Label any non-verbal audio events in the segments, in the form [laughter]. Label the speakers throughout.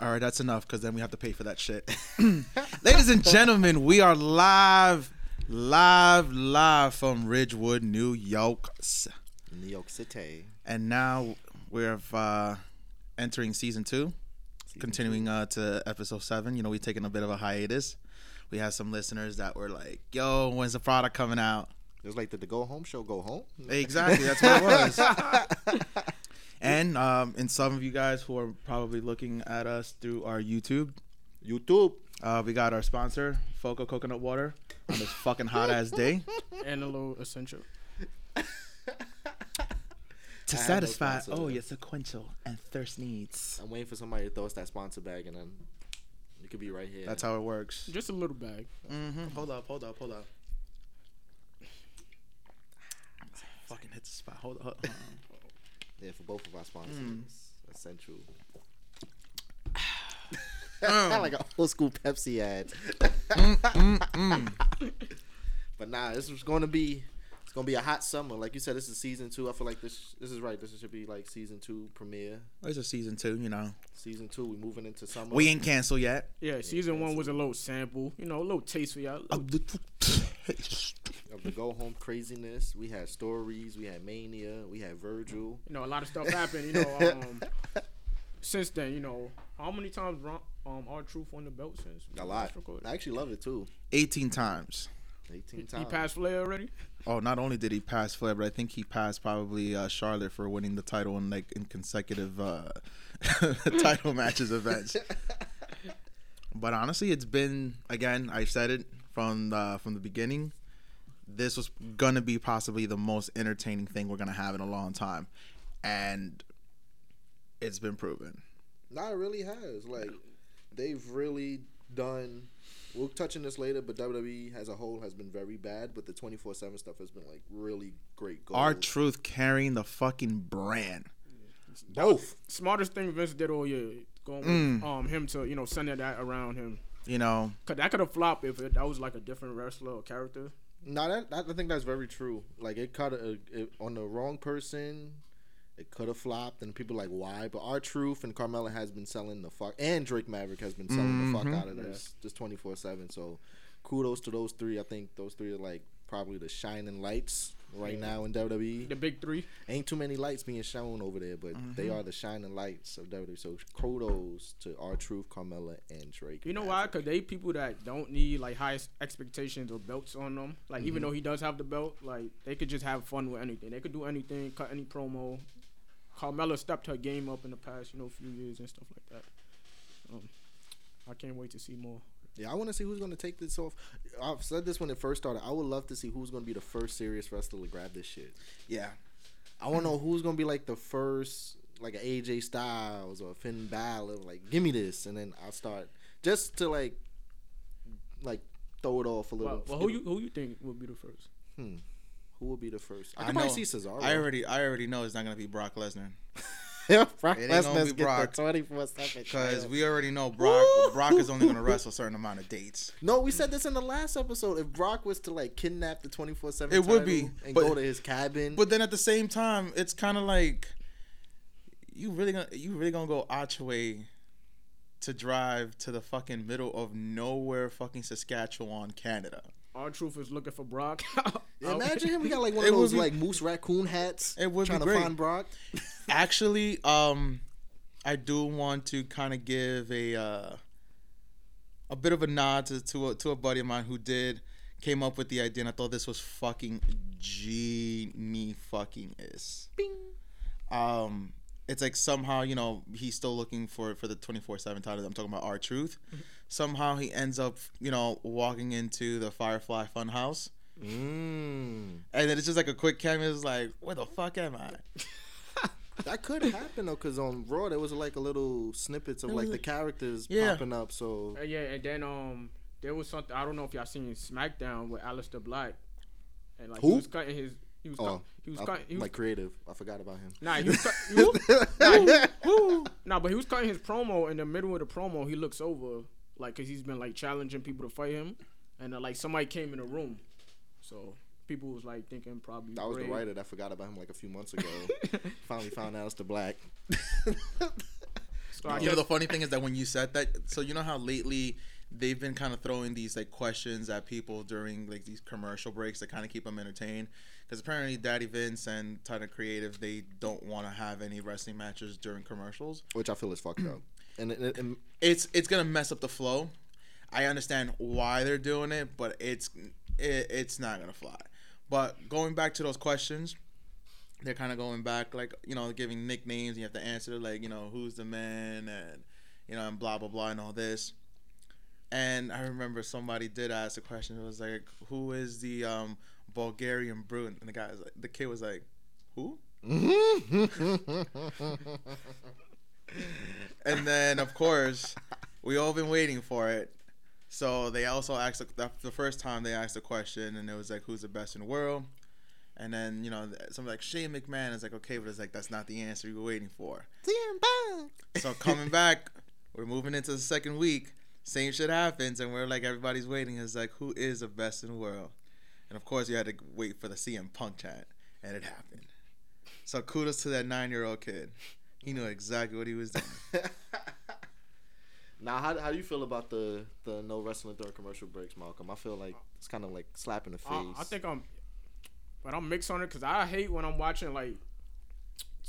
Speaker 1: all right, that's enough because then we have to pay for that shit. [laughs] Ladies and gentlemen, we are live, live, live from Ridgewood, New York.
Speaker 2: New York City.
Speaker 1: And now we're uh, entering season two, continuing Uh, to episode seven. You know, we're taking a bit of a hiatus. We had some listeners that were like, yo, when's the product coming out?
Speaker 2: It was like the, the Go Home Show, Go Home.
Speaker 1: Exactly, that's what it was. and um, and some of you guys who are probably looking at us through our YouTube,
Speaker 2: YouTube.
Speaker 1: uh, we got our sponsor, Foco Coconut Water, on this fucking hot ass
Speaker 2: [laughs]
Speaker 1: day
Speaker 3: and a little essential.
Speaker 1: to
Speaker 2: I have no
Speaker 1: satisfy
Speaker 2: sponsor.
Speaker 1: oh your sequential and thirst needs.
Speaker 2: I'm waiting for somebody to throw us that sponsor bag and then you could be right here.
Speaker 1: That's how it works.
Speaker 3: Just a little bag.
Speaker 1: Mm-hmm. Hold up, hold up, hold up. Fucking hit the spot. Hold up. hold
Speaker 2: [laughs]
Speaker 1: up.
Speaker 2: yeah, for both of our sponsors.
Speaker 1: Hmm.
Speaker 2: [laughs] Essential.
Speaker 1: Mm.
Speaker 2: like an old school Pepsi ad.
Speaker 1: mm.
Speaker 2: [laughs] but nah, this is going to be it's going to be a hot summer. Like you said, this is season two. I feel like this this is right. This should be like season two premiere.
Speaker 1: It's a season two, you know.
Speaker 2: Season two, we moving into summer.
Speaker 1: We ain't canceled yet.
Speaker 3: Yeah, season one was a little sample, you know, a little taste for y'all.
Speaker 1: [laughs]
Speaker 2: Oh.
Speaker 3: A little-
Speaker 2: of the go home craziness. We had stories. We had mania. We had Virgil.
Speaker 3: You know, a lot of stuff happened. You know,
Speaker 2: [laughs]
Speaker 3: um, since then, you know, how many times Ron, um, our truth won the belt since we
Speaker 2: A lot.
Speaker 3: last recorded?
Speaker 2: I actually loved it too.
Speaker 1: 18 times.
Speaker 2: 18
Speaker 3: He
Speaker 2: times.
Speaker 3: passed Flair already.
Speaker 1: Oh, not only did he pass Flair, but I think he passed probably uh, Charlotte for winning the title in like in consecutive uh, [laughs] title matches events. But honestly, it's been again. I said it from the, from the beginning. This was gonna be possibly the most entertaining thing we're gonna have in a long time, and it's been proven.
Speaker 2: Nah, it really has. Like, they've really done. We'll touch on this later, but WWE as a whole has been very bad. But the 24 7 stuff has been, like, really great. Gold.
Speaker 1: Our truth carrying the fucking brand.
Speaker 2: Both.
Speaker 3: Smartest thing Vince did all year, going
Speaker 2: Mm.
Speaker 3: with, um him to you know sending that around him.
Speaker 1: You know,
Speaker 3: Cause that could have flopped if it, that was like a different wrestler or character.
Speaker 2: Nah, that, that, I think that's very true. Like, it cut a, it, on the wrong person. It could have flopped, and people like why. But our truth and Carmella has been selling the fuck, and Drake Maverick has been selling the fuck out of this this twenty four seven. So, kudos to those three. I think those three are like probably the shining lights right now in WWE.
Speaker 3: The Mm-hmm. big three.
Speaker 2: ain't too many lights being shown over there, but they are the shining lights of WWE. So kudos to R Truth, Carmella, and Drake.
Speaker 3: You know why? Cause they people that don't need like high expectations or belts on them. Like even though he does have the belt, like they could just have fun with anything. They could do anything, cut any promo. Carmella stepped her game up in the past, you know, few years and stuff like that. Um, I can't wait to see more.
Speaker 2: Yeah, I want to see who's going to take this off. I've said this when it first started. I would love to see who's going to be the first serious wrestler to grab this shit.
Speaker 1: yeah,
Speaker 2: I want to know who's going to be like the first, like a AJ Styles or Finn Balor, like give me this, and then I'll start just to like, like throw it off a little.
Speaker 3: Well, well, who you who you think will be the first?
Speaker 2: Who will be the first? I
Speaker 1: I
Speaker 2: could probably
Speaker 1: know.
Speaker 2: see Cesaro.
Speaker 1: I already, I already know it's not gonna be Brock Lesnar.
Speaker 2: yeah, [laughs] Brock
Speaker 1: It ain't gonna
Speaker 2: Lesnar's
Speaker 1: be
Speaker 2: get the
Speaker 1: Brock.
Speaker 2: 24/7
Speaker 1: Because
Speaker 2: trial.
Speaker 1: we already know Brock Brock is only gonna wrestle a certain amount of dates.
Speaker 2: No, we said this in the last episode. If Brock was to like kidnap the twenty four seven,
Speaker 1: It would be,
Speaker 2: and
Speaker 1: but-
Speaker 2: go to his cabin.
Speaker 1: But then at the same time, it's kinda like you really gonna you really gonna go Archway to drive to the fucking middle of nowhere fucking Saskatchewan, Canada.
Speaker 3: Our truth is looking for Brock. [laughs]
Speaker 2: imagine him. We got like one
Speaker 1: It
Speaker 2: of
Speaker 1: would
Speaker 2: those
Speaker 1: be-
Speaker 2: like moose raccoon hats.
Speaker 1: It would be
Speaker 2: trying
Speaker 1: great.
Speaker 2: to find Brock.
Speaker 1: Actually, um I do want to kinda give a uh a bit of a nod to to a, to a buddy of mine who did came up with the idea and I thought this was fucking genie fucking is. um it's like somehow you know he's still looking for for the 24-7 title i'm talking about our truth somehow he ends up you know walking into the firefly funhouse
Speaker 2: Mm.
Speaker 1: and then it's just like a quick cameo it's like where the fuck am i
Speaker 2: That could happen though, because on Raw there was like a little snippets of
Speaker 1: was
Speaker 2: like the
Speaker 1: like-
Speaker 2: characters
Speaker 1: Yeah.
Speaker 2: popping up. So
Speaker 3: Uh, yeah, and then um, there was something I don't know if y'all seen SmackDown with Alistair Black, and like
Speaker 2: Who?
Speaker 3: he was cutting his he was
Speaker 2: oh,
Speaker 3: cut, he was
Speaker 2: I-
Speaker 3: cutting he was,
Speaker 2: like creative. I forgot about him.
Speaker 3: nah he was,
Speaker 2: [laughs]
Speaker 3: cut, he was nah, he- nah but he was cutting his promo in the middle of the promo he looks over like because he's been like challenging people to fight him, and uh, like somebody came in the room, so people was like thinking probably
Speaker 2: That was the
Speaker 3: Bray.
Speaker 2: writer
Speaker 3: [laughs]
Speaker 2: that forgot about him like a few months ago. Finally found out it's the black.
Speaker 3: So I
Speaker 1: you know
Speaker 3: guess
Speaker 1: the funny thing is that when you said that, so you know how lately they've been kind of throwing these like questions at people during like these commercial breaks to kind of keep them entertained. Because apparently, Daddy Vince and Titan Creative they don't want to have any wrestling matches during commercials.
Speaker 2: which I feel is fucked up. And, and, and
Speaker 1: It's it's gonna mess up the flow. I understand why they're doing it, but it's it, it's not gonna fly. But going back to those questions, they're kind of going back like you know giving nicknames. You have to answer like you know who's the man and you know and blah blah blah and all this. And I remember somebody did ask a question. It was like, "Who is the um, Bulgarian brute?" And the guy was like, the kid was like, "Who?" [laughs]
Speaker 2: [laughs]
Speaker 1: and then of course we all been waiting for it so they also asked the- the, the first time they asked the question and it was like who's the best in the world and then you know something like shane mcmahon is like okay but it's like that's not the answer you were waiting for so coming back we're moving into the second week same shit happens and we're like everybody's waiting is like who is the best in the world and of course you had to wait for the cm punk chat and it happened so kudos to that nine-year-old kid he knew exactly what he was doing
Speaker 2: [laughs] now, how, how do you feel about the the no wrestling during commercial breaks, Malcolm? I feel like it's kind of like slap in the face.
Speaker 3: Uh, I, I think I'm, but I'm mixed on it because I hate when I'm watching like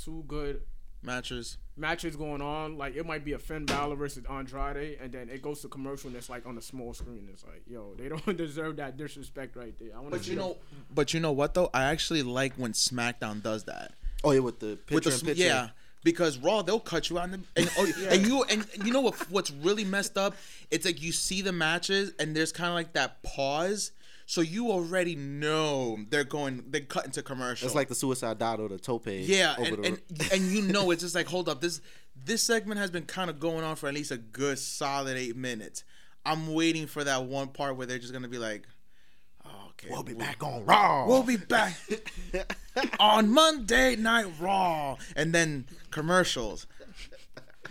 Speaker 3: too good
Speaker 1: matches
Speaker 3: matches going on. Like it might be a Finn Balor versus Andrade, and then it goes to commercial and it's like on a small screen. It's like, yo, they don't [laughs] deserve that disrespect right there. I want
Speaker 1: But you know, but you know what though? I actually like when SmackDown does that.
Speaker 2: oh yeah, with the picture
Speaker 1: With the
Speaker 2: and
Speaker 1: sm-
Speaker 2: picture.
Speaker 1: yeah, because Raw they'll cut you out in the, and [laughs] oh, and you and you know what? What's really messed up? It's like you see the matches and there's kind of like that pause, so you already know they're going they cut into commercial.
Speaker 2: It's like the suicide dot or the tope.
Speaker 1: yeah, and, and and you [laughs] know it's just like hold up this this segment has been kind of going on for at least a good solid eight minutes. I'm waiting for that one part where they're just gonna be like, oh, okay,
Speaker 2: we'll be back on Raw.
Speaker 1: We'll be back on Monday Night Raw, and then commercials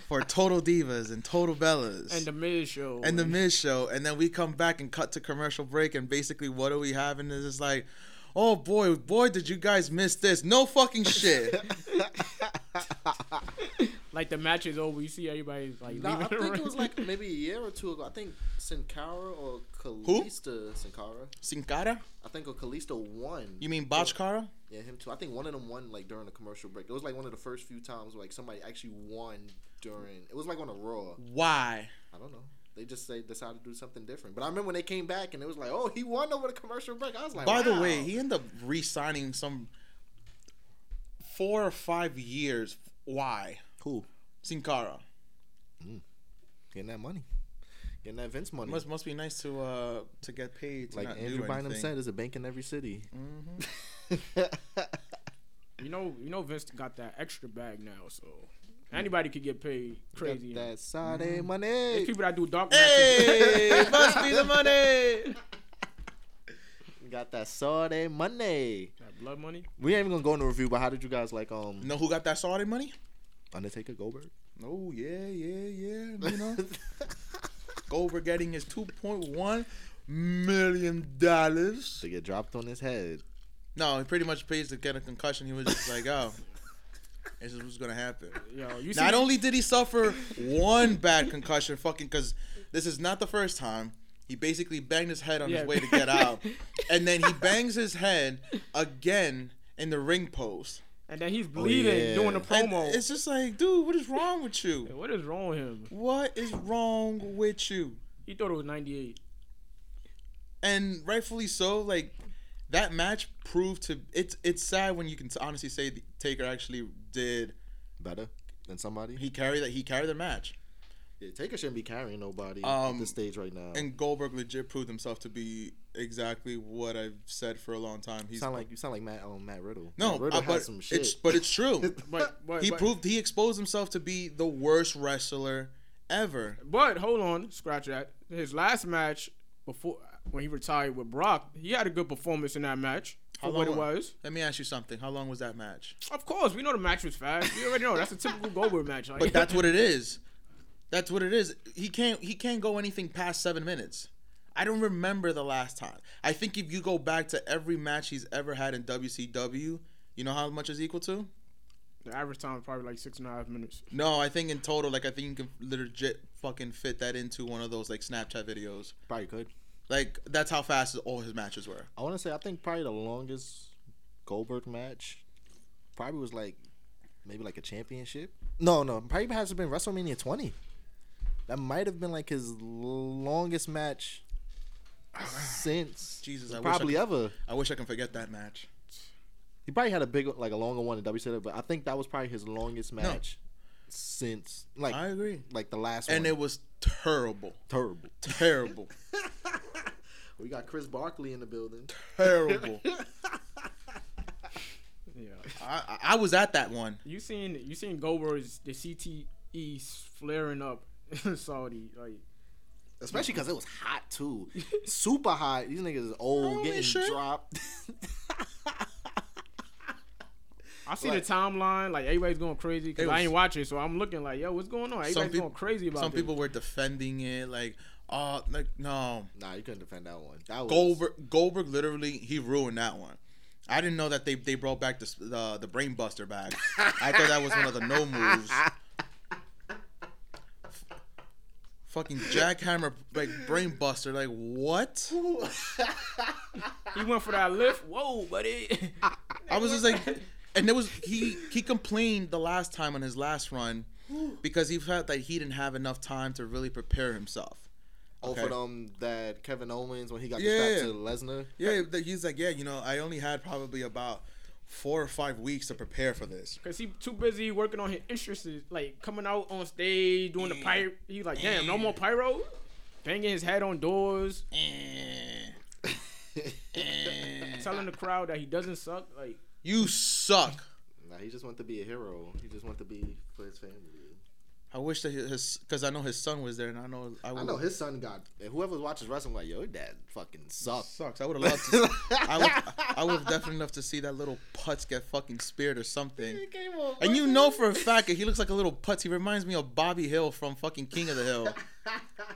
Speaker 1: for Total Divas and Total Bellas
Speaker 3: and the Miz show
Speaker 1: and the Miz show, and then we come back and cut to commercial break, and basically what do we have? And it's just like, oh boy, boy, did you guys miss this? No fucking
Speaker 3: [laughs]
Speaker 1: shit.
Speaker 3: like the match is over. You see everybody's like,
Speaker 2: Nah, I
Speaker 3: leaving the
Speaker 2: think it
Speaker 3: ring.
Speaker 2: was [laughs] like maybe a year or two ago. I think Sin Cara or Kalista Sin Cara.
Speaker 1: Sin Cara?
Speaker 2: I think or Kalista won.
Speaker 1: You mean Botch Cara?
Speaker 2: Yeah, him too. I think one of them won like during a commercial break. It was like one of the first few times like somebody actually won during. It was like on a Raw.
Speaker 1: Why?
Speaker 2: I don't know. They just they decided to do something different. But I remember when they came back and it was like, oh, he won over the commercial break. I was like,
Speaker 1: By the
Speaker 2: wow.
Speaker 1: way, he ended up re-signing some four or five years. Why?
Speaker 2: cool.
Speaker 1: Sin Cara.
Speaker 2: Getting that money, getting that Vince money.
Speaker 1: Must must be nice to uh to get paid. To
Speaker 2: like
Speaker 1: not
Speaker 2: Andrew
Speaker 1: do
Speaker 2: Bynum
Speaker 1: anything.
Speaker 2: said, there's a bank in every city.
Speaker 3: [laughs]
Speaker 1: Mm-hmm.
Speaker 2: [laughs]
Speaker 3: you know, you know, Vince got that extra bag now, so anybody could get paid crazy.
Speaker 2: Got that Saturday
Speaker 1: Mm-hmm.
Speaker 3: There's
Speaker 2: money.
Speaker 3: people that do dark matches.
Speaker 1: Hey, must be the [laughs] money.
Speaker 2: Got that Saturday money.
Speaker 3: That blood money.
Speaker 2: We ain't even gonna go into review, but how did you guys like um
Speaker 1: Know who got that Saudi money?
Speaker 2: Undertaker Goldberg?
Speaker 1: Oh yeah, yeah, yeah. You know, [laughs] Goldberg getting his two point one million dollars.
Speaker 2: [laughs] to get dropped on his head.
Speaker 1: No, he pretty much pays to get a concussion. He was just like, oh, this is what's gonna happen.
Speaker 3: Yo, you see,
Speaker 1: Not only did he suffer one bad concussion, fucking, because this is not the first time. He basically banged his head on
Speaker 3: Yeah.
Speaker 1: his way to get out,
Speaker 3: [laughs]
Speaker 1: and then he bangs his head again in the ring post.
Speaker 3: and then he's bleeding
Speaker 2: yeah.
Speaker 3: doing the
Speaker 1: Oh, And
Speaker 3: promo.
Speaker 1: It's just like, dude, what is wrong with you?
Speaker 3: what is wrong with him?
Speaker 1: What is wrong with you?
Speaker 3: He thought it was 98.
Speaker 1: And rightfully so. Like that match proved to. It's it's sad when you can honestly say the Taker actually did.
Speaker 2: Better than somebody.
Speaker 1: He carried that. He carried the match.
Speaker 2: Yeah, Taker shouldn't be carrying nobody
Speaker 1: Um,
Speaker 2: at this stage right now.
Speaker 1: And Goldberg legit proved himself to be exactly what I've said for a long time. He's
Speaker 2: sound like you sound like Matt um, Matt Riddle.
Speaker 1: no,
Speaker 2: Matt Riddle
Speaker 1: uh,
Speaker 2: has
Speaker 1: but
Speaker 2: some shit.
Speaker 1: it's but it's
Speaker 2: [laughs]
Speaker 1: true.
Speaker 3: But, but
Speaker 1: he
Speaker 3: but,
Speaker 1: proved he exposed himself to be the worst wrestler ever.
Speaker 3: But hold on, scratch that. His last match before when he retired with Brock, he had a good performance in that match. For what it
Speaker 1: long was-
Speaker 3: was.
Speaker 1: Let me ask you something. How long was that match?
Speaker 3: Of course, we know the match was fast. You already know that's a typical Goldberg match. Like,
Speaker 1: But
Speaker 3: [laughs]
Speaker 1: that's what it is. That's what it is. He can't he can't go anything past seven minutes. I don't remember the last time. I think if you go back to every match he's ever had in WCW, you know how much is equal to?
Speaker 3: The average time is probably like six and a half minutes.
Speaker 1: No, I think in total, like I think you can legit fucking fit that into one of those like Snapchat videos.
Speaker 2: Probably could.
Speaker 1: Like that's how fast all his matches were.
Speaker 2: I want to say I think probably the longest Goldberg match probably was like maybe like a championship. No, no, probably has been WrestleMania 20. That might have been like his longest match since
Speaker 1: Jesus, I wish I
Speaker 2: probably
Speaker 1: could-
Speaker 2: ever.
Speaker 1: I wish I can forget that match.
Speaker 2: He probably had a big like a longer one in WCW, but I think that was probably his longest match since like
Speaker 1: I agree.
Speaker 2: like the last
Speaker 1: And
Speaker 2: one.
Speaker 1: it was terrible,
Speaker 2: terrible.
Speaker 1: terrible,
Speaker 2: We got Chris Barkley in the building.
Speaker 1: terrible.
Speaker 3: Yeah.
Speaker 1: I, I- I was at that one.
Speaker 3: You seen you seen Goldberg's the CTE flaring up [laughs] in Saudi like
Speaker 2: Especially because it was hot
Speaker 3: [laughs]
Speaker 2: too, super hot. These niggas is old,
Speaker 1: Holy
Speaker 2: getting
Speaker 1: shit.
Speaker 2: dropped. [laughs]
Speaker 3: I see
Speaker 2: Like-
Speaker 3: the timeline, like everybody's going crazy because
Speaker 1: It
Speaker 3: I
Speaker 1: was-
Speaker 3: ain't watching, so I'm looking like, yo, what's going on? Everybody's
Speaker 1: peop-
Speaker 3: going crazy about
Speaker 1: Some
Speaker 3: this.
Speaker 1: people were defending it, like, oh, like no.
Speaker 2: nah, you couldn't defend that one. That was [laughs]
Speaker 1: Goldberg, Goldberg, literally, he ruined that one. I didn't know that they, they brought back the the, the brain buster back. I thought that was one of the no [laughs] moves. Fucking jackhammer, like brain buster, like what?
Speaker 3: He went for that lift. Whoa, buddy. [laughs]
Speaker 1: I was just like, [laughs] and there was he he complained the last time on his last run because he felt that he didn't have enough time to really prepare himself.
Speaker 2: Oh,
Speaker 1: Okay.
Speaker 2: for them that Kevin Owens when he got
Speaker 1: Yeah.
Speaker 2: the strap to Lesnar.
Speaker 1: Yeah, that- he's like, yeah, you know, I only had probably about four or five weeks to prepare for this.
Speaker 3: Cause he too busy working on his interests, like coming out on stage doing the pyro. He like, damn, no more pyro, banging his head on doors, [laughs] telling the crowd that he doesn't suck. Like,
Speaker 1: You suck.
Speaker 2: Nah, he just wanted to be a hero. He just wanted to be for his family.
Speaker 1: I wish that his because I know his son was there, and I know I, would,
Speaker 2: I know his son got. and Whoever watches wrestling, like yo, your dad fucking
Speaker 3: [laughs]
Speaker 2: sucks.
Speaker 1: sucks. I would have loved [laughs] to. I would, I would have definitely loved to see that little putz get fucking speared or something. And you know for a fact that he looks like a little putz. He reminds me of Bobby Hill from fucking King of the [laughs] Hill.
Speaker 2: [laughs]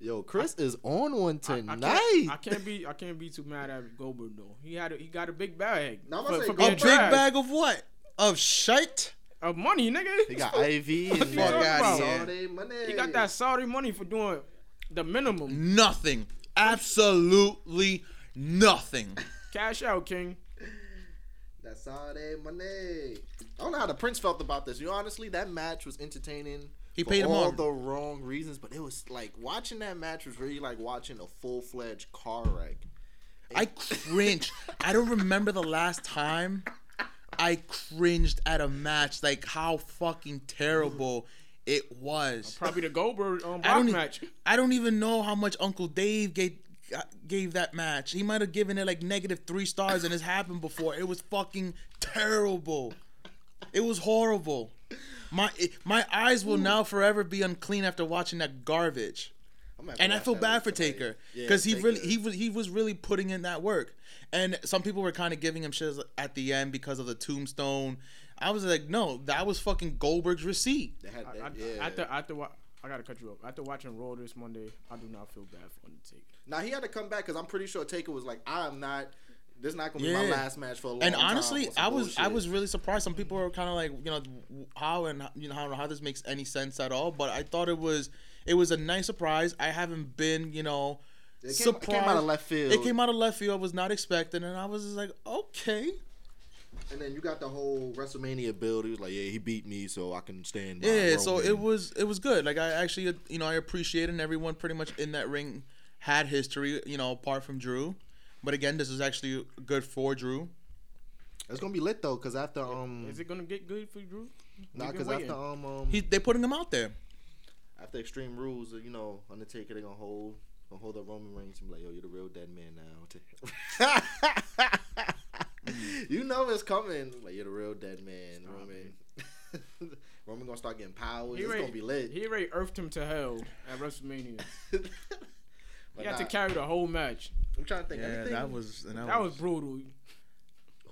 Speaker 2: Yo, Chris is on one
Speaker 3: I
Speaker 2: tonight.
Speaker 3: can't, I can't be, I can't be too mad at Goldberg though. He had, a, he got a big bag.
Speaker 2: Now I'm
Speaker 3: for-
Speaker 2: gonna say
Speaker 3: for
Speaker 2: A
Speaker 1: A
Speaker 3: being
Speaker 1: big
Speaker 3: trash.
Speaker 1: bag of what? Of shite?
Speaker 3: of money, nigga. [laughs]
Speaker 2: He got Ivy. and
Speaker 1: Fuck outta
Speaker 2: Saudi
Speaker 1: here.
Speaker 2: money.
Speaker 3: He got that Saudi money for doing the minimum.
Speaker 1: Nothing. Absolutely nothing.
Speaker 3: Cash out, King.
Speaker 2: That's all they money. I don't know how the Prince felt about this. You honestly, that match was entertaining.
Speaker 1: He
Speaker 2: for
Speaker 1: paid him
Speaker 2: all
Speaker 1: off.
Speaker 2: the wrong reasons, but it was like watching that match was really like watching a full fledged car wreck.
Speaker 1: I cringed. I don't remember the last time I cringed at a match like how fucking terrible it was.
Speaker 3: Probably the Goldberg um,
Speaker 1: I
Speaker 3: block
Speaker 1: don't e-
Speaker 3: match.
Speaker 1: I don't even know how much Uncle Dave gave gave that match. He might have given it like negative three stars, and it's happened before. It was fucking terrible. It was horrible. My it, my eyes will now forever be unclean after watching that garbage.
Speaker 2: I'm gonna have to
Speaker 1: And I
Speaker 2: watch
Speaker 1: feel
Speaker 2: that
Speaker 1: bad
Speaker 2: one
Speaker 1: for
Speaker 2: tonight.
Speaker 1: Taker
Speaker 2: Yeah,
Speaker 1: because he
Speaker 2: Taker.
Speaker 1: really he was he was really putting in that work, and some people were kind of giving him shit at the end because of the tombstone. I was like, no, that was fucking Goldberg's receipt.
Speaker 2: They had
Speaker 3: I,
Speaker 2: that- yeah.
Speaker 3: After after wa- I gotta cut you up. After watching Raw this Monday, I do not feel bad for Undertaker.
Speaker 2: now he had to come back because I'm pretty sure Taker was like, I'm not. This not gonna be
Speaker 1: Yeah.
Speaker 2: my last match for a long
Speaker 1: and
Speaker 2: time
Speaker 1: honestly,
Speaker 2: or some
Speaker 1: I was I
Speaker 2: bullshit.
Speaker 1: was really surprised. Some people were kind of like, you know, w- how and you know how, how this makes any sense at all. But I thought it was it was a nice surprise. I haven't been, you know,
Speaker 2: It came- it
Speaker 1: surprised.
Speaker 2: came out of left field.
Speaker 1: It came out of left field. I was not expecting, and I was just like, okay,
Speaker 2: And then you got the whole WrestleMania build. He was like, yeah, he beat me, so I can stand. by
Speaker 1: yeah. So
Speaker 2: Roman."
Speaker 1: it was it was good. Like I actually, uh, you know, I appreciated and everyone pretty much in that ring had history, you know, apart from Drew. But again, this is actually good for Drew.
Speaker 2: It's gonna be lit though, cause after um,
Speaker 3: Is it gonna get good for Drew?
Speaker 2: nah,
Speaker 3: We've been
Speaker 2: cause
Speaker 3: waiting.
Speaker 2: after um, um
Speaker 1: He they putting him out there.
Speaker 2: after Extreme Rules, you know, Undertaker they gonna hold gonna hold the Roman Reigns and be like, yo, you're the real dead man [laughs] now.
Speaker 3: Mm.
Speaker 2: you know it's coming. Like you're the real dead man, Roman. [laughs] Roman gonna start getting powers.
Speaker 3: He
Speaker 2: it's gonna be lit.
Speaker 3: He already earthed him to hell at WrestleMania.
Speaker 2: [laughs] But
Speaker 3: He had to
Speaker 2: nah,
Speaker 3: carry the whole match.
Speaker 2: I'm trying to think.
Speaker 1: Yeah,
Speaker 2: anything-
Speaker 1: that was and
Speaker 3: That was brutal.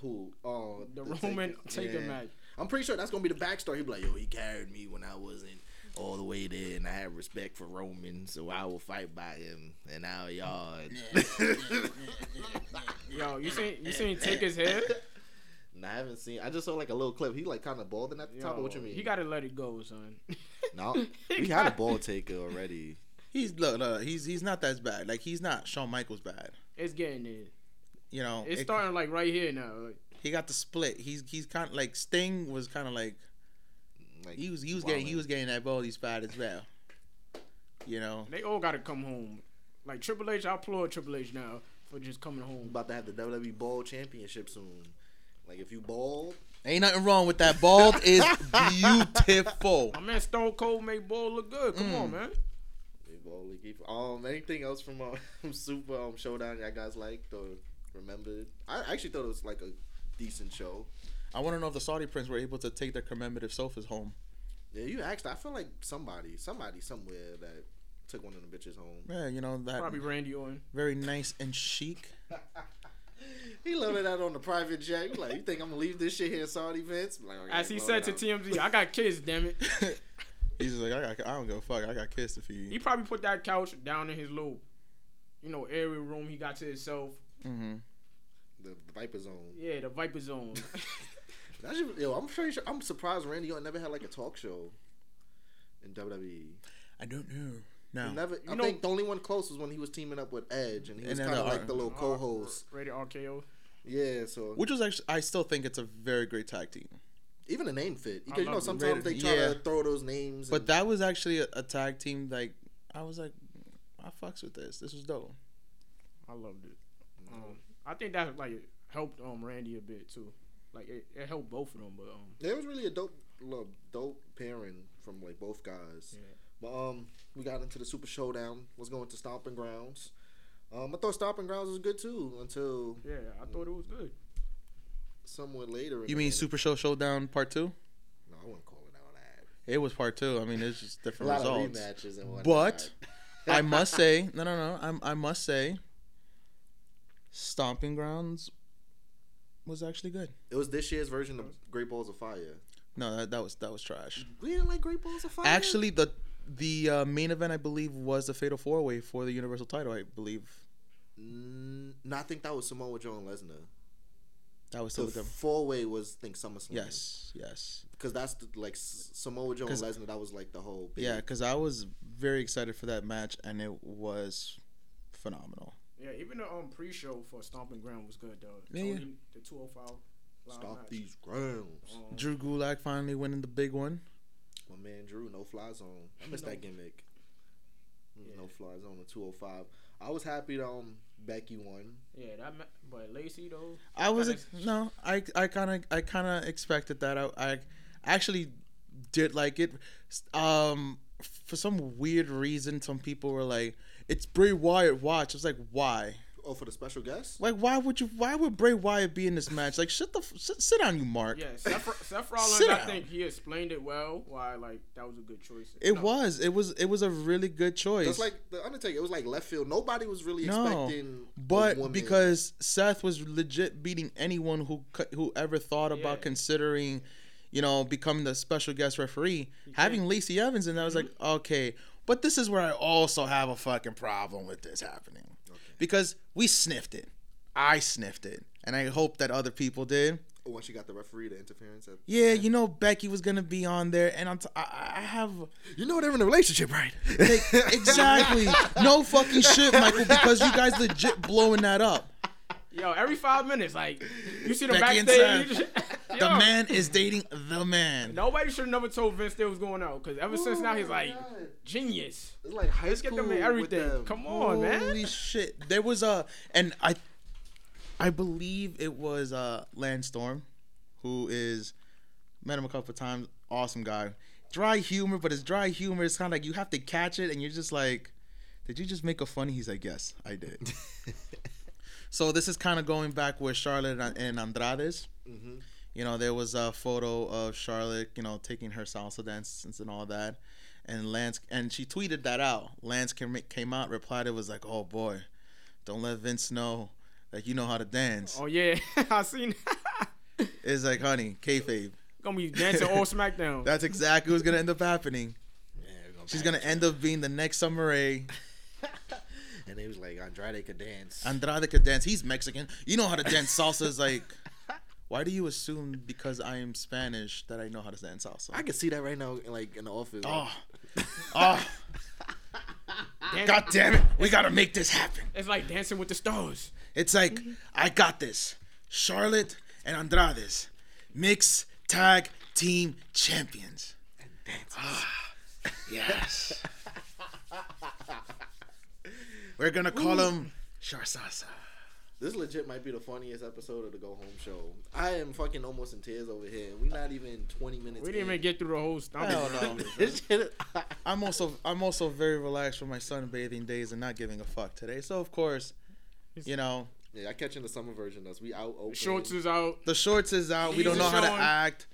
Speaker 2: who? Oh,
Speaker 3: The Roman Taker
Speaker 2: Yeah.
Speaker 3: match.
Speaker 2: I'm pretty sure that's gonna be the backstory. He'd be like, yo, he carried me when I wasn't all the way there, and I had respect for Roman, so I will fight by him. And now [laughs] y'all, [laughs]
Speaker 3: Yo, you seen you seen Taker's head?
Speaker 2: nah, I haven't seen. I just saw like a little clip. He like kind of balding at the top. But What you
Speaker 3: Yo,
Speaker 2: mean?
Speaker 3: He gotta let it go, son. [laughs]
Speaker 2: no.
Speaker 3: he
Speaker 2: We had a
Speaker 3: got-
Speaker 2: ball taker already.
Speaker 1: He's look, look, he's he's not that bad. Like he's not Shawn Michaels bad.
Speaker 3: It's getting there.
Speaker 1: You know,
Speaker 3: It's
Speaker 1: it-
Speaker 3: starting like right here now. Like,
Speaker 1: he got the split. He's he's kind of like Sting was kind of like
Speaker 2: Like
Speaker 1: he was he was getting he
Speaker 2: wildin'.
Speaker 1: was getting that baldy spot as well. You know,
Speaker 3: they all gotta come home. Like Triple H, I applaud Triple H now for just coming
Speaker 2: I'm
Speaker 3: home.
Speaker 2: about to have the WWE Ball Championship soon. Like if you ball,
Speaker 1: ain't nothing wrong with that. Bald
Speaker 3: [laughs]
Speaker 1: is beautiful.
Speaker 3: My man Stone Cold made Ball look good. Come
Speaker 1: Mm.
Speaker 3: on, man.
Speaker 2: you ball you keep. Um, anything else [laughs] from um Super um Showdown y'all guys liked or remembered? I actually thought it was like a decent show.
Speaker 1: I want to know if the Saudi prince were able to take their commemorative sofas home.
Speaker 2: Yeah, you asked. I feel like somebody, somebody somewhere that took one of the bitches home.
Speaker 1: Yeah, you know that
Speaker 3: Probably Randy Orton.
Speaker 1: very nice and [laughs] chic.
Speaker 2: he loaded out on the private jet. He Like you think I'm gonna leave this shit here, in Saudi Vince? Like, okay,
Speaker 3: As he
Speaker 2: load
Speaker 3: said
Speaker 2: it
Speaker 3: to
Speaker 2: out.
Speaker 3: TMZ, I got kids, damn it.
Speaker 1: He's just like I got I don't give a fuck. I got kids to feed.
Speaker 3: He probably put that couch down in his little, you know, area room he got to himself.
Speaker 1: hmm
Speaker 2: the, the Viper Zone. [laughs]
Speaker 3: Yeah, the Viper Zone.
Speaker 2: That shit, yo, I'm pretty sure. I'm surprised Randy Orton never had like a talk show in WWE.
Speaker 1: I don't know.
Speaker 2: He
Speaker 1: No.
Speaker 2: Never. I
Speaker 3: know-
Speaker 2: think the only one close was when he was teaming up with Edge, and he
Speaker 1: And
Speaker 2: was
Speaker 1: then
Speaker 2: kind of
Speaker 1: the-
Speaker 2: like the little co-host.
Speaker 3: Oh, Rated RKO.
Speaker 2: Yeah, so
Speaker 1: Which was actually, I still think it's a very great tag team.
Speaker 2: even the name fit. You,
Speaker 3: I
Speaker 2: can- you know,
Speaker 3: love the
Speaker 2: sometimes they
Speaker 1: Raiders.
Speaker 2: try to
Speaker 1: Yeah.
Speaker 2: throw those names.
Speaker 1: But
Speaker 2: and-
Speaker 1: that was actually a, a tag team. Like I was like, I fucks with this. This was dope.
Speaker 3: I loved it.
Speaker 2: Mm.
Speaker 3: Um, I think that like helped um Randy a bit too. Like it, it helped both of them, but um
Speaker 2: Yeah, it was really a dope, little dope pairing from like both guys.
Speaker 3: Yeah.
Speaker 2: But um, we got into the Super Showdown. Was going to Stomping Grounds. Um, I thought Stomping Grounds was good too until
Speaker 3: yeah, I thought it was good.
Speaker 2: somewhat later.
Speaker 1: You
Speaker 2: in the
Speaker 1: mean
Speaker 2: night.
Speaker 1: Super Show Showdown Part Two?
Speaker 2: No, I wouldn't call it all
Speaker 1: [laughs]
Speaker 2: that.
Speaker 1: It was Part Two. I mean, it's just
Speaker 2: A
Speaker 1: different
Speaker 2: lot
Speaker 1: results.
Speaker 2: of rematches and whatnot.
Speaker 1: But uh, I must [laughs] say, no, no, no. I'm, I must say, Stomping Grounds was actually good.
Speaker 2: it was this year's version of Great Balls of Fire.
Speaker 1: No, that, that was that was trash.
Speaker 2: We didn't like Great Balls of Fire.
Speaker 1: Actually, the the uh, main event I believe was the Fatal Four Way for the Universal Title. I believe
Speaker 2: Mm, no, I think that was Samoa Joe and Lesnar.
Speaker 1: that was still
Speaker 2: The
Speaker 1: with them.
Speaker 2: four way was I think SummerSlam.
Speaker 1: Yes, yes.
Speaker 2: because that's the, like S- Samoa Joe and
Speaker 1: 'Cause-
Speaker 2: Lesnar. That was like the whole. big-
Speaker 1: Yeah, because I was very excited for that match, and it was phenomenal.
Speaker 3: Yeah, even the um pre-show for Stomping Ground was good though.
Speaker 1: Yeah, yeah.
Speaker 3: Tony- The 205 live
Speaker 2: Stomp
Speaker 3: match.
Speaker 2: these grounds.
Speaker 3: Um,
Speaker 1: Drew Gulak finally winning the big one.
Speaker 2: My man Drew, no fly zone. I miss that gimmick. Mm, No fly zone in 205. I was happy that um, Becky won.
Speaker 3: yeah, that ma- but Lacey though.
Speaker 1: I was
Speaker 3: Kinda-
Speaker 1: ex- no, I I kind of I kind of expected that. I, I actually did like it. S- Um, for some weird reason, some people were like, "It's Bray Wyatt watch." I was like, "Why?
Speaker 2: Oh, for the special guest?
Speaker 1: Like, why would you? Why would Bray Wyatt be in this match? Like, shut the f- sit, sit down, you Mark."
Speaker 3: [laughs] Yeah, Seth, Seth Rollins.
Speaker 1: Sit
Speaker 3: I
Speaker 1: down.
Speaker 3: think he explained it well. Why like that was a good choice.
Speaker 1: It
Speaker 3: No,
Speaker 1: was. It was. It was a really good choice.
Speaker 2: That's like the Undertaker. It was like left field. Nobody was really
Speaker 1: No,
Speaker 2: expecting. a
Speaker 1: But
Speaker 2: woman.
Speaker 1: because Seth was legit beating anyone who cou- who ever thought about
Speaker 3: Yeah.
Speaker 1: considering, you know, becoming the special guest referee, having Lacey Evans, and I was
Speaker 3: Mm-hmm.
Speaker 1: like, okay. But this is where I also have a fucking problem with this happening, because we sniffed it, I sniffed it, and I hope that other people did.
Speaker 2: once you Oh, got the referee, the interference. At,
Speaker 1: Yeah, you know, Becky was gonna be on there, and I'm t- I, I I have.
Speaker 2: you know they're in a relationship, [laughs] right?
Speaker 3: [laughs]
Speaker 1: Like, exactly. No fucking shit, Michael, because you guys legit blowing that up.
Speaker 3: Yo, every five minutes, like you see the
Speaker 1: Becky and
Speaker 3: backstage. [laughs]
Speaker 1: The
Speaker 3: Yo,
Speaker 1: man is dating the man.
Speaker 3: Nobody should have never told Vince they was going out because ever since now he's like genius.
Speaker 2: It's like high
Speaker 3: Get
Speaker 2: school.
Speaker 3: them in everything. Come on, man.
Speaker 1: Holy shit. There was a and I I believe it was uh Landstorm, who is met him a couple of times, awesome guy. Dry humor, but his dry humor is kinda like you have to catch it and you're just like, Did you just make a funny? He's like, Yes, I did. so this is kinda going back with Charlotte and- and Andrade's.
Speaker 2: Mhm.
Speaker 1: You know, there was a photo of Charlotte, you know, taking her salsa dances and all that. And Lance, and she tweeted that out. Lance came, came out, replied, it was like, oh boy, don't let Vince know that you know how to dance.
Speaker 3: Oh yeah, [laughs] I seen. that.
Speaker 1: It's like, honey, kayfabe.
Speaker 3: Gonna be dancing all SmackDown.
Speaker 1: That's exactly what's going to end up happening. She's going to end up being the next Summer Rae.
Speaker 2: And he was like, Andrade could dance.
Speaker 1: Andrade could dance. He's Mexican. You know how to dance salsa. It's like, Why do you assume because I am Spanish that I know how to dance salsa?
Speaker 2: I can see that right now, like in the office.
Speaker 1: oh, oh,
Speaker 3: Dan-
Speaker 1: god damn it! We gotta make this happen.
Speaker 3: It's like dancing with the stars.
Speaker 1: It's like I got this. Charlotte and Andrade's mixed tag team champions. Ah, yes. We're gonna call them Sharsasa.
Speaker 2: This legit might be the funniest episode of the Go Home Show. I am fucking almost in tears over here. We not even twenty minutes.
Speaker 3: We didn't
Speaker 2: [laughs]
Speaker 3: even
Speaker 2: in.
Speaker 3: get through the whole stomach.
Speaker 1: Hell no.
Speaker 2: This shit.
Speaker 1: I'm also I'm also very relaxed for my sunbathing days and not giving a fuck today. So of course, you know
Speaker 2: [laughs] yeah, I catching the summer version. Us. We out open.
Speaker 3: Shorts is out.
Speaker 1: the shorts is out. We don't know how to act.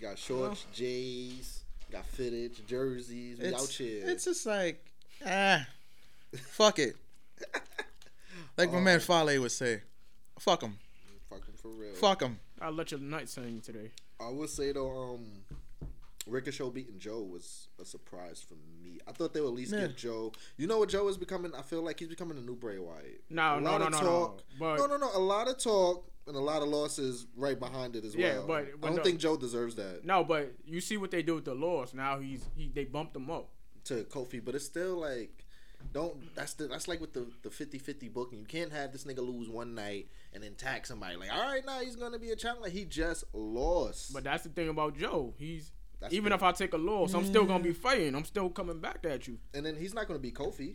Speaker 2: Got shorts, J's, got fitted jerseys. We out
Speaker 1: It's,
Speaker 2: here.
Speaker 1: it's just like ah, fuck [laughs] it. Like my man Fale would say, fuck him,
Speaker 2: fucking for real.
Speaker 1: fuck him.
Speaker 3: I'll let your night sing today.
Speaker 2: I would say though, um, Ricochet beating Joe was a surprise for me. I thought they would at least
Speaker 1: Yeah.
Speaker 2: give Joe. You know what Joe is becoming? I feel like he's becoming a new Bray Wyatt.
Speaker 3: No,
Speaker 2: A
Speaker 3: no,
Speaker 2: lot
Speaker 3: no,
Speaker 2: of
Speaker 3: no, no.
Speaker 2: talk.
Speaker 3: But
Speaker 2: no, no, no. A lot of talk and a lot of losses right behind it as
Speaker 3: Yeah,
Speaker 2: well.
Speaker 3: but-
Speaker 2: I
Speaker 3: but
Speaker 2: don't
Speaker 3: no.
Speaker 2: think Joe deserves that
Speaker 3: no, but you see what they do with the laws. Now he's he they bumped him up.
Speaker 2: to Kofi, but it's still like. Don't that's the that's like with the the 50-50 booking. You can't have this nigga lose one night and then tag somebody like, all right, now he's gonna be a challenger. He just lost.
Speaker 3: But that's the thing about Joe. He's
Speaker 2: That's
Speaker 3: even
Speaker 2: the-
Speaker 3: if I take a loss, I'm still gonna be fighting. I'm still coming back at you.
Speaker 2: and then he's not gonna be Kofi.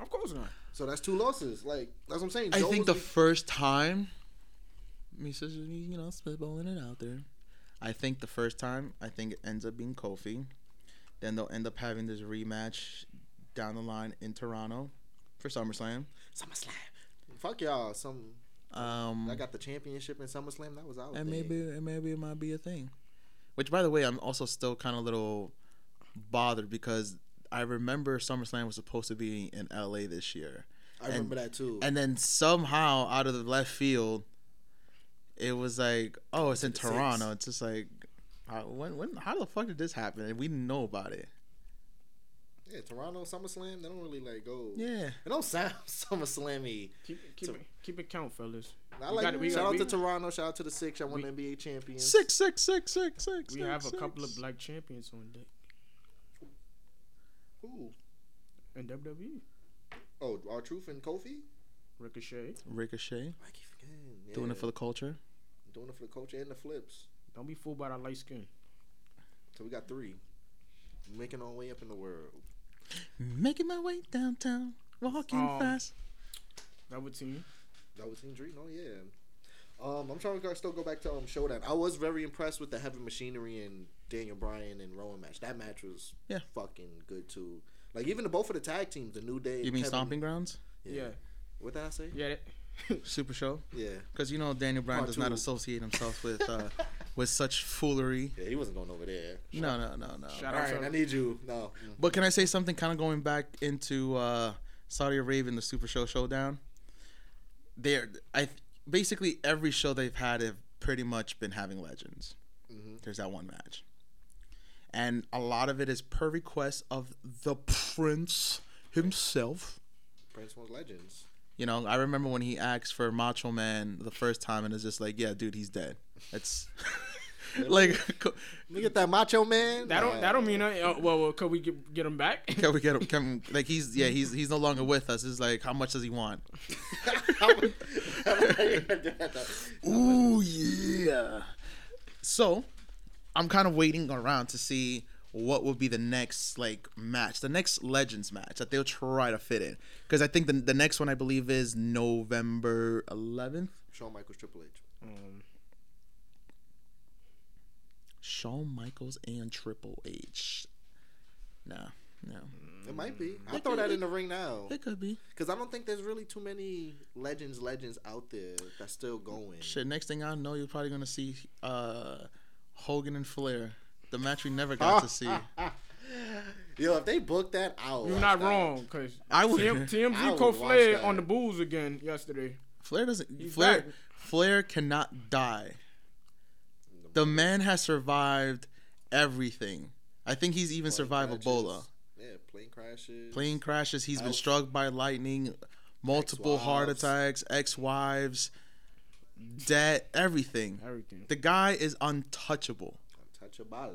Speaker 3: Of course not.
Speaker 2: So that's two losses. Like that's what I'm saying.
Speaker 1: I
Speaker 2: Joe
Speaker 1: think
Speaker 2: was
Speaker 1: the
Speaker 2: be-
Speaker 1: first time, me just, you know, spitballing it out there. I think the first time, I think it ends up being Kofi. Then they'll end up having this rematch down the line in Toronto for SummerSlam.
Speaker 2: SummerSlam. Fuck y'all. Some I
Speaker 1: Um,
Speaker 2: got the championship in SummerSlam. That was out.
Speaker 1: and maybe and maybe it might be a thing. Which, by the way, I'm also still kind of a little bothered because I remember SummerSlam was supposed to be in LA this year.
Speaker 2: I remember that too.
Speaker 1: and then somehow out of the left field, it was like, oh, it's in
Speaker 2: Six.
Speaker 1: Toronto. It's just like, how, when, when, how the fuck did this happen? And we didn't know about it.
Speaker 2: yeah, Toronto SummerSlam. They don't really like go.
Speaker 1: Yeah,
Speaker 2: It don't sound [laughs] SummerSlammy.
Speaker 3: Keep keep it, keep it count, fellas.
Speaker 2: I
Speaker 3: We
Speaker 2: like.
Speaker 3: got it, we
Speaker 2: shout
Speaker 3: got-
Speaker 2: out
Speaker 3: we-
Speaker 2: to Toronto. Shout out to the six. I won the NBA champions.
Speaker 1: six, six, six, six, six.
Speaker 3: We
Speaker 1: six,
Speaker 3: have a
Speaker 1: six.
Speaker 3: couple of black champions on deck
Speaker 2: Who?
Speaker 3: in E. WWE.
Speaker 2: Oh, our truth and Kofi.
Speaker 3: Ricochet.
Speaker 1: Ricochet
Speaker 2: I keep forgetting. Yeah.
Speaker 1: doing it for the culture.
Speaker 2: doing it for the coach and the flips.
Speaker 3: Don't be fooled by that light skin.
Speaker 2: So we got three. Making our way up in the world.
Speaker 1: Making my way downtown, walking
Speaker 3: Um,
Speaker 1: fast.
Speaker 3: That would team.
Speaker 2: That was Team Dream. Oh yeah. Um, I'm trying to go- still go back to um Showdown. I was very impressed with the Heavy Machinery and Daniel Bryan and Rowan match. That match was
Speaker 1: Yeah.
Speaker 2: fucking good too. Like even the both of the tag teams, the New Day.
Speaker 1: You
Speaker 2: and
Speaker 1: mean
Speaker 2: Kevin-
Speaker 1: stomping grounds?
Speaker 3: Yeah.
Speaker 2: What did I say?
Speaker 3: Yeah.
Speaker 1: Super show?
Speaker 2: Yeah.
Speaker 1: Because you know Daniel Bryan
Speaker 2: Part
Speaker 1: does not
Speaker 2: two.
Speaker 1: associate himself with
Speaker 2: [laughs]
Speaker 1: uh, with such foolery.
Speaker 2: Yeah, he wasn't going over there.
Speaker 1: No, no, no, no.
Speaker 3: Shout
Speaker 2: All
Speaker 3: out
Speaker 2: right, Mm.
Speaker 3: to
Speaker 2: I need you. No.
Speaker 1: But can I say something kind of going back into uh, Saudi Arabia and the Super Show Showdown? They're I basically every show they've had have pretty much been having legends.
Speaker 2: Mhm.
Speaker 1: There's that one match, and a lot of it is per request of the prince himself.
Speaker 2: Prince was legends.
Speaker 1: You know, I remember when he asked for Macho Man the first time, and it's just like, yeah, dude, he's dead. It's [laughs] like,
Speaker 2: Let me get that Macho Man.
Speaker 3: That
Speaker 2: Nah.
Speaker 3: don't that
Speaker 2: [laughs]
Speaker 3: don't mean nothing. Uh, well, well, could we get, get him back?
Speaker 1: can we get him? Can, like, he's yeah, he's he's no longer with us. It's like, how much does he want? Ooh yeah. So, I'm kind of waiting around to see what will be the next like match, the next Legends match that they'll try to fit in. Because I think the the next one I believe is November 11th.
Speaker 2: [laughs] Shawn Michaels Triple H.
Speaker 3: [laughs] um,
Speaker 1: Shawn Michaels and Triple H. No, no,
Speaker 2: It might be. I throw that in the ring now
Speaker 1: it could be.
Speaker 2: because I don't think there's really too many legends legends out there that's still going.
Speaker 1: Shit. Next thing I know, you're probably gonna see uh, Hogan and Flair, the match we never got to see.
Speaker 2: [laughs] Yo, if they book that out,
Speaker 3: you're not wrong, cause
Speaker 1: I would-
Speaker 3: TM,
Speaker 2: I
Speaker 3: TMZ
Speaker 2: would
Speaker 3: caught
Speaker 2: watch
Speaker 3: Flair
Speaker 2: that.
Speaker 3: on the bulls again yesterday.
Speaker 1: Flair doesn't.
Speaker 3: He's
Speaker 1: Flair,
Speaker 3: back.
Speaker 1: Flair cannot die. The man has survived everything. I think he's even survived Ebola.
Speaker 2: Yeah, plane crashes.
Speaker 1: Plane crashes. He's been
Speaker 2: Out.
Speaker 1: struck by lightning, multiple heart
Speaker 2: Ex-wives.
Speaker 1: attacks, ex-wives. dead, everything.
Speaker 3: Everything.
Speaker 1: The guy is untouchable.
Speaker 2: Untouchable.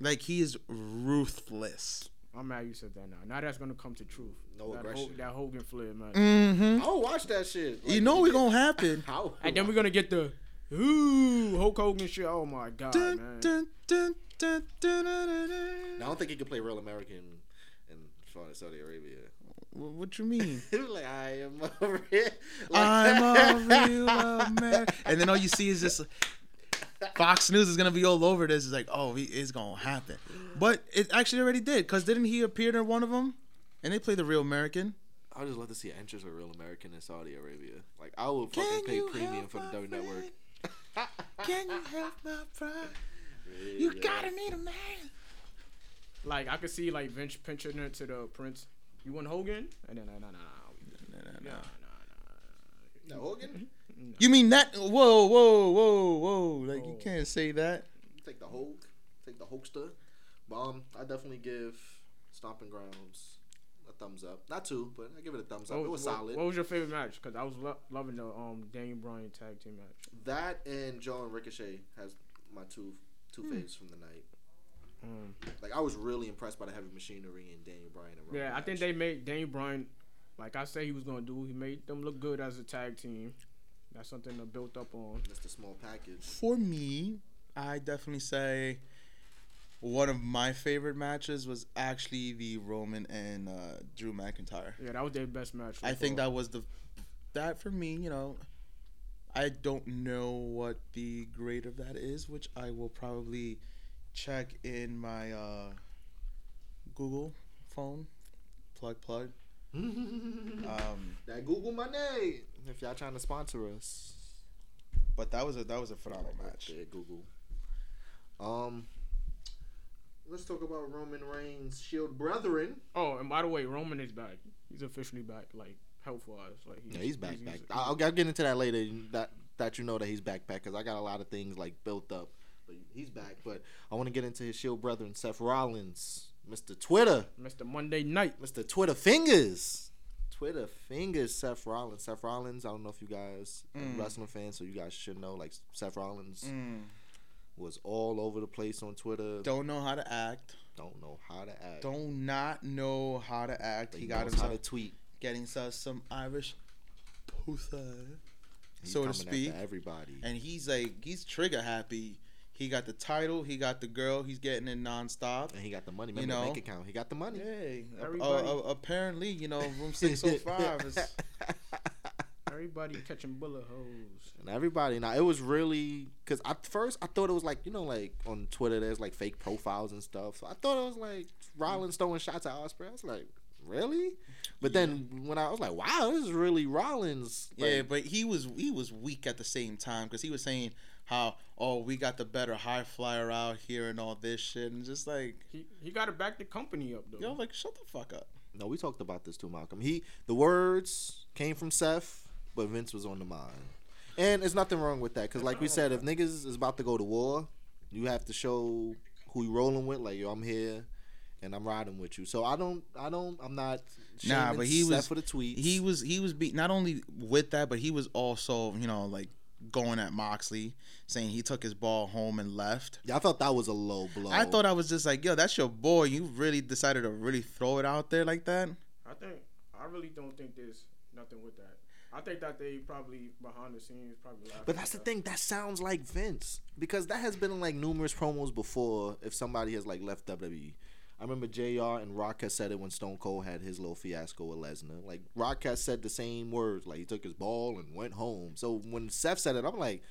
Speaker 1: Like he is ruthless.
Speaker 3: I'm mad you said that now. Now that's gonna come to truth.
Speaker 2: No
Speaker 3: that
Speaker 2: aggression.
Speaker 3: Ho- that Hogan Flair, man.
Speaker 1: Mm-hmm.
Speaker 2: I don't watch that shit.
Speaker 1: You know
Speaker 2: we
Speaker 1: it gonna
Speaker 2: [laughs]
Speaker 1: happen.
Speaker 2: How?
Speaker 3: And then we're gonna get the ooh Hulk Hogan shit. Oh my god,
Speaker 1: Dun,
Speaker 3: man.
Speaker 1: dun, dun, dun, dun, dun, dun, dun.
Speaker 2: I don't think he can play real American in fucking Saudi Arabia. [laughs]
Speaker 1: Wh- What you mean?
Speaker 2: like I am [laughs] a real. [laughs]
Speaker 1: I'm a real American. And then all you see is this. Fox News is gonna be all over this. It's like, oh, he- it's gonna happen. But it actually already did. Cause didn't he appear in one of them? And they play the real American.
Speaker 2: I would just love to see an entrance of real American in Saudi Arabia. Like I will
Speaker 1: Can
Speaker 2: fucking pay
Speaker 1: you
Speaker 2: premium
Speaker 1: help
Speaker 2: for the
Speaker 1: my
Speaker 2: W Network.
Speaker 1: Can you help my
Speaker 2: [laughs]
Speaker 1: pride?
Speaker 2: Yeah.
Speaker 1: meet a man.
Speaker 3: Like I could see like Vince pinching it to the Prince. You want Hogan? And then nah nah nah nah nah nah.
Speaker 2: Now, Hogan,
Speaker 1: You mean that? Whoa, whoa, whoa, whoa! Like you
Speaker 3: Whoa.
Speaker 1: can't say that.
Speaker 2: take the Hulk, take the Hulkster. But um, I definitely give Stomping Grounds a thumbs up. Not two, but I give it a thumbs up.
Speaker 3: What
Speaker 2: it was
Speaker 3: what-
Speaker 2: solid.
Speaker 3: What was your favorite match? Because I was lo- loving the um Daniel Bryan tag team match.
Speaker 2: That and John Ricochet has my two two faves from the night.
Speaker 3: Um,
Speaker 2: Like I was really impressed by the heavy machinery and Daniel Bryan. And
Speaker 3: yeah,
Speaker 2: Roman
Speaker 3: I
Speaker 2: match.
Speaker 3: think they made Daniel Bryan, like I said, he was gonna do. He made them look good as a tag team. That's something to build up on.
Speaker 2: that's the small [laughs] package.
Speaker 1: For me, I definitely say one of my favorite matches was actually the Roman and uh, Drew McIntyre.
Speaker 3: Yeah, that was their best match. so
Speaker 1: I think
Speaker 3: far.
Speaker 1: that was the that for me. You know, I don't know what the grade of that is, which I will probably check in my uh, Google phone. Plug plug. Um,
Speaker 2: that Google my name. If y'all trying to sponsor us,
Speaker 1: but that was a that was a phenomenal match.
Speaker 2: Yeah, Google. Um, let's talk about Roman Reigns' Shield brethren.
Speaker 3: Oh, and by the way, Roman is back. He's officially back, like health wise. Like
Speaker 2: Yeah, he's back. back. I'll, I'll get into that later. That that you know that he's back back because I got a lot of things like built up. But he's back. But I want to get into his Shield brethren, Seth Rollins, Mr. Twitter.
Speaker 3: Mr. Monday Night.
Speaker 2: Mr. Twitter Fingers. Twitter Fingers, Seth Rollins. Seth Rollins, I don't know if you guys are
Speaker 1: Mm.
Speaker 2: wrestling fans, so you guys should know. Like, Seth Rollins
Speaker 1: Mm.
Speaker 2: was all over the place on Twitter. Don't,
Speaker 1: Don't know how to act.
Speaker 2: know how to act.
Speaker 1: Don't not know how to act.
Speaker 2: But
Speaker 1: he got
Speaker 2: knows
Speaker 1: himself
Speaker 2: how to tweet.
Speaker 1: getting himself some Irish pussy.
Speaker 2: He's
Speaker 1: so to
Speaker 2: coming after
Speaker 1: speak.
Speaker 2: everybody.
Speaker 1: and he's like he's trigger happy. He got the title, he got the girl, he's getting it nonstop.
Speaker 2: And he got the money. Remember
Speaker 1: know.
Speaker 2: the bank account. He got the money.
Speaker 1: Hey, ap-
Speaker 3: Everybody-
Speaker 1: uh, uh, apparently, you know, room
Speaker 2: [laughs]
Speaker 1: 605 is
Speaker 3: Everybody catching bullet holes.
Speaker 2: and everybody now it was really because at first I thought it was like you know like on Twitter there's like fake profiles and stuff so I thought it was like Rollins throwing shots at Osprey I was like really but then when I was like wow this is really Rollins like,
Speaker 1: Yeah, but he was he was weak at the same time cuz he was saying how oh, we got the better high flyer out here and all this shit and just like
Speaker 3: He he got to back the company up though.
Speaker 1: yo like shut the fuck up.
Speaker 2: no we talked about this too Malcolm he the words came from Seth but Vince was on the mind and there's nothing wrong with that because like we said if niggas is about to go to war you have to show who you rolling with like yo I'm here. And I'm riding with you, so I don't, I don't, I'm not.
Speaker 1: Nah,
Speaker 2: shaming
Speaker 1: but he
Speaker 2: Seth
Speaker 1: was-
Speaker 2: for the tweets.
Speaker 1: He was he was beat not only with that, but he was also, you know, like going at Moxley saying he took his ball home and left.
Speaker 2: Yeah, I thought that was a low blow.
Speaker 1: I thought I was just like, yo, that's your boy. You really decided to really throw it out there like that.
Speaker 3: I think I really don't think there's nothing with that. I think that they probably behind the scenes probably. laughing
Speaker 2: but that's the
Speaker 3: at
Speaker 2: thing. That sounds like Vince because that has been in like numerous promos before. If somebody has like left WWE, I remember Jr. and Rock has said it when Stone Cold had his little fiasco with Lesnar. Like Rock has said the same words. Like he took his ball and went home. So when Seth said it, I'm like,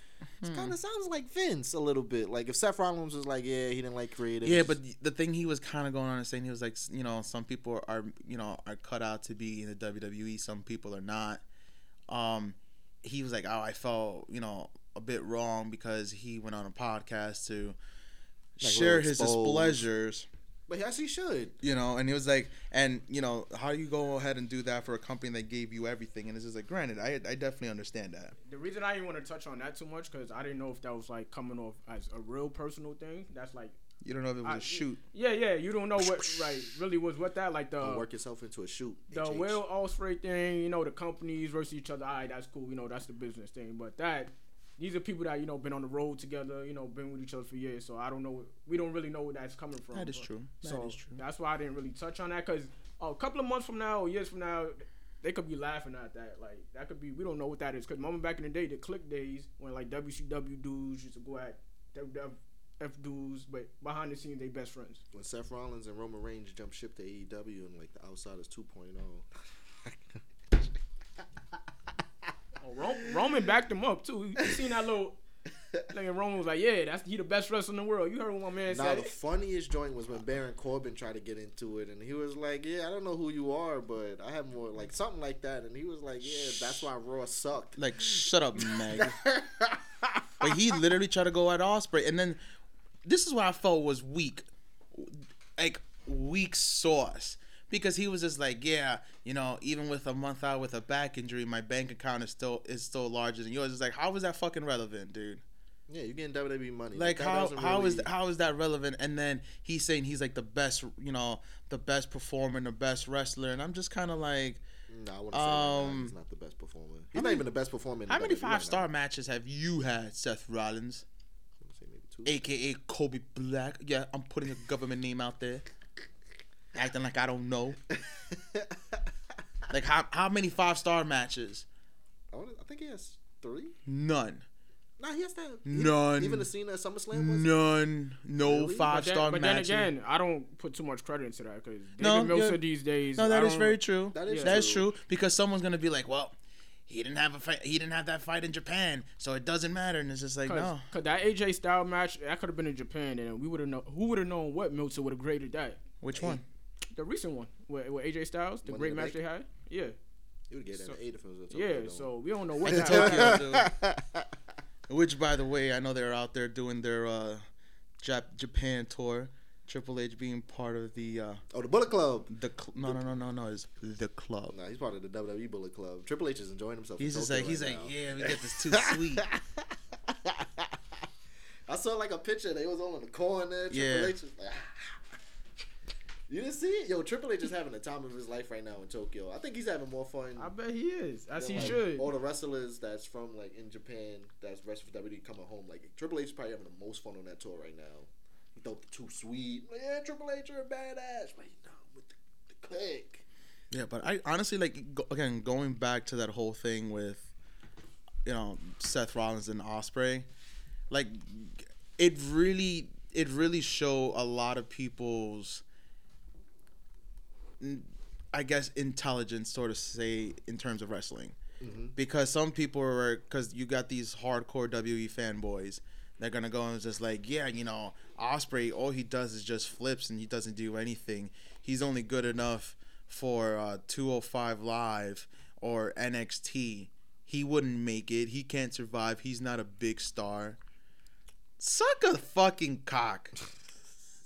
Speaker 2: it kind of sounds like Vince a little bit. Like if Seth Rollins was like, yeah, he didn't like creative.
Speaker 1: Yeah, but the thing he was kind of going on and saying he was like, you know, some people are, you know, are cut out to be in the WWE. Some people are not. Um, he was like, oh, I felt, you know, a bit wrong because he went on a podcast to share
Speaker 2: really
Speaker 1: his
Speaker 2: expose.
Speaker 1: displeasures,
Speaker 2: but yes, he should.
Speaker 1: you know, and he was like, and you know, how do you go ahead and do that for a company that gave you everything? And it's just like, granted, I I definitely understand that.
Speaker 3: The reason I didn't want to touch on that too much because I didn't know if that was like coming off as a real personal thing. That's like
Speaker 1: You don't know if it was a
Speaker 3: I-
Speaker 1: shoot.
Speaker 3: Yeah, yeah. You don't know what right really was what that like
Speaker 1: Uh,
Speaker 2: Don't
Speaker 3: the
Speaker 2: work yourself into a shoot.
Speaker 3: the
Speaker 2: HH.
Speaker 3: Will Ospreay thing. You know the companies versus each other. All right, that's cool. You know that's the business thing. But that these are people that you know been on the road together. You know been with each other for years. So I don't know. We don't really know where that's coming from.
Speaker 1: That is
Speaker 3: but-
Speaker 1: true. That is
Speaker 3: So
Speaker 1: true.
Speaker 3: that's why I didn't really touch on that because a couple of months from now or years from now, they could be laughing at that. Like that could be we don't know what that is because remember back in the day the click days when like WCW dudes used to go at WWF dudes, but behind the scenes they best friends.
Speaker 2: When Seth Rollins and Roman Reigns jumped ship to AEW and like the Outsiders oh, 2.0.
Speaker 3: Oh, Ro- Roman backed him up too. You seen that [laughs] little. Like and Roman was like, yeah, that's he the best wrestler in the world. You heard what my man
Speaker 2: Now
Speaker 3: said.
Speaker 2: the funniest joint was when Baron Corbin tried to get into it, and he was like, "Yeah, I don't know who you are, but I have more like something like that." And he was like, "Yeah, that's why Raw sucked."
Speaker 1: Like, shut up, [laughs] Meg. But he literally tried to go at Osprey, and then this is what I felt was weak, like weak sauce, because he was just like, yeah, you know, even with a month out with a back injury, my bank account is still is still larger than yours. It's like, how is that fucking relevant, dude?
Speaker 2: yeah, you getting WWE money.
Speaker 1: Like
Speaker 2: that
Speaker 1: how
Speaker 2: doesn't
Speaker 1: how is
Speaker 2: really-
Speaker 1: how is that relevant? And then he's saying he's like the best, you know, the best performer, the best wrestler, and I'm just kind of like,
Speaker 2: Nah, Mm, I wouldn't say that. Nah,
Speaker 1: Um,
Speaker 2: he's not the best performer. He's not even the best performer. in E,
Speaker 1: how many
Speaker 2: WWE right now.
Speaker 1: five star matches have you had, Seth Rollins,
Speaker 2: I would say maybe two.
Speaker 1: aka Kobe Black? Yeah, I'm putting a government name out there, acting like I don't know. Like how how many five star matches?
Speaker 2: [laughs] I, wanna, I think he has three.
Speaker 1: None,
Speaker 2: Nah, he has that.
Speaker 1: None.
Speaker 2: Even the scene at SummerSlam was.
Speaker 1: none, no
Speaker 2: Really?
Speaker 1: five
Speaker 3: but then,
Speaker 1: star
Speaker 3: but then
Speaker 1: matches.
Speaker 3: again, I don't put too much credit into that because David
Speaker 1: No,
Speaker 3: Meltzer
Speaker 1: yeah.
Speaker 3: these days.
Speaker 1: No,
Speaker 3: I
Speaker 1: that is
Speaker 3: don't-
Speaker 1: very true.
Speaker 2: That is
Speaker 1: That is
Speaker 2: true.
Speaker 1: true because someone's gonna be like, well, he didn't have a fight. He didn't have that fight in Japan, so it doesn't matter. And it's just like,
Speaker 3: Cause,
Speaker 1: no,
Speaker 3: 'cause that AJ style match, that could have been in Japan, and we would have known who would have known what Meltzer would have graded that.
Speaker 1: which one?
Speaker 3: The recent one with, with AJ Styles, the
Speaker 2: One
Speaker 3: great
Speaker 2: in the
Speaker 3: match
Speaker 2: back?
Speaker 3: they had. Yeah,
Speaker 2: He would get that
Speaker 3: So-
Speaker 2: eight if it was a
Speaker 3: yeah.
Speaker 2: Tokyo
Speaker 3: So we don't know what.
Speaker 1: Like
Speaker 3: that
Speaker 1: the Tokyo-
Speaker 3: was.
Speaker 2: Dome.
Speaker 1: Which, by the way, I know they're out there doing their uh, Jap- Japan tour. Triple H being part of the uh,
Speaker 2: [laughs] oh, the Bullet Club.
Speaker 1: the cl- no no no no no is the club.
Speaker 2: Nah, he's part of the WWE Bullet Club. Triple H is enjoying himself. in
Speaker 1: He's just
Speaker 2: Tokyo
Speaker 1: like he's
Speaker 2: right
Speaker 1: like,
Speaker 2: now.
Speaker 1: yeah, we get this too
Speaker 2: [laughs]
Speaker 1: sweet.
Speaker 2: I saw like a picture. They was all in the corner. Triple
Speaker 1: Yeah.
Speaker 2: H was like, [laughs] you didn't see it, yo. Triple H is having the time of his life right now in Tokyo. I think he's having more fun.
Speaker 3: I bet he is. As
Speaker 2: than,
Speaker 3: he
Speaker 2: like,
Speaker 3: should.
Speaker 2: All the wrestlers that's from like in Japan that's wrestling for WWE coming home. Like Triple H is probably having the most fun on that tour right now. He thought the too sweet. Like, yeah, Triple H, you're a badass. But you know, with the, the click.
Speaker 1: Yeah, but I honestly like go, again going back to that whole thing with you know Seth Rollins and Osprey, like it really it really show a lot of people's n- I guess intelligence sort of say in terms of wrestling. Because some people are, because you got these hardcore WE fanboys, they're gonna go and just like, yeah, you know, Osprey, all he does is just flips and he doesn't do anything. He's only good enough for uh, 205 Live or NXT. He wouldn't make it. He can't survive. He's not a big star. Suck a fucking cock.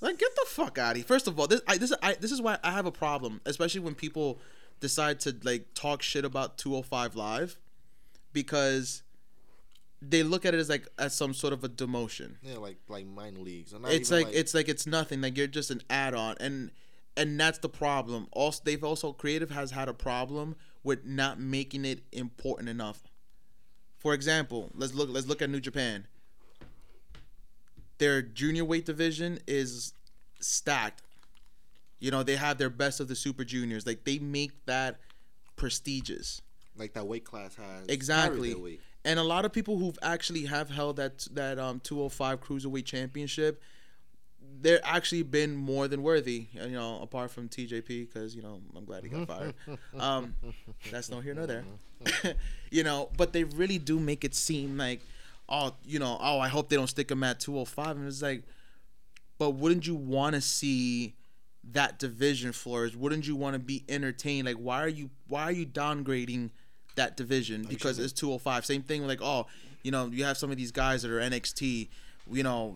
Speaker 1: Like, get the fuck out of here. First of all, this I, this I, this is why I have a problem, especially when people decide to like talk shit about 205 Live, because they look at it as like as some sort of a demotion.
Speaker 2: Yeah, like like minor leagues. I'm not
Speaker 1: It's
Speaker 2: even,
Speaker 1: like, it's like it's nothing. Like you're just an add-on, and and that's the problem. Also, they've also creative has had a problem with not making it important enough. For example, let's look let's look at New Japan. Their junior weight division is stacked. You know they have their best of the super juniors. Like they make that prestigious.
Speaker 2: like that weight class has
Speaker 1: Exactly.
Speaker 2: carried their weight.
Speaker 1: And a lot of people who've actually have held that that um 205 cruiserweight championship, they're actually been more than worthy. You know, apart from TJP, because you know I'm glad he got fired. Um, that's no here nor there. [laughs] you know, but they really do make it seem like, oh, you know, oh, I hope they don't stick him at 205. And it's like, but wouldn't you want to see that division flourish? Wouldn't you want to be entertained? Like, why are you why are you downgrading that division because it's 205? Same thing, like, oh, you know, you have some of these guys that are NXT, you know,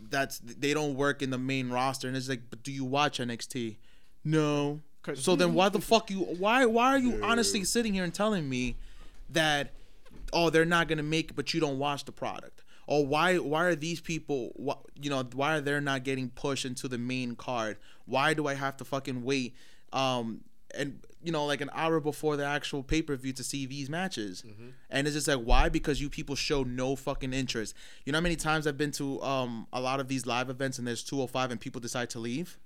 Speaker 1: that's they don't work in the main roster, and it's like, but do you watch NXT? No.
Speaker 3: 'Cause-
Speaker 1: So then, why the fuck you? Why why are you honestly sitting here and telling me that oh they're not gonna make it, but you don't watch the product? oh why why are these people wh- you know why are they not getting pushed into the main card? Why do I have to fucking wait? Um, and you know like an hour before the actual pay per view to see these matches,
Speaker 3: Mm-hmm.
Speaker 1: and it's just like why? Because you people show no fucking interest. You know how many times I've been to um a lot of these live events and there's 205 and people decide to leave.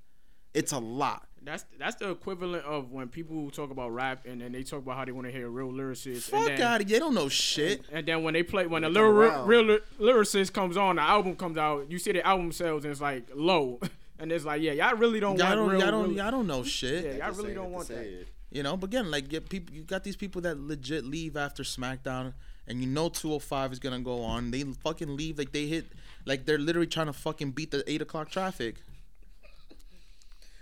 Speaker 1: It's a lot.
Speaker 3: That's that's the equivalent of when people talk about rap and then they talk about how they want to hear real lyricists.
Speaker 1: Fuck
Speaker 3: and then,
Speaker 1: out of here. They don't know shit.
Speaker 3: And then when they play, when a
Speaker 2: They
Speaker 3: little
Speaker 2: come
Speaker 3: real,
Speaker 2: around.
Speaker 3: real ly- lyricist comes on, the album comes out, you see the album sales and it's like low, [laughs] and it's like yeah, y'all really don't
Speaker 1: Y'all
Speaker 3: want
Speaker 1: don't,
Speaker 3: real.
Speaker 1: y'all don't,
Speaker 3: real-
Speaker 1: y'all don't know shit.
Speaker 3: Yeah, y'all
Speaker 2: Just saying
Speaker 3: really don't
Speaker 2: it to
Speaker 3: want
Speaker 2: say
Speaker 3: that.
Speaker 2: it.
Speaker 1: You know, but again, like get people, you got these people that legit leave after SmackDown, and you know 205 is gonna go on. They fucking leave like they hit, like they're literally trying to fucking beat the eight o'clock traffic,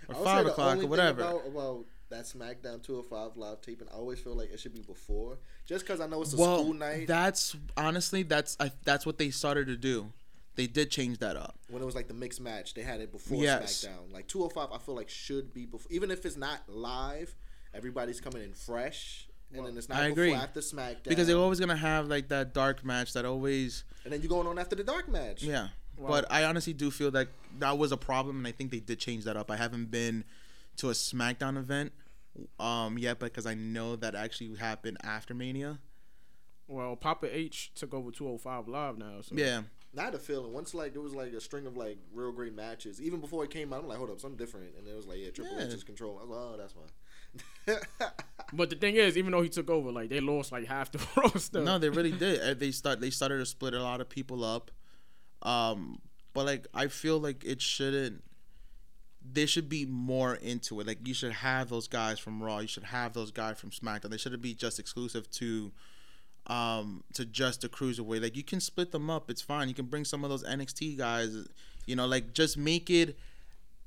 Speaker 1: or
Speaker 2: I would
Speaker 1: five
Speaker 2: say the only
Speaker 1: o'clock or
Speaker 2: thing
Speaker 1: whatever.
Speaker 2: About, about that SmackDown 205 live taping, I always feel like it should be before, just because I know it's a
Speaker 1: well,
Speaker 2: school night
Speaker 1: that's honestly that's I, that's what they started to do. They did change that up.
Speaker 2: when it was like the mixed match. They had it before
Speaker 1: Yes.
Speaker 2: SmackDown. Like 205, I feel like should be before, even if it's not live. Everybody's coming in fresh, and then it's not
Speaker 1: I
Speaker 2: before
Speaker 1: agree.
Speaker 2: after SmackDown.
Speaker 1: Because they're always gonna have like that dark match that always
Speaker 2: and then you're going on after the dark match.
Speaker 1: yeah. But I honestly do feel that that was a problem, and I think they did change that up. I haven't been to a SmackDown event um yet because I know that actually happened after Mania.
Speaker 3: Well, Papa H took over 205 Live now. So.
Speaker 1: Yeah,
Speaker 2: Not a feeling. Once like there was like a string of like real great matches, even before it came out, I'm like, hold up, something different. And it was like, yeah, Triple
Speaker 1: Yeah.
Speaker 2: H is controlling. I was like, oh, that's fine. [laughs]
Speaker 3: But the thing is, even though he took over, like they lost like half the [laughs] roster.
Speaker 1: no, they really did. Uh, They start they started to split a lot of people up. Um, but like I feel like it shouldn't. They should be more into it. Like you should have those guys from Raw. You should have those guys from SmackDown. They shouldn't be just exclusive to, um, to just the cruiserweight. Like you can split them up. It's fine. You can bring some of those NXT guys. You know, like just make it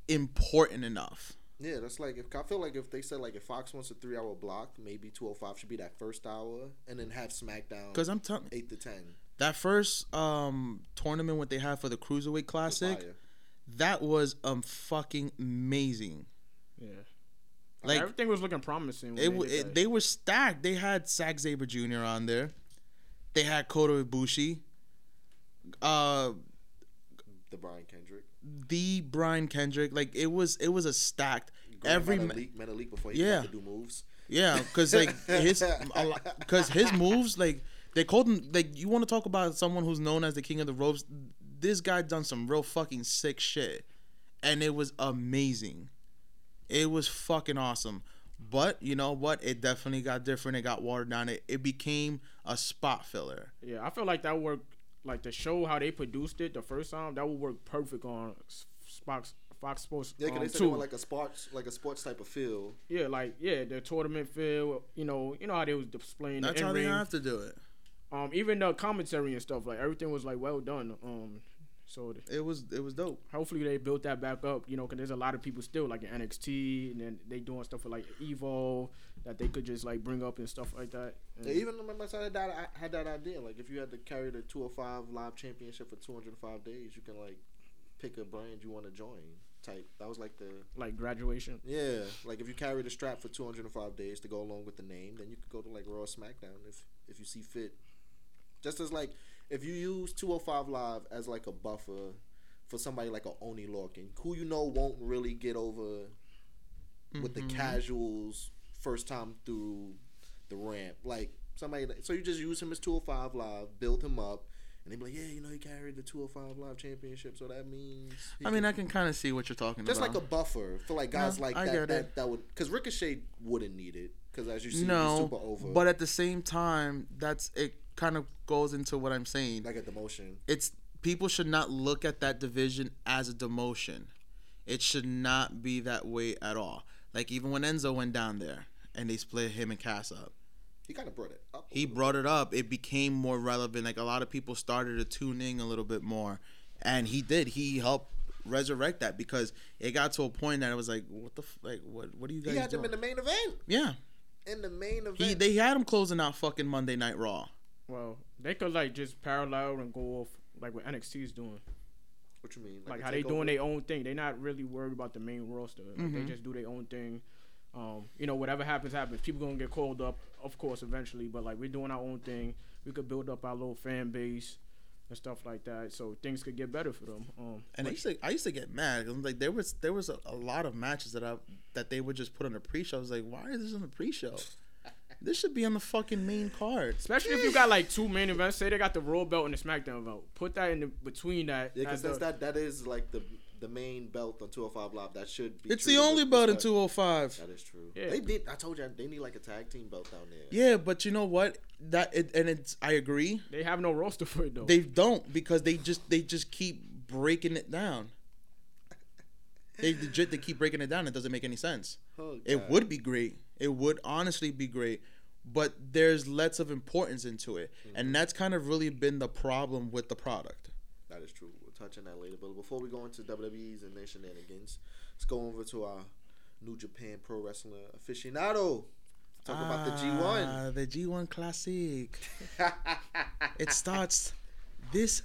Speaker 1: important enough.
Speaker 2: Yeah, that's like if I feel like if they said like if Fox wants a three hour block, maybe two hundred five should be that first hour, and then have SmackDown
Speaker 1: Because I'm telling
Speaker 2: eight to ten.
Speaker 1: that first um tournament what they had for the cruiserweight classic.
Speaker 2: Fire.
Speaker 1: that was um fucking amazing.
Speaker 3: Yeah.
Speaker 1: Like
Speaker 3: Oh, everything was looking promising. when
Speaker 1: it, w-
Speaker 3: did
Speaker 1: it,
Speaker 3: that.
Speaker 1: they were stacked. They had Zack Saber Jr. on there. They had Kota Ibushi, uh,
Speaker 2: The Brian Kendrick.
Speaker 1: the Brian Kendrick. Like it was, it was a stacked every.
Speaker 2: Meta
Speaker 1: Ma-
Speaker 2: leak, meta leak before he
Speaker 1: Yeah.
Speaker 2: yeah. to do moves.
Speaker 1: yeah, because like his, because his moves like they called him like you want to talk about someone who's known as the king of the ropes. This guy done some real fucking sick shit, and it was amazing. It was fucking awesome. But you know what? It definitely got different. It got watered down. It, it became a spot filler.
Speaker 3: Yeah, I feel like that worked. Like the show, how they produced it the first time, that would work perfect on S- Fox Fox Sports
Speaker 2: Yeah, 'cause
Speaker 3: um,
Speaker 2: they said they
Speaker 3: two.
Speaker 2: want like a sports like a sports type of feel.
Speaker 3: yeah, like yeah, the tournament feel. You know, you know how they was displaying
Speaker 1: That's
Speaker 3: the
Speaker 1: how
Speaker 3: in
Speaker 1: they
Speaker 3: ring.
Speaker 1: have to do it.
Speaker 3: Um, even the commentary and stuff. Like everything was like well done. Um, so th-
Speaker 1: It was it was dope.
Speaker 3: hopefully they built that back up. You know, because there's a lot of people still like in NXT, and then they doing stuff with like Evo that they could just like bring up and stuff like that. And-
Speaker 2: Yeah,
Speaker 1: Mm-hmm.
Speaker 2: even remember I said that I had that idea. Like if you had to carry the two hundred five live championship for two hundred five days, you can like pick a brand you want to join. Type that was like the
Speaker 3: like graduation.
Speaker 2: yeah. Like if you carry the strap for two hundred five days to go along with the name, then you could go to like Raw or SmackDown if if you see fit. Just as like if you use 205 Live as like a buffer for somebody like a Oni Larkin, who you know won't really get over with the
Speaker 1: Mm-hmm.
Speaker 2: casuals first time through the ramp. Like somebody that, so you just use him as 205 Live, build him up, and they be like, Yeah, you know he carried the 205 Live championship, so that means he
Speaker 1: I mean, I can kind of see what you're talking
Speaker 2: just
Speaker 1: about.
Speaker 2: like a buffer for like guys
Speaker 1: No,
Speaker 2: like
Speaker 1: I get
Speaker 2: that,
Speaker 1: it.
Speaker 2: that that would because Ricochet wouldn't need it because as you see he's
Speaker 1: no,
Speaker 2: super over
Speaker 1: but at the same time, that's it. Kind of goes into what I'm saying.
Speaker 2: like a demotion
Speaker 1: it's people should not look at that division as a demotion. It should not be that way at all. Like even when Enzo went down there and they split him and Cass up,
Speaker 2: he kind of brought it up
Speaker 1: he brought it up. It became more relevant. Like a lot of people started to tune in a little bit more, and he did. He helped resurrect that because it got to a point that it was like, what the f- like, what what are you
Speaker 2: he
Speaker 1: guys
Speaker 2: had them
Speaker 1: doing?
Speaker 2: in the main event
Speaker 1: yeah,
Speaker 2: in the main event
Speaker 1: he they had him closing out fucking Monday Night Raw.
Speaker 3: Well, they could like just parallel and go off like what NXT is doing,
Speaker 2: what you mean
Speaker 3: like
Speaker 2: a
Speaker 3: how they
Speaker 2: takeover?
Speaker 3: doing their own thing. They're not really worried about the main roster. Like, They just do their own thing. Um, you know, whatever happens, happens. People gonna get called up, of course, eventually. But like we're doing our own thing. We could build up our little fan base. and stuff like that. So things could get better for them. Um,
Speaker 1: And I used to, I used to get mad. 'cause, like there was there was a, a lot of matches that I that they would just put on the pre-show. I was like, why is this on the pre-show? This should be on the fucking main card.
Speaker 3: Especially if you got like two main events. Say they got the Raw belt and the SmackDown belt. Put that in the, between that.
Speaker 2: Yeah, because
Speaker 3: as
Speaker 2: that's
Speaker 3: a-
Speaker 2: that that is like the the main belt on 205 Live. That should be.
Speaker 1: It's the
Speaker 2: treated
Speaker 1: only
Speaker 2: with
Speaker 1: belt in 205.
Speaker 2: respect. That is true.
Speaker 3: Yeah.
Speaker 2: They did. I told you they need like a tag team belt down there.
Speaker 1: Yeah, but you know what? That it, and it's I agree.
Speaker 3: They have no roster for it though.
Speaker 1: They don't because they just they just keep breaking it down. They legit they keep breaking it down. It doesn't make any sense.
Speaker 2: Oh,
Speaker 1: It
Speaker 2: God.
Speaker 1: would be great. It would honestly be great, but there's lots of importance into it,
Speaker 2: Mm-hmm.
Speaker 1: and that's kind of really been the problem with the product.
Speaker 2: That is true. We'll touch on that later. But before we go into WWE's and their shenanigans, let's go over to our New Japan Pro Wrestler aficionado. Talk about the G One.
Speaker 1: Ah, The G1
Speaker 2: [laughs]
Speaker 1: Classic. it starts this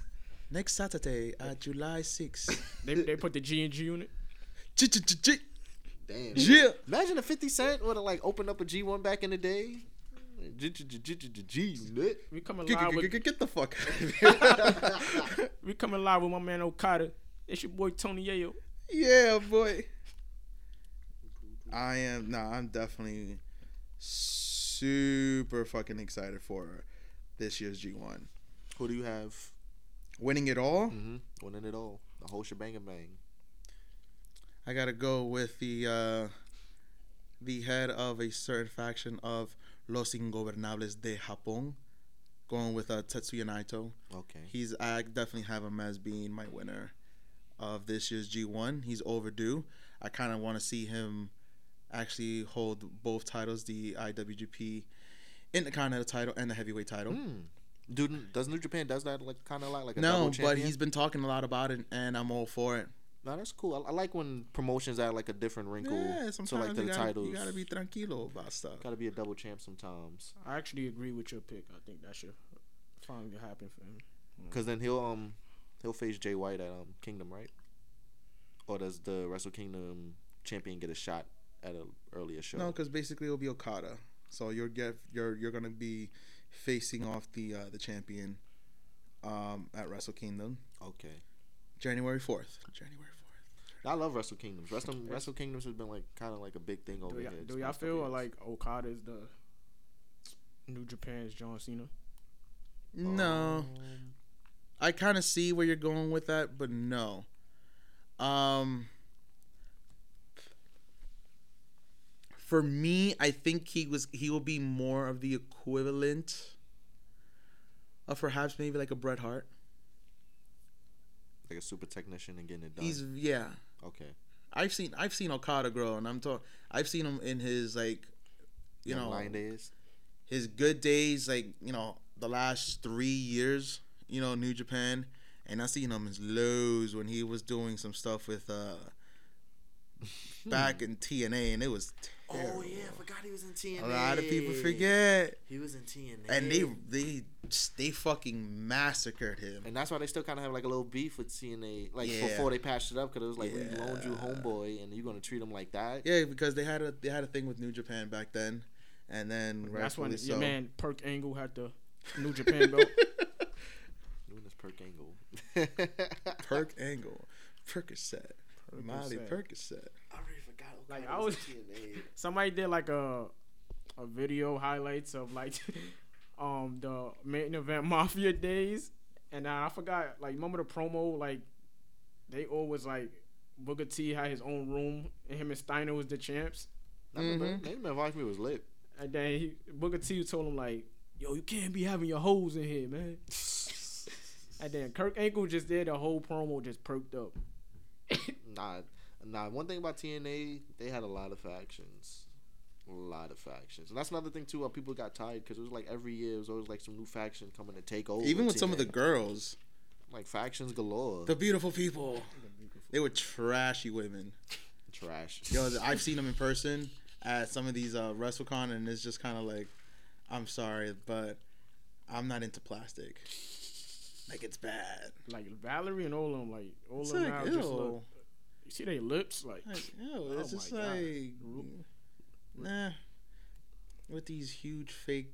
Speaker 1: next Saturday, uh, July
Speaker 2: [laughs]
Speaker 1: 6th.
Speaker 3: They, they put the G and G unit.
Speaker 1: Ch-ch-ch-ch.
Speaker 2: Damn.
Speaker 1: Yeah.
Speaker 2: Imagine if Fifty Cent would have like opened up a G One back in the day. G G- G G G G lit.
Speaker 3: We coming
Speaker 1: Get,
Speaker 3: live
Speaker 1: get-
Speaker 3: with
Speaker 1: get- get the fuck out of here.
Speaker 2: [laughs]
Speaker 3: we coming live with my man Okada. It's your boy Tony Yayo.
Speaker 1: yeah, boy. I am, nah, I'm definitely super fucking excited for this year's G1.
Speaker 2: [laughs] Who do you have?
Speaker 1: Winning it all,
Speaker 2: Mm-hmm. Winning it all. The whole shebang bang.
Speaker 1: I gotta go with the uh, the head of a certain faction of Los Ingobernables de Japón, going with uh, Tetsuya Naito.
Speaker 2: Okay.
Speaker 1: He's I definitely have him as being my winner of this year's G1. He's overdue. I kind of want to see him actually hold both titles, the IWGP Intercontinental title and the heavyweight title.
Speaker 2: Hmm. Dude, does New Japan does that like kind of like like a double
Speaker 1: no, but
Speaker 2: champion?
Speaker 1: he's been talking a lot about it, and I'm all for it.
Speaker 2: No, that's cool. I, I like when promotions add like a different wrinkle
Speaker 1: Yeah,
Speaker 2: to like
Speaker 1: sometimes
Speaker 2: the
Speaker 1: you, gotta,
Speaker 2: titles.
Speaker 1: you gotta be tranquilo about stuff.
Speaker 2: Gotta be a double champ sometimes,
Speaker 3: I actually agree with your pick. I think that should finally happen for him.
Speaker 2: cause then he'll um he'll face Jay White at um Kingdom, right? Or does the Wrestle Kingdom champion get a shot at a earlier show?
Speaker 1: No, because basically it'll be Okada. So you're get you're you're gonna be facing off the uh, the champion um, at Wrestle Kingdom,
Speaker 2: Okay.
Speaker 1: January fourth. January fourth.
Speaker 2: I love Wrestle Kingdoms. Wrestle Wrestle Kingdoms has been like kind of like a big thing over
Speaker 3: Do, y'all,
Speaker 2: here.
Speaker 3: do y'all feel like Okada is the New Japan's John Cena?
Speaker 1: No,
Speaker 2: Oh.
Speaker 1: I kind of see where you're going with that, but no. Um, for me, I think he was he will be more of the equivalent of perhaps maybe like a Bret Hart.
Speaker 2: like a super technician and getting it done?
Speaker 1: He's yeah.
Speaker 2: okay.
Speaker 1: I've seen I've seen Okada grow, and I'm talking. I've seen him in his like, you know,
Speaker 2: nine days.
Speaker 1: his good days, like you know, the last three years, you know, New Japan, and I seen him his lows when he was doing some stuff with
Speaker 3: [laughs]
Speaker 1: uh, back in TNA, and it was
Speaker 3: Oh,
Speaker 1: terrible.
Speaker 2: Oh, I forgot he was in TNA.
Speaker 1: A lot of people forget,
Speaker 2: he was in TNA.
Speaker 1: and they they they fucking massacred him.
Speaker 2: And that's why they still kind of have like a little beef with CNA, like
Speaker 1: Yeah.
Speaker 2: before they patched it up, because it was like we loaned you
Speaker 1: Yeah.
Speaker 2: homeboy, and you're gonna treat him like that.
Speaker 1: Yeah, because they had a they had a thing with New Japan back then, and then
Speaker 3: That's when
Speaker 1: rightfully so.
Speaker 3: your
Speaker 1: [laughs]
Speaker 3: man Perk Angle had the New Japan belt.
Speaker 2: Doing this perk angle. [laughs]
Speaker 1: Perk Angle, Percocet, Molly
Speaker 3: Percocet.
Speaker 1: Percocet.
Speaker 2: I already forgot.
Speaker 3: Like, I was- [laughs]
Speaker 2: TNA.
Speaker 3: Somebody did like a a video highlights of like [laughs] um the main event [laughs] mafia days, and I forgot like remember the promo like they always like Booker T had his own room and him and Steiner was the champs,
Speaker 2: That mm
Speaker 1: Mhm.
Speaker 2: Name advised me was lit. [laughs]
Speaker 3: and then he, Booker T told him like, "Yo, you can't be having your hoes in here, man." And then Kirk Angle just did a whole promo just perked up.
Speaker 2: Nah, nah. One thing about TNA, they had a lot of factions, a lot of factions, and that's another thing too. Why people got tired because it was like every year it was always like some new faction coming to take over.
Speaker 1: Even with some of the
Speaker 2: TNA.
Speaker 1: girls,
Speaker 2: like factions galore,
Speaker 1: the beautiful people, they were trashy women.
Speaker 2: trash.
Speaker 1: Yo, th- I've seen them in person at some of these uh, WrestleCon, and it's just kind of like, I'm sorry, but I'm not into plastic. Like it's bad.
Speaker 3: Like Valerie and all of them, like all
Speaker 1: It's
Speaker 3: of them
Speaker 1: like,
Speaker 3: now
Speaker 1: ew.
Speaker 3: just look. You see their lips, like
Speaker 1: Like, ew, it's
Speaker 3: Oh
Speaker 1: just
Speaker 3: my God.
Speaker 1: like, nah. With these huge fake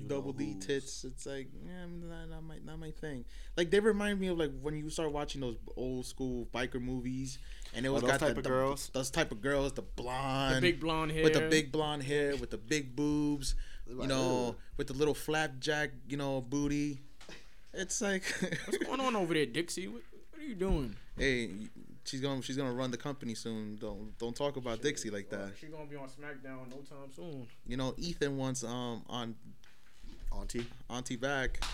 Speaker 2: You know
Speaker 1: double D
Speaker 2: who's.
Speaker 1: tits. It's like yeah, I'm not, not my not my thing. Like they remind me of like when you start watching those old school biker movies, and it was
Speaker 2: those
Speaker 1: got the-
Speaker 2: type of
Speaker 1: the-
Speaker 2: girls?
Speaker 1: those type of girls, the blonde,
Speaker 3: The big blonde hair.
Speaker 1: with the big blonde hair, with the big boobs, you
Speaker 2: Like,
Speaker 1: know,
Speaker 2: ugh.
Speaker 1: with the little flapjack, you know, booty. It's like,
Speaker 3: What's going on over there, Dixie? What, what are you doing?
Speaker 1: hey, she's gonna she's gonna run the company soon. Don't don't talk about Dixie like that.
Speaker 3: She gonna be on SmackDown no time soon.
Speaker 1: You know, Ethan wants um on
Speaker 2: Auntie.
Speaker 1: Auntie back,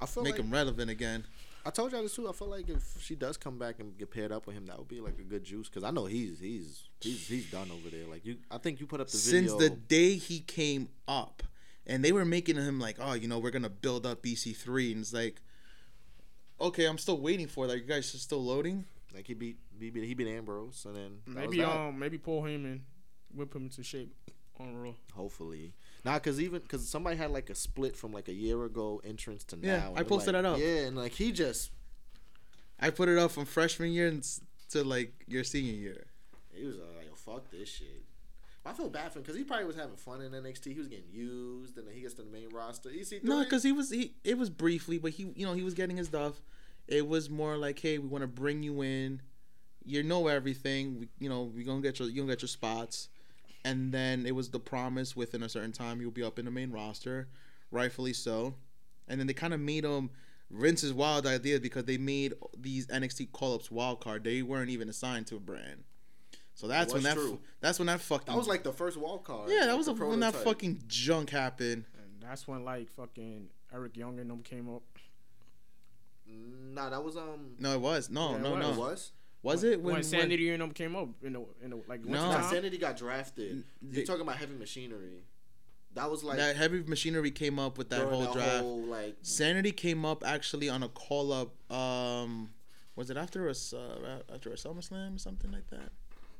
Speaker 2: I feel
Speaker 1: make
Speaker 2: like
Speaker 1: him relevant again.
Speaker 2: I told y'all this too. I feel like if she does come back and get paired up with him, that would be like a good juice. Cause I know he's he's he's he's done over there. Like you, I think you put up the
Speaker 1: since
Speaker 2: video.
Speaker 1: the day he came up and they were making him like oh you know we're gonna build up bc3 and it's like okay i'm still waiting for that you guys are still loading
Speaker 2: like he beat he beat, he beat Ambrose, and then that was
Speaker 3: Maybe
Speaker 2: that.
Speaker 3: um maybe Paul Heyman whip him into shape on Raw.
Speaker 2: hopefully nah, cause even cause somebody had like a split from like a year ago entrance to
Speaker 1: Yeah,
Speaker 2: now. and
Speaker 1: I
Speaker 2: I'm
Speaker 1: posted
Speaker 2: like,
Speaker 1: that up.
Speaker 2: Yeah, and like he just
Speaker 1: i put it up from freshman year and s- to like your senior year
Speaker 2: he was uh, like, "Yo, fuck this shit. I feel bad for him because he probably was having fun in NXT. He was getting used, and then he gets to the main roster. EC3.
Speaker 1: no because he was he it was briefly but he you know he was getting his stuff it was more like hey we want to bring you in you know everything we, you know you're gonna get your you're gonna get your spots and then it was the promise within a certain time you'll be up in the main roster rightfully so and then they kind of made him Vince's wild idea because they made these NXT call-ups wild card. They weren't even assigned to a brand, so that's when that
Speaker 2: was true.
Speaker 1: that's when that fucking
Speaker 2: that was like the first wall card.
Speaker 1: yeah that
Speaker 2: like
Speaker 1: was
Speaker 2: the
Speaker 1: a, when that
Speaker 2: prototype.
Speaker 1: fucking junk happened.
Speaker 3: And that's when like fucking Eric Young and them came up.
Speaker 2: Nah, that was um.
Speaker 1: No, it was no
Speaker 3: Yeah, it
Speaker 1: no
Speaker 2: It
Speaker 1: no
Speaker 3: was.
Speaker 1: was,
Speaker 2: was.
Speaker 1: it
Speaker 3: When,
Speaker 1: when, when
Speaker 3: Sanity and them came up, you know, you know, like
Speaker 1: No.
Speaker 2: Nah,
Speaker 3: once time,
Speaker 2: Sanity got drafted.
Speaker 1: they-
Speaker 2: You're talking about heavy machinery. That was like
Speaker 1: that heavy machinery came up with that
Speaker 2: during
Speaker 1: whole
Speaker 2: the
Speaker 1: draft?
Speaker 2: whole, like
Speaker 1: Sanity came up actually on a call up. Um, was it after a s- uh, after a SummerSlam or something like that?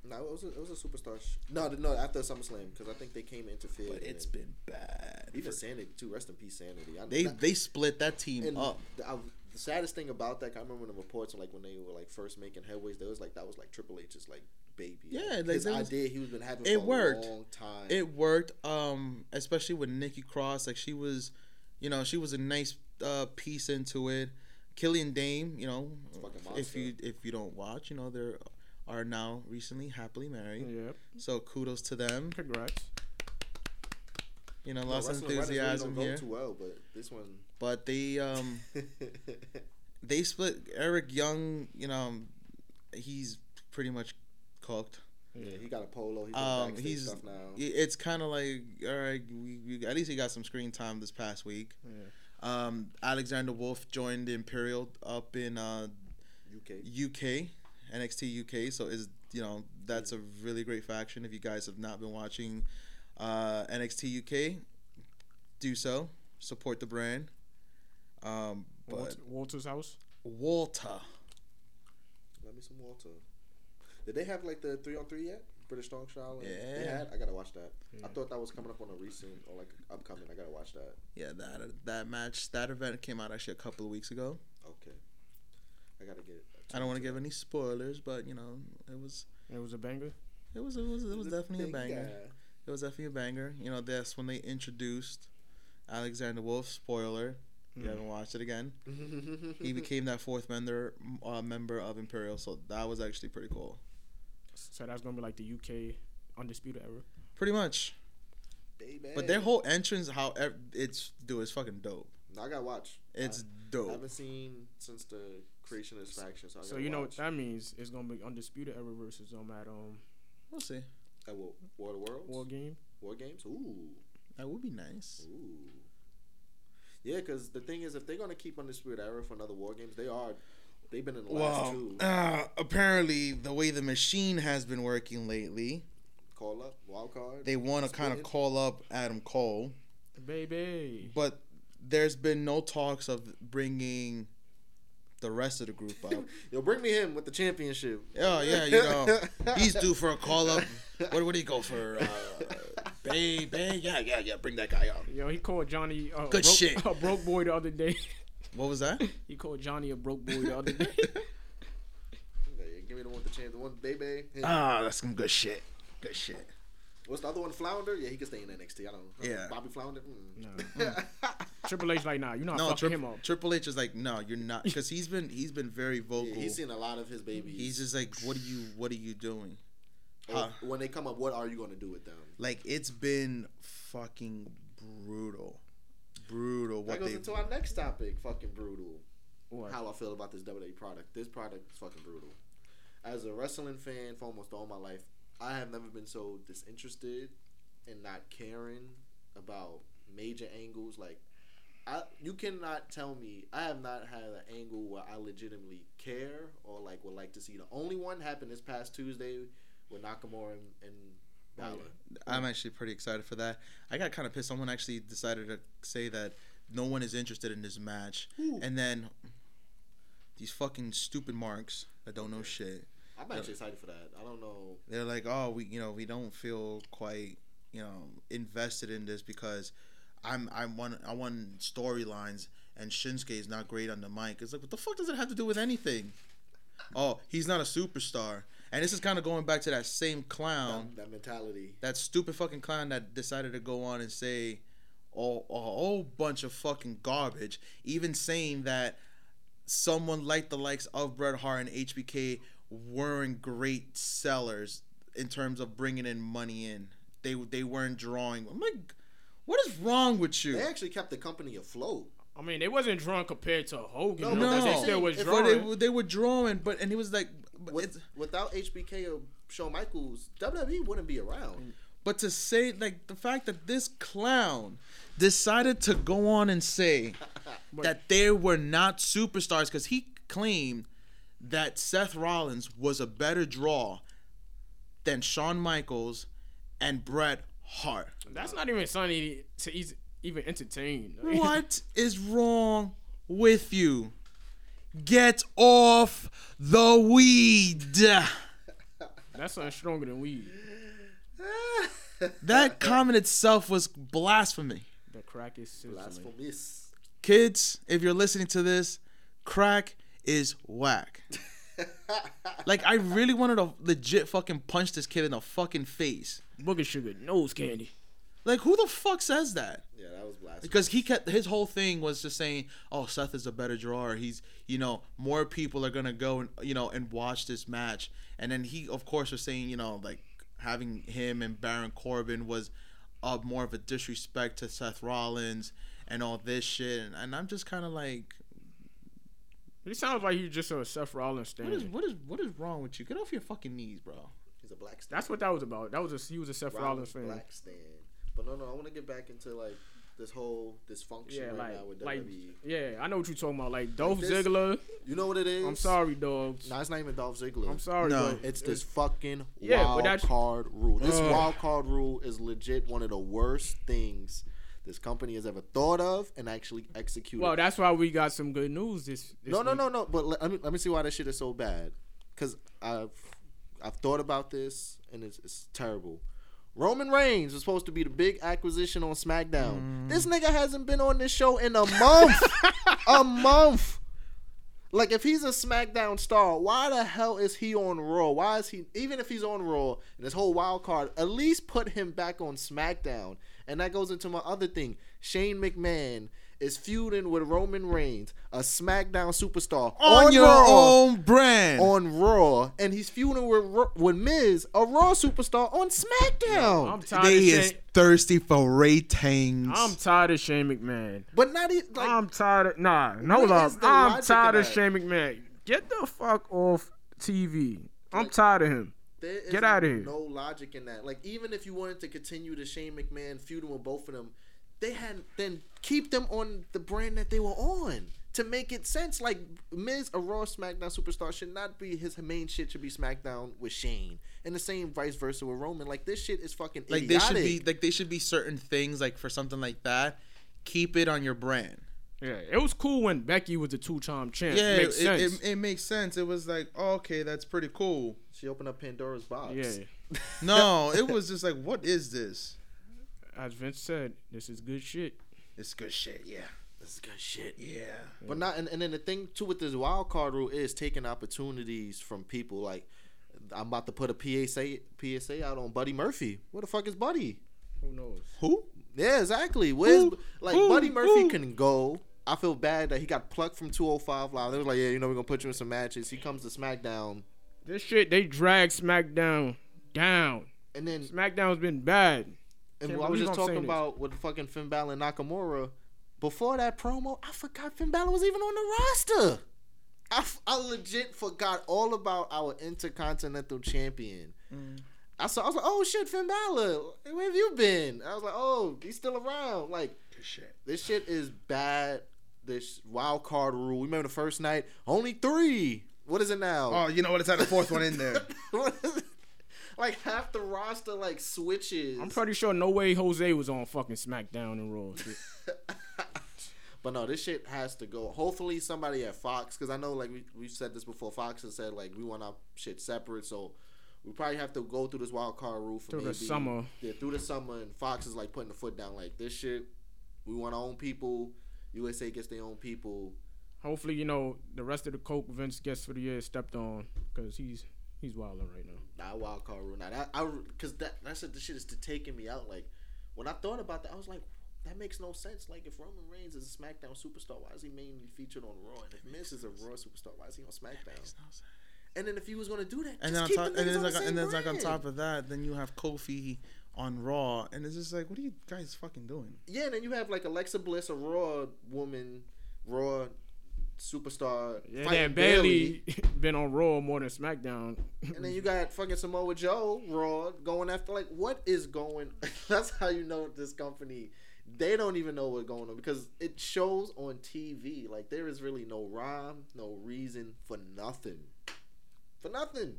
Speaker 2: no, it was a, it was a superstar. Sh- no, th- no, after SummerSlam because I think they came and interfered.
Speaker 1: But
Speaker 2: and
Speaker 1: it's
Speaker 2: then-
Speaker 1: been bad.
Speaker 2: even Sanity too. Rest in peace, Sanity. I,
Speaker 1: They
Speaker 2: that-
Speaker 1: they split that team
Speaker 2: And
Speaker 1: up.
Speaker 2: the, I, the saddest thing about that, 'cause I remember in the reports, like when they were like first making headways, there was like that was like Triple H's like baby.
Speaker 1: Yeah,
Speaker 2: like,
Speaker 1: like,
Speaker 2: his
Speaker 1: there was-
Speaker 2: idea he was been having
Speaker 1: it
Speaker 2: for
Speaker 1: worked.
Speaker 2: a long time.
Speaker 1: It worked, um, especially with Nikki Cross. Like she was, you know, she was a nice uh, piece into it. Killian Dame, you know,
Speaker 2: fucking
Speaker 1: if
Speaker 2: monster.
Speaker 1: you if you don't watch, you know, they are now recently happily married.
Speaker 3: yeah,
Speaker 1: So kudos to them.
Speaker 3: congrats.
Speaker 1: You know,
Speaker 2: You know,
Speaker 1: lost
Speaker 2: wrestling writers really
Speaker 1: enthusiasm
Speaker 2: don't
Speaker 1: here.
Speaker 2: go too well, but this one. [laughs]
Speaker 1: But they um they split Eric Young, you know, um, he's pretty much cooked.
Speaker 2: yeah, he got a polo. He's
Speaker 1: Um,
Speaker 2: um,
Speaker 1: he's-
Speaker 2: he's stuff now.
Speaker 1: I- It's kind of like all right, we, we at least he got some screen time this past week.
Speaker 3: Yeah.
Speaker 1: Um, Alexander Wolf joined the Imperial up in uh,
Speaker 2: UK.
Speaker 1: UK, NXT UK. So is you know that's a really great faction. If you guys have not been watching uh, NXT UK, do so. Support the brand. Um, but
Speaker 3: Walter, Walter's house.
Speaker 1: Walter,
Speaker 2: Let me some Walter. Did they have like the three on three yet? British Strong Style. and- They
Speaker 1: Yeah.
Speaker 2: had. I gotta watch that.
Speaker 3: Yeah.
Speaker 2: I thought that was coming up on a recent or like upcoming. I gotta watch that.
Speaker 1: yeah, that that match, that event came out actually a couple of weeks ago.
Speaker 2: Okay. I gotta get.
Speaker 1: I don't want to give any spoilers, but you know, it was
Speaker 3: It was a banger.
Speaker 1: it was it was it was
Speaker 2: The
Speaker 1: definitely a
Speaker 2: big
Speaker 1: banger.
Speaker 2: guy.
Speaker 1: It was definitely a banger. You know, that's when they introduced Alexander Wolf. Spoiler, if you
Speaker 2: Hmm.
Speaker 3: Mm.
Speaker 1: haven't watched it again. He
Speaker 2: he [laughs]
Speaker 1: became that fourth member uh, member of Imperial, so that was actually pretty cool.
Speaker 3: So that's gonna be like the UK undisputed era.
Speaker 1: Pretty much, but their whole entrance, how ev- it's dude, it's fucking dope.
Speaker 2: I gotta watch.
Speaker 1: It's
Speaker 2: I
Speaker 1: dope.
Speaker 2: haven't seen since the creation of this faction, so I
Speaker 3: So
Speaker 2: gotta
Speaker 3: you know
Speaker 2: watch.
Speaker 3: what that means? It's gonna be undisputed era versus um at um
Speaker 1: We'll see.
Speaker 2: At what, War of the Worlds,
Speaker 3: War
Speaker 2: War,
Speaker 3: Game.
Speaker 2: Games. Ooh,
Speaker 1: That would be nice.
Speaker 2: ooh. Yeah, because the thing is, if they're gonna keep on this weird era for another War Games, they are. They've been in the
Speaker 1: Well,
Speaker 2: last two.
Speaker 1: uh, apparently the way the machine has been working lately,
Speaker 2: Call up, wild card.
Speaker 1: they want to kind of
Speaker 2: Split.
Speaker 1: call up Adam Cole.
Speaker 3: Baby.
Speaker 1: But there's been no talks of bringing the rest of the group
Speaker 2: [laughs]
Speaker 1: up.
Speaker 2: Yo, bring me him with the championship.
Speaker 1: Oh, yeah, you
Speaker 2: [laughs]
Speaker 1: know, he's due for a call up. What would he go for? Uh, Bay, Bay, yeah, yeah, yeah. Bring that guy up.
Speaker 3: Yo, he called Johnny uh,
Speaker 1: Good
Speaker 3: broke,
Speaker 1: shit.
Speaker 3: [laughs] a broke boy the other day.
Speaker 1: What was [laughs] that?
Speaker 3: he called Johnny a broke boy
Speaker 1: [laughs]
Speaker 3: the other day.
Speaker 2: Yeah, give me the one with the champ. The one, baby.
Speaker 1: Ah, that's some good shit. Good shit.
Speaker 2: What's the other one? Flounder? Yeah, he can stay in NXT. I don't.
Speaker 1: Yeah.
Speaker 2: [laughs] Bobby Flounder. Mm.
Speaker 3: No. Triple H like, nah, you're not
Speaker 1: No,
Speaker 3: fucking
Speaker 1: Trip-
Speaker 3: him up.
Speaker 1: Triple H is like, no, you're not, because he's been he's been very vocal.
Speaker 2: Yeah, he's seen a lot of his babies.
Speaker 1: he's just like, what are you, what are you doing?
Speaker 2: Or
Speaker 1: huh.
Speaker 2: When they come up, what are you gonna do with them?
Speaker 1: Like it's been fucking brutal, brutal. What
Speaker 2: that goes
Speaker 1: they
Speaker 2: into our next topic. Fucking brutal.
Speaker 3: What?
Speaker 2: How I feel about this WWE product. This product is fucking brutal. As a wrestling fan for almost all my life, I have never been so disinterested and not caring about major angles. Like, I you cannot tell me I have not had an angle where I legitimately care or like would like to see. The only one happened this past Tuesday with Nakamura and, and Balor.
Speaker 1: I'm actually pretty excited for that. I got kind of pissed. Someone actually decided to say that no one is interested in this match,
Speaker 2: Who?
Speaker 1: and then these fucking stupid marks that don't know shit.
Speaker 2: I'm actually excited for that. I don't know.
Speaker 1: They're like, oh, we, you know, we don't feel quite, you know, invested in this because I'm, I'm one, I want storylines, and Shinsuke is not great on the mic. It's like, what the fuck does it have to do with anything? Oh, he's not a superstar, and this is kind of going back to that same clown
Speaker 2: that, that mentality.
Speaker 1: that stupid fucking clown that decided to go on and say all, a whole bunch of fucking garbage, even saying that someone like the likes of Bret Hart and HBK weren't great sellers in terms of bringing in money in. They they weren't drawing. I'm like, what is wrong with you?
Speaker 2: They actually kept the company afloat.
Speaker 3: I mean, they wasn't drunk compared to Hogan.
Speaker 2: No,
Speaker 3: No,
Speaker 2: but that's
Speaker 3: they
Speaker 2: what I'm
Speaker 3: still
Speaker 2: saying.
Speaker 3: was
Speaker 1: But
Speaker 3: drunk.
Speaker 1: they, were- they were drawing, but and he was like, but
Speaker 2: With,
Speaker 1: it's,
Speaker 2: without HBK or Shawn Michaels, WWE wouldn't be
Speaker 3: Mm,
Speaker 2: around.
Speaker 1: But to say like the fact that this clown decided to go on and say that they were not superstars because he claimed that Seth Rollins was a better draw than Shawn Michaels and Bret Hart.
Speaker 3: That's not even Sonny to eas- even entertain.
Speaker 1: What is wrong with you? Get off the weed.
Speaker 3: That's something stronger than weed.
Speaker 1: That comment itself was blasphemy.
Speaker 3: The crack is sizzling.
Speaker 2: Blasphemous.
Speaker 1: kids, if you're listening to this, crack is whack. like I really wanted to legit fucking punch this kid in the fucking face.
Speaker 3: Booger sugar, nose candy.
Speaker 1: Like who the fuck says that?
Speaker 2: Yeah, that was blasphemous.
Speaker 1: Because he kept his whole thing was just saying, "Oh, Seth is a better drawer. He's, you know, more people are gonna go and you know and watch this match." And then he, of course, was saying, you know, like having him and Baron Corbin was uh, more of a disrespect to Seth Rollins and all this shit. And, and I'm just kind of like,
Speaker 3: It sounds like he's just a Seth Rollins
Speaker 1: What is
Speaker 3: stand.
Speaker 1: what is what is wrong with you? Get off your fucking knees, bro.
Speaker 2: He's a black stand.
Speaker 3: That's what that was about. That was a he was a Seth Rollins fan.
Speaker 2: Black stand. But no, no, I want to get back into like this whole dysfunction
Speaker 3: Yeah,
Speaker 2: right
Speaker 3: like,
Speaker 2: now with WWE.
Speaker 3: like, yeah, I know what you're talking about. Like Dolph
Speaker 2: this-
Speaker 3: Ziggler.
Speaker 2: you know what it is?
Speaker 3: I'm sorry, dogs.
Speaker 2: No, it's not even Dolph Ziggler.
Speaker 3: I'm sorry,
Speaker 1: No.
Speaker 3: no.
Speaker 2: It's this fucking
Speaker 3: Yeah, but
Speaker 2: wild
Speaker 3: that's-
Speaker 2: card rule. This
Speaker 3: Ugh.
Speaker 2: wild card rule is legit one of the worst things this company has ever thought of and actually executed.
Speaker 3: Well, that's why we got some good news. This, this
Speaker 2: No, no,
Speaker 3: week.
Speaker 2: no, no. But let, let me let me see why this shit is so bad. Cause I've I've thought about this and it's, it's terrible. Roman Reigns was supposed to be the big acquisition on
Speaker 1: Mm.
Speaker 2: SmackDown. This nigga hasn't been on this show in a
Speaker 1: [laughs]
Speaker 2: month. a month. Like if he's a SmackDown star, why the hell is he on Raw? Why is he even if he's on Raw and this whole wild card, at least put him back on SmackDown. And that goes into my other thing. Shane McMahon is feuding with Roman Reigns, a SmackDown superstar
Speaker 1: On, your
Speaker 2: Raw,
Speaker 1: own brand.
Speaker 2: on Raw, and he's feuding with Ro- with Miz, a Raw superstar on SmackDown.
Speaker 3: I'm tired.
Speaker 1: they
Speaker 3: of
Speaker 1: is
Speaker 3: Shane,
Speaker 1: thirsty for ratings.
Speaker 3: I'm tired of Shane McMahon.
Speaker 2: but not even like
Speaker 3: I'm tired of nah, no
Speaker 2: What
Speaker 3: love.
Speaker 2: is the
Speaker 3: I'm
Speaker 2: logic
Speaker 3: tired of
Speaker 2: in that?
Speaker 3: Shane McMahon. Get the fuck off TV. I'm tired of him.
Speaker 2: There is
Speaker 3: Get outta here.
Speaker 2: No logic in that. Like even if you wanted to continue the Shane McMahon feud with both of them, they had then keep them on the brand that they were on to make it sense. Like Miz, a Raw SmackDown superstar, should not be his main shit. Should be SmackDown with Shane, and the same vice versa with Roman. Like this shit is fucking
Speaker 1: like they
Speaker 2: idiotic.
Speaker 1: should be like they should be certain things like for something like that. Keep it on your brand.
Speaker 3: Yeah, it was cool when Becky was the two-time champ.
Speaker 1: Yeah,
Speaker 3: Yeah,
Speaker 1: it,
Speaker 3: makes
Speaker 1: it,
Speaker 3: sense.
Speaker 1: it, makes sense. It was like, oh, okay, that's pretty cool.
Speaker 2: She opened up Pandora's box.
Speaker 3: yeah,
Speaker 1: No, it was just like, what is this?
Speaker 3: as Vince said, this is good shit.
Speaker 1: It's good shit. Yeah,
Speaker 2: this is good shit.
Speaker 1: yeah.
Speaker 2: But not and, and then the thing too with this wild card rule is taking opportunities from people. Like I'm about to put a PSA PSA out on Buddy Murphy. Where the fuck is Buddy?
Speaker 3: Who knows?
Speaker 1: Who?
Speaker 2: Yeah, exactly. Where's
Speaker 1: Who?
Speaker 2: like
Speaker 1: Who?
Speaker 2: Buddy Murphy
Speaker 1: Who?
Speaker 2: can go. I feel bad that he got plucked from 205 Live. They was like, yeah, you know, we're gonna put you in some matches. He comes to SmackDown,
Speaker 3: This shit they drag SmackDown down.
Speaker 2: and then
Speaker 3: SmackDown's been bad.
Speaker 2: and
Speaker 3: Can't
Speaker 2: I was
Speaker 3: believe
Speaker 2: just
Speaker 3: I'm
Speaker 2: talking
Speaker 3: saying this.
Speaker 2: about with fucking Finn Balor and Nakamura. Before that promo, I forgot Finn Balor was even on the roster. I, f- I legit forgot all about our Intercontinental Champion.
Speaker 3: Mm.
Speaker 2: I saw. I was like, "Oh shit, Finn Balor, where have you been?" I was like, "Oh, he's still around." Like,
Speaker 1: Shit.
Speaker 2: This shit is bad. This wild card rule. We remember the first night, only three. What is it now?
Speaker 4: Oh, you know what? It's had a fourth one in
Speaker 1: [laughs]
Speaker 4: there.
Speaker 2: [laughs] What is it? Like half the roster like switches.
Speaker 3: I'm pretty sure no way Jose was on fucking SmackDown and Raw. shit.
Speaker 2: but no, this shit has to go. Hopefully, somebody at Fox, because I know like we we said this before. Fox has said like we want our shit separate, so we probably have to go through this wild card rule for
Speaker 3: Through the
Speaker 2: maybe-
Speaker 3: summer.
Speaker 2: Yeah, through the summer, and Fox is like putting the foot down. Like this shit, we want our own people. USA gets their own people.
Speaker 3: Hopefully, you know the rest of the coke Vince gets for the year is stepped on because he's he's wilding right now.
Speaker 2: Nah, wild card rule. Now that I because that that's the shit is to taking me out. Like when I thought about that, I was like, that makes no sense. Like if Roman Reigns is a SmackDown superstar, why is he mainly featured on Raw? And if Miz is a Raw superstar, why is he on SmackDown? And then if he was gonna do that,
Speaker 1: And
Speaker 2: just
Speaker 1: then on
Speaker 2: keep
Speaker 1: top,
Speaker 2: the
Speaker 1: and
Speaker 2: niggas
Speaker 1: then
Speaker 2: on
Speaker 1: like,
Speaker 2: the
Speaker 1: and then
Speaker 2: same
Speaker 1: like on
Speaker 2: brand.
Speaker 1: top of that, then you have Kofi on Raw, and it's just like, what are you guys fucking doing?
Speaker 2: yeah, and then you have like Alexa Bliss, a Raw woman, Raw superstar,
Speaker 3: Yeah,
Speaker 2: fighting
Speaker 3: damn, Bailey [laughs] been on Raw more than SmackDown.
Speaker 2: And
Speaker 3: [laughs]
Speaker 2: then you got fucking Samoa Joe, Raw, going after like what is going? [laughs] That's how you know this company. They don't even know what's going on because it shows on TV. Like there is really no rhyme, no reason for nothing, for nothing.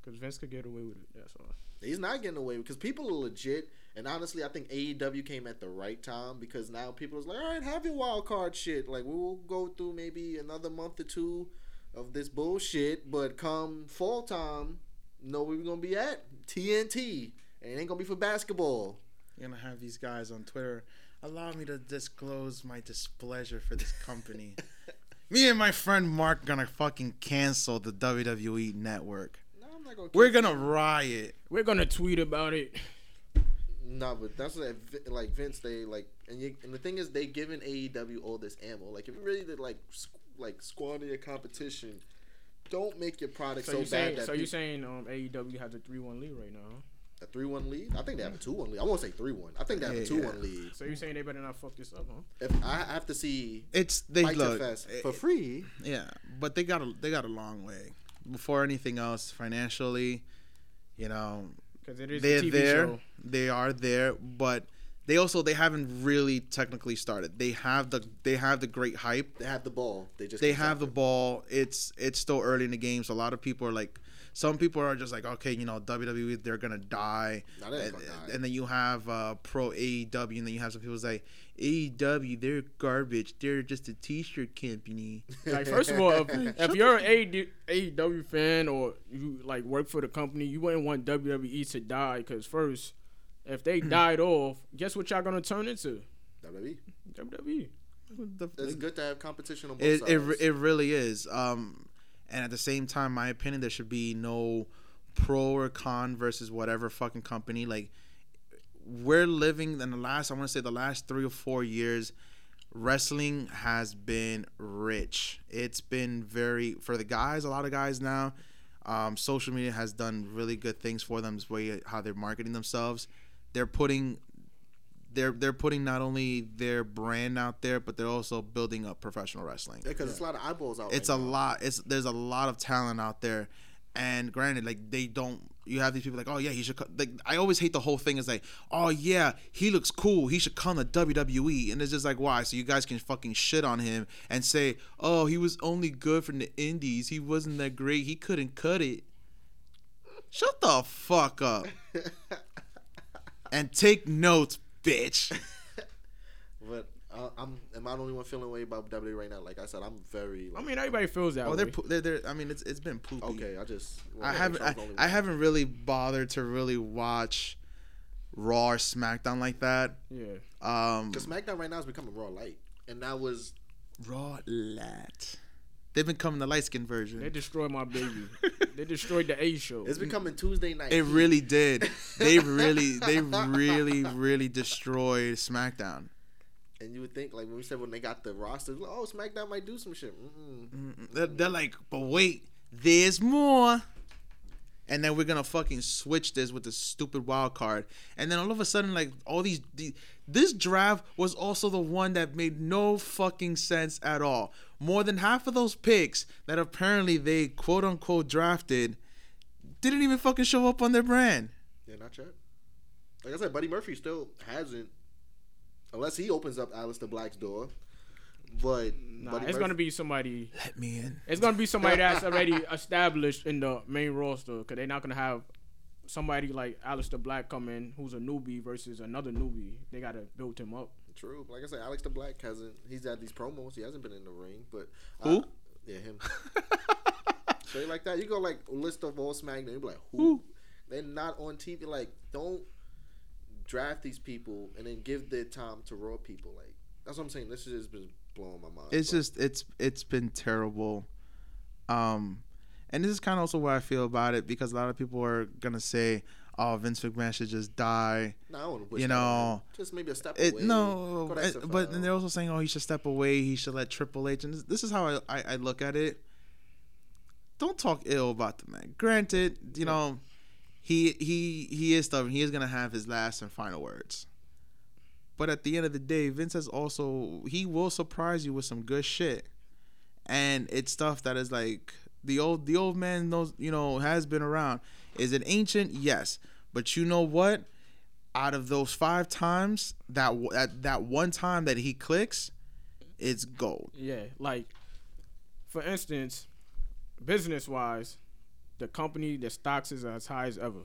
Speaker 3: Because Vince could get away with it. That's all.
Speaker 2: He's not getting away because people are legit. And honestly, I think AEW came at the right time because now people is like, all right, have your wild card shit. Like we will go through maybe another month or two of this bullshit, but come fall time, know where we're gonna be at TNT, and it ain't gonna be for basketball.
Speaker 1: You're gonna have these guys on Twitter. Allow me to disclose my displeasure for this
Speaker 2: [laughs]
Speaker 1: company. me and my friend Mark gonna fucking cancel the WWE network.
Speaker 2: No, I'm not gonna.
Speaker 1: We're gonna riot.
Speaker 3: We're gonna tweet about it.
Speaker 2: No, but that's what that, like Vince. They like, and you, and the thing is, they giving AEW all this ammo. Like, if you really did, like squ- like squander your competition, don't make your product
Speaker 3: So,
Speaker 2: so,
Speaker 3: you
Speaker 2: bad
Speaker 3: saying
Speaker 2: that
Speaker 3: so you
Speaker 2: peop-
Speaker 3: saying um, AEW has a three one lead right now? huh?
Speaker 2: a three one lead. I think they have a two one lead. I won't say three one. I think they have
Speaker 1: Yeah,
Speaker 2: a two one lead.
Speaker 3: So you saying they better not fuck this up, huh?
Speaker 2: If I have to see
Speaker 1: It's they
Speaker 2: Fighter
Speaker 1: look eh,
Speaker 2: Fest
Speaker 1: it-
Speaker 2: for free,
Speaker 1: Yeah, but they got a, they got a long way before anything else financially. You know,
Speaker 3: Because it is
Speaker 1: they're
Speaker 3: a TV
Speaker 1: there.
Speaker 3: show.
Speaker 1: They are there, but they also they haven't really technically started. They have the they have the great hype.
Speaker 2: they have the ball. They just
Speaker 1: They
Speaker 2: can't
Speaker 1: have the
Speaker 2: stop
Speaker 1: ball. It's it's still early in the game, so a lot of people are like, some people are just like, okay, you know, WWE, they're gonna die.
Speaker 2: Nah, they're
Speaker 1: and,
Speaker 2: gonna die.
Speaker 1: and then you have uh, pro AEW, and then you have some people say AEW, they're garbage. They're just a t-shirt company. [laughs]
Speaker 2: it.
Speaker 3: Like first of all, if, if you're an AED AEW E fan or you like work for the company, you wouldn't want WWE to die. Because first, if
Speaker 1: [clears throat]
Speaker 3: they died off, guess what y'all gonna turn into?
Speaker 2: WWE.
Speaker 3: WWE.
Speaker 1: The-
Speaker 2: E. It's good to have competition on both
Speaker 1: it, it,
Speaker 2: sides.
Speaker 1: re- it really is um and at the same time my opinion there should be no pro or con versus whatever fucking company like we're living in the last i want to say the last three or four years wrestling has been rich it's been very for the guys a lot of guys now um, social media has done really good things for them as way how they're marketing themselves they're putting they're they're putting not only their brand out there but they're also building up professional wrestling
Speaker 2: because it's a lot of eyeballs out.
Speaker 1: it's
Speaker 2: right
Speaker 1: a
Speaker 2: now.
Speaker 1: lot it's there's a lot of talent out there and granted like they don't you have these people like oh yeah he should co-" like i always hate the whole thing is like oh yeah he looks cool he should come to wwe and it's just like why so you guys can fucking shit on him and say oh he was only good from the indies he wasn't that great he couldn't cut it shut the fuck up and take notes bitch
Speaker 2: But uh, I'm am I the only one feeling away about WWE right now? Like I said, I'm very.
Speaker 3: I
Speaker 2: Like,
Speaker 3: mean, everybody feels that
Speaker 1: oh
Speaker 3: way.
Speaker 1: they're, po- they're, they're i mean it's it's been poopy
Speaker 2: okay, I just.
Speaker 1: I haven't I, I haven't really bothered to really watch Raw or SmackDown like that.
Speaker 3: yeah.
Speaker 1: Um
Speaker 2: Because SmackDown right now is becoming Raw light, and that was
Speaker 1: Raw lat. They've been coming the light skin version.
Speaker 3: They destroyed my baby.
Speaker 2: [laughs]
Speaker 1: [laughs]
Speaker 3: they destroyed the A show.
Speaker 2: It's becoming Tuesday night.
Speaker 1: It really did. They really, they really, really destroyed SmackDown.
Speaker 2: and you would think like when we said when they got the roster, like, oh SmackDown might do some shit.
Speaker 3: Mm.
Speaker 2: Mm-mm.
Speaker 1: They're, they're like, but wait, there's more. And then we're gonna fucking switch this with the stupid wild card. And then all of a sudden, like all these, the, this draft was also the one that made no fucking sense at all. More than half of those picks that apparently they quote unquote drafted didn't even fucking show up on their brand.
Speaker 2: Yeah, not yet. Like I said, Buddy Murphy still hasn't, unless he opens up Alistair Black's door. But
Speaker 3: Nah,
Speaker 2: Buddy
Speaker 3: it's
Speaker 2: Murphy-
Speaker 3: gonna be somebody.
Speaker 1: Let me in.
Speaker 3: It's gonna be somebody that's already [laughs] established in the main roster because they're not gonna have somebody like Alistair Black come in who's a newbie versus another newbie. They gotta build him up.
Speaker 2: True. Like I said, Alex the Black hasn't. He's had these promos. He hasn't been in the ring. But
Speaker 1: Who?
Speaker 2: yeah, him. [laughs] Straight like that. You go like list of all SmackDown. You be like, who? They're not on TV. Like, don't draft these people and then give their time to Raw people. Like, that's what I'm saying. This is just been blowing my mind.
Speaker 1: it's
Speaker 2: But
Speaker 1: just it's it's been terrible um and this is kind of also what i feel about it because a lot of people are gonna say oh vince mcmahon should just die
Speaker 2: nah, I don't wish
Speaker 1: you
Speaker 2: that on
Speaker 1: know,
Speaker 2: him. just maybe a step
Speaker 1: it
Speaker 2: away.
Speaker 1: no
Speaker 2: Go that
Speaker 1: it-
Speaker 2: step
Speaker 1: but
Speaker 2: out.
Speaker 1: then they're also saying oh he should step away he should let triple h and this, this is how I, I i look at it don't talk ill about the man granted you know he he he is stubborn he is gonna have his last and final words but at the end of the day, Vince has also he will surprise you with some good shit, and it's stuff that is like the old the old man knows you know has been around. Is it ancient? Yes, but you know what? Out of those five times, that w- that that one time that he clicks, it's gold.
Speaker 3: Yeah, like for instance, business wise, the company the stocks is as high as ever.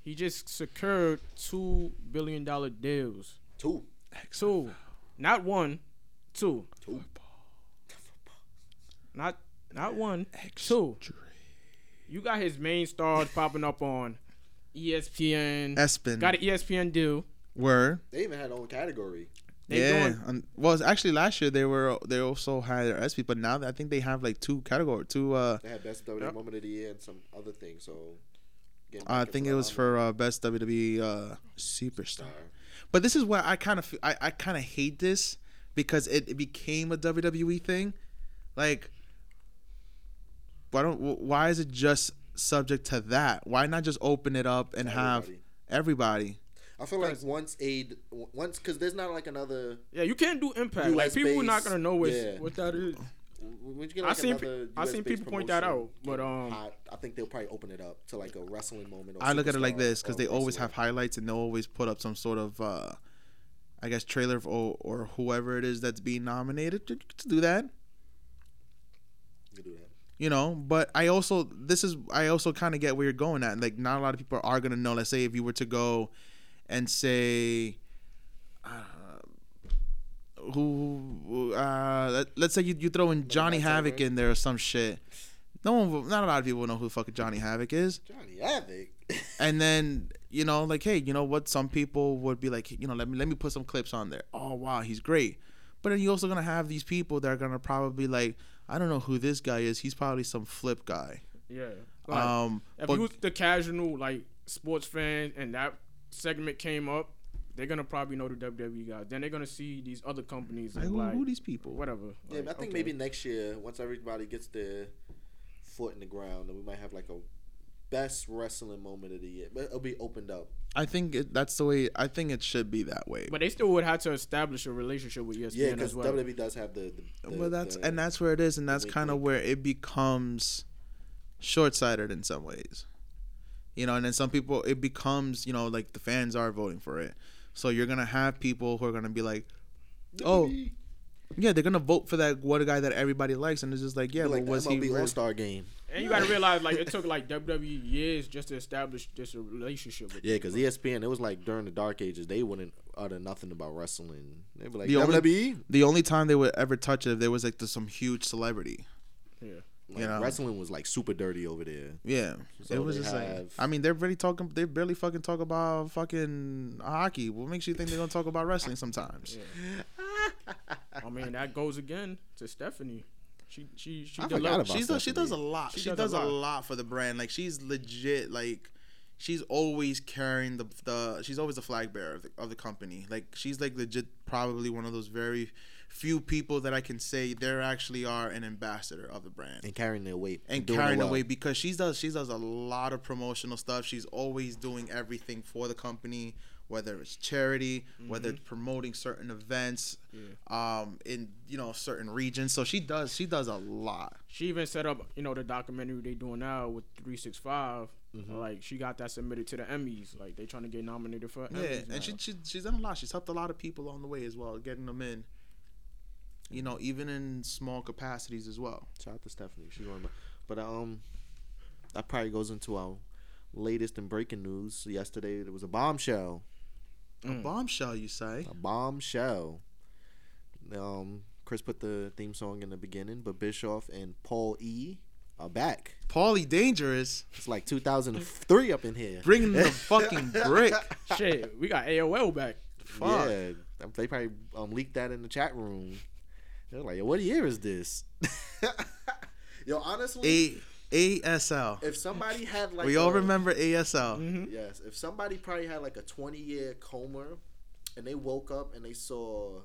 Speaker 3: He just secured two billion dollar deals.
Speaker 2: two.
Speaker 3: Two, not one, two,
Speaker 2: Two.
Speaker 3: not not one, two. You got his main stars popping up on E ESPN.
Speaker 1: Espen,
Speaker 3: Got an E ESPN deal.
Speaker 1: word.
Speaker 2: They even had their own category.
Speaker 3: They
Speaker 1: yeah.
Speaker 3: doing-
Speaker 1: um, well, it's actually last year they were they also had their SP, but now I think they have like two category two. uh
Speaker 2: They had best WWE
Speaker 3: Yep.
Speaker 2: moment of the year and some other thing. So getting
Speaker 1: I
Speaker 2: back
Speaker 1: think
Speaker 2: into
Speaker 1: it
Speaker 2: the
Speaker 1: was
Speaker 2: honor-
Speaker 1: for uh, best WWE uh, superstar. But this is why I kind of I, I kind of hate this because it, it became a WWE thing. Like, why don't wh- why is it just subject to that? Why not just open it up and have
Speaker 2: everybody.
Speaker 1: everybody?
Speaker 2: I feel like once aid once because there's not like another.
Speaker 3: yeah, you can't do impact. Like
Speaker 2: US
Speaker 3: people not
Speaker 2: based,
Speaker 3: gonna know what
Speaker 2: yeah.
Speaker 3: what that is.
Speaker 2: When you get
Speaker 3: I
Speaker 2: like
Speaker 3: seen pe-
Speaker 2: another
Speaker 3: I seen
Speaker 2: US-based
Speaker 3: people point that
Speaker 2: promotion,
Speaker 3: out, but, um,
Speaker 2: I, I think they'll probably open it up to like a wrestling moment. Or
Speaker 1: I look at it like
Speaker 2: superstar
Speaker 1: this because
Speaker 2: or
Speaker 1: they always have
Speaker 2: wrestling.
Speaker 1: highlights and they'll always put up some sort of, uh, I guess, trailer of, or, or whoever it is that's being nominated. Just- just Do that.
Speaker 2: You do that.
Speaker 1: you know but i also this is i also kind of get where you're going at like not a lot of people are going to know let's say if you were to go and say uh, who uh let, let's say you, you throw in johnny
Speaker 2: that's all
Speaker 1: havoc
Speaker 2: right.
Speaker 1: in there or some shit no one will, not a lot of people will know who the fuck johnny havoc is
Speaker 2: Johnny Havoc. [laughs]
Speaker 1: and then you know like hey you know what some people would be like you know let me let me put some clips on there oh wow he's great but then you're also gonna have these people that are gonna probably like i don't know who this guy is he's probably some flip guy
Speaker 3: Yeah. Like,
Speaker 1: um
Speaker 3: if
Speaker 1: but
Speaker 3: you was the casual like sports fan and that segment came up, they're gonna probably know the WWE guys. E Then they're gonna see these other companies
Speaker 1: like,
Speaker 3: and
Speaker 1: who,
Speaker 3: like
Speaker 1: who these people
Speaker 3: whatever.
Speaker 2: yeah,
Speaker 3: Like,
Speaker 2: but I think
Speaker 3: okay.
Speaker 2: maybe next year once everybody gets their foot in the ground, then we might have like a best wrestling moment of the year. But it'll be opened up.
Speaker 1: i think it, that's the way i think it should be that way
Speaker 3: But they still would have to establish a relationship with E ESPN
Speaker 2: Yeah, because
Speaker 3: as well.
Speaker 2: WWE E does have the. the, the
Speaker 1: well that's
Speaker 2: the-
Speaker 1: and that's where it is and that's
Speaker 2: wink,
Speaker 1: kind of
Speaker 2: wink.
Speaker 1: where it becomes short-sighted in some ways you know and then some people it becomes you know like the fans are voting for it so you're gonna have people who are gonna be like oh yeah they're gonna vote for that one guy that everybody likes and it's just like yeah
Speaker 2: like
Speaker 1: but was
Speaker 2: the
Speaker 1: he
Speaker 2: MLB
Speaker 1: really-
Speaker 2: All Star game.
Speaker 3: and you gotta realize like it took like WWE years just to establish this relationship with
Speaker 2: Yeah, E because ESPN, it was like during the dark ages, they wouldn't utter nothing about wrestling. They'd be like,
Speaker 1: The only-
Speaker 2: WWE?
Speaker 1: the only time they would ever touch it if there was like the, some huge celebrity
Speaker 3: Yeah.
Speaker 2: E?" Like,
Speaker 1: know.
Speaker 2: Wrestling was like super dirty over there.
Speaker 1: yeah
Speaker 2: So
Speaker 1: it was
Speaker 2: they
Speaker 1: just like
Speaker 2: have-
Speaker 1: i mean they're really talking they barely fucking talk about fucking hockey what makes you think they're gonna talk about wrestling sometimes
Speaker 3: I mean that goes again to Stephanie. She she she
Speaker 2: I
Speaker 3: did
Speaker 2: forgot
Speaker 3: love.
Speaker 2: about
Speaker 1: She's a, she does a
Speaker 2: Stephanie.
Speaker 1: lot. She, does, a, lot. for the brand. Like she's legit. Like she's always carrying the the. She's always the flag bearer of the, of the company. Like she's like legit. Probably one of those very few people that I can say there actually are an ambassador of the brand
Speaker 2: and carrying their weight
Speaker 1: and
Speaker 2: doing it
Speaker 1: carrying
Speaker 2: well.
Speaker 1: away because she does she does a lot of promotional stuff. She's always doing everything for the company, whether it's charity, whether it's promoting certain events, um, in you know certain regions. So she does she does a lot.
Speaker 3: She even set up you know the documentary they doing now with three six five. Like she got that submitted to the Emmys. Like they trying to get nominated for
Speaker 1: Yeah,
Speaker 3: Emmys. now.
Speaker 1: and she, she she's done a lot. She's helped a lot of people on the way as well, getting them in. You know, even in small capacities as well.
Speaker 2: Shout out to Stephanie. She's one of my, but um, that probably goes into our latest and breaking news. Yesterday there was a bombshell.
Speaker 1: A bombshell, you say?
Speaker 2: A bombshell. Um, Chris put the theme song in the beginning, but Bischoff and Paul E are back.
Speaker 1: Paulie Dangerous
Speaker 2: It's like 2003 up in here.
Speaker 1: bringing [laughs] the fucking brick.
Speaker 3: Shit, we got AOL back.
Speaker 1: Fuck.
Speaker 2: Yeah, they probably um, leaked that in the chat room. They're like, "Yo, what year is this?" [laughs] Yo, honestly,
Speaker 1: A ASL.
Speaker 2: if somebody had like,
Speaker 1: we all
Speaker 2: a-
Speaker 1: remember ASL.
Speaker 3: Mm-hmm.
Speaker 2: Yes, if somebody probably had like a 20 year coma, and they woke up and they saw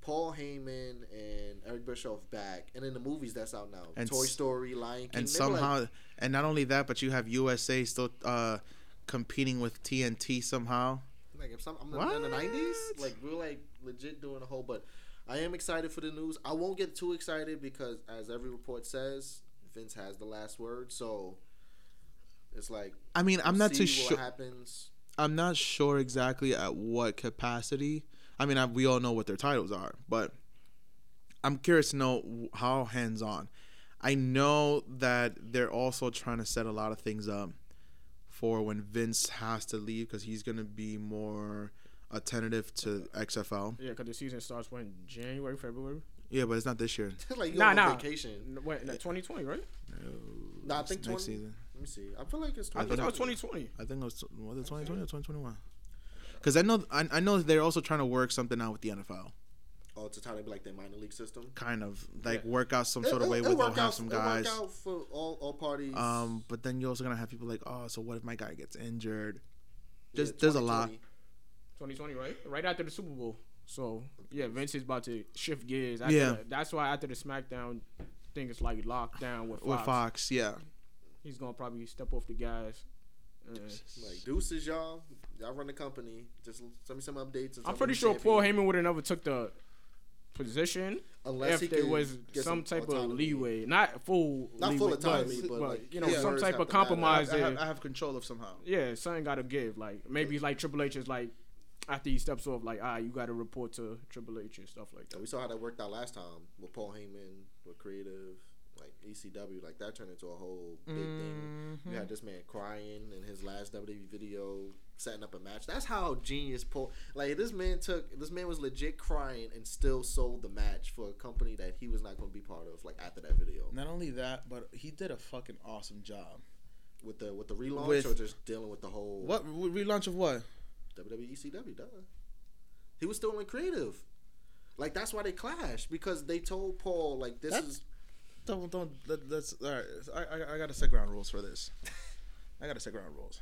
Speaker 2: Paul Heyman and Eric Bischoff back, and in the movies that's out now,
Speaker 1: And
Speaker 2: Toy
Speaker 1: s-
Speaker 2: Story, Lion King,
Speaker 1: And
Speaker 2: they were like,
Speaker 1: somehow, and not only that, but you have USA still uh, competing with TNT somehow.
Speaker 2: Like if some I'm not in the
Speaker 1: What?
Speaker 2: nineties, like we're like legit doing a whole. But I am excited for the news. I won't get too excited because, as every report says, Vince has the last word. So it's like
Speaker 1: I mean, I'm
Speaker 2: we'll
Speaker 1: not
Speaker 2: see
Speaker 1: too
Speaker 2: what
Speaker 1: sure.
Speaker 2: happens. [laughs]
Speaker 1: I'm not sure exactly at what capacity. I mean, I, we all know what their titles are, but I'm curious to know w- how hands on. I know that they're also trying to set a lot of things up for when Vince has to leave because he's going to be more attentive to XFL.
Speaker 3: Yeah, because the season starts when January, February.
Speaker 1: Yeah, but it's not this year.
Speaker 2: like you
Speaker 3: Nah,
Speaker 2: on
Speaker 3: nah.
Speaker 2: vacation.
Speaker 3: N- When, 2020, right?
Speaker 2: Nah, I think
Speaker 1: Next
Speaker 2: twenty.
Speaker 1: season.
Speaker 2: Let me see. I feel like it's
Speaker 1: I
Speaker 2: twenty.
Speaker 3: I thought that was
Speaker 1: think-
Speaker 3: 2020.
Speaker 1: I think it was was it 2020 or 2021? Because I know I, I know they're also trying to work something out with the NFL,
Speaker 2: oh, to try to be like their minor league system.
Speaker 1: kind of like
Speaker 3: Yeah.
Speaker 1: work out some sort of way where
Speaker 2: it'll
Speaker 1: they'll
Speaker 2: work
Speaker 1: have
Speaker 2: out-
Speaker 1: some
Speaker 2: it'll work
Speaker 1: guys.
Speaker 2: out for all, all parties.
Speaker 1: Um, but then you're also gonna have people like, oh, so what if my guy gets injured?
Speaker 2: Yeah,
Speaker 1: There's there's a lot.
Speaker 2: 2020.
Speaker 3: 2020, right? Right after the Super Bowl. So yeah, Vince is about to shift gears. After
Speaker 1: Yeah.
Speaker 3: the- that's why after the SmackDown thing, it's like locked down with Fox.
Speaker 1: With Fox, yeah.
Speaker 3: He's gonna probably step off the gas. Uh,
Speaker 2: Like deuces, y'all. Y'all run the company. Just send me some updates. and
Speaker 3: I'm
Speaker 2: some
Speaker 3: pretty
Speaker 2: new
Speaker 3: sure
Speaker 2: champions.
Speaker 3: Paul Heyman would have never took the position
Speaker 2: Unless he
Speaker 3: if there
Speaker 2: can
Speaker 3: was
Speaker 2: get
Speaker 3: some, type
Speaker 2: autonomy.
Speaker 3: of leeway, not full,
Speaker 2: Not full
Speaker 3: leeway,
Speaker 2: autonomy, but, like,
Speaker 3: you know,
Speaker 2: yeah.
Speaker 3: some
Speaker 2: words
Speaker 3: type
Speaker 2: have
Speaker 3: of
Speaker 2: to matter.
Speaker 1: I,
Speaker 3: compromise.
Speaker 1: I
Speaker 3: there.
Speaker 1: have, I have control of somehow.
Speaker 3: yeah, something gotta give. Like maybe like Triple H is like after he steps off, like ah, you gotta report to Triple H and stuff like
Speaker 2: And
Speaker 3: that.
Speaker 2: we saw how that worked out last time with Paul Heyman, with creative, like ECW, like that turned into a whole big thing. You
Speaker 3: Mm-hmm.
Speaker 2: had this man crying in his last WWE video, setting up a match. That's how genius Paul. Like this man took this man was legit crying and still sold the match for a company that he was not going to be part of. Like after that video,
Speaker 5: Not only that, but he did a fucking awesome job.
Speaker 2: with the with the relaunch
Speaker 5: With-
Speaker 2: or just dealing with the whole
Speaker 5: What relaunch of what?
Speaker 2: WWE ECW, E duh. He was still in creative. Like that's why they clashed because they told Paul like this
Speaker 5: That's-
Speaker 2: is
Speaker 5: Don't don't let, let's all right. I, I I gotta set ground rules for [laughs] this. I gotta set ground rules.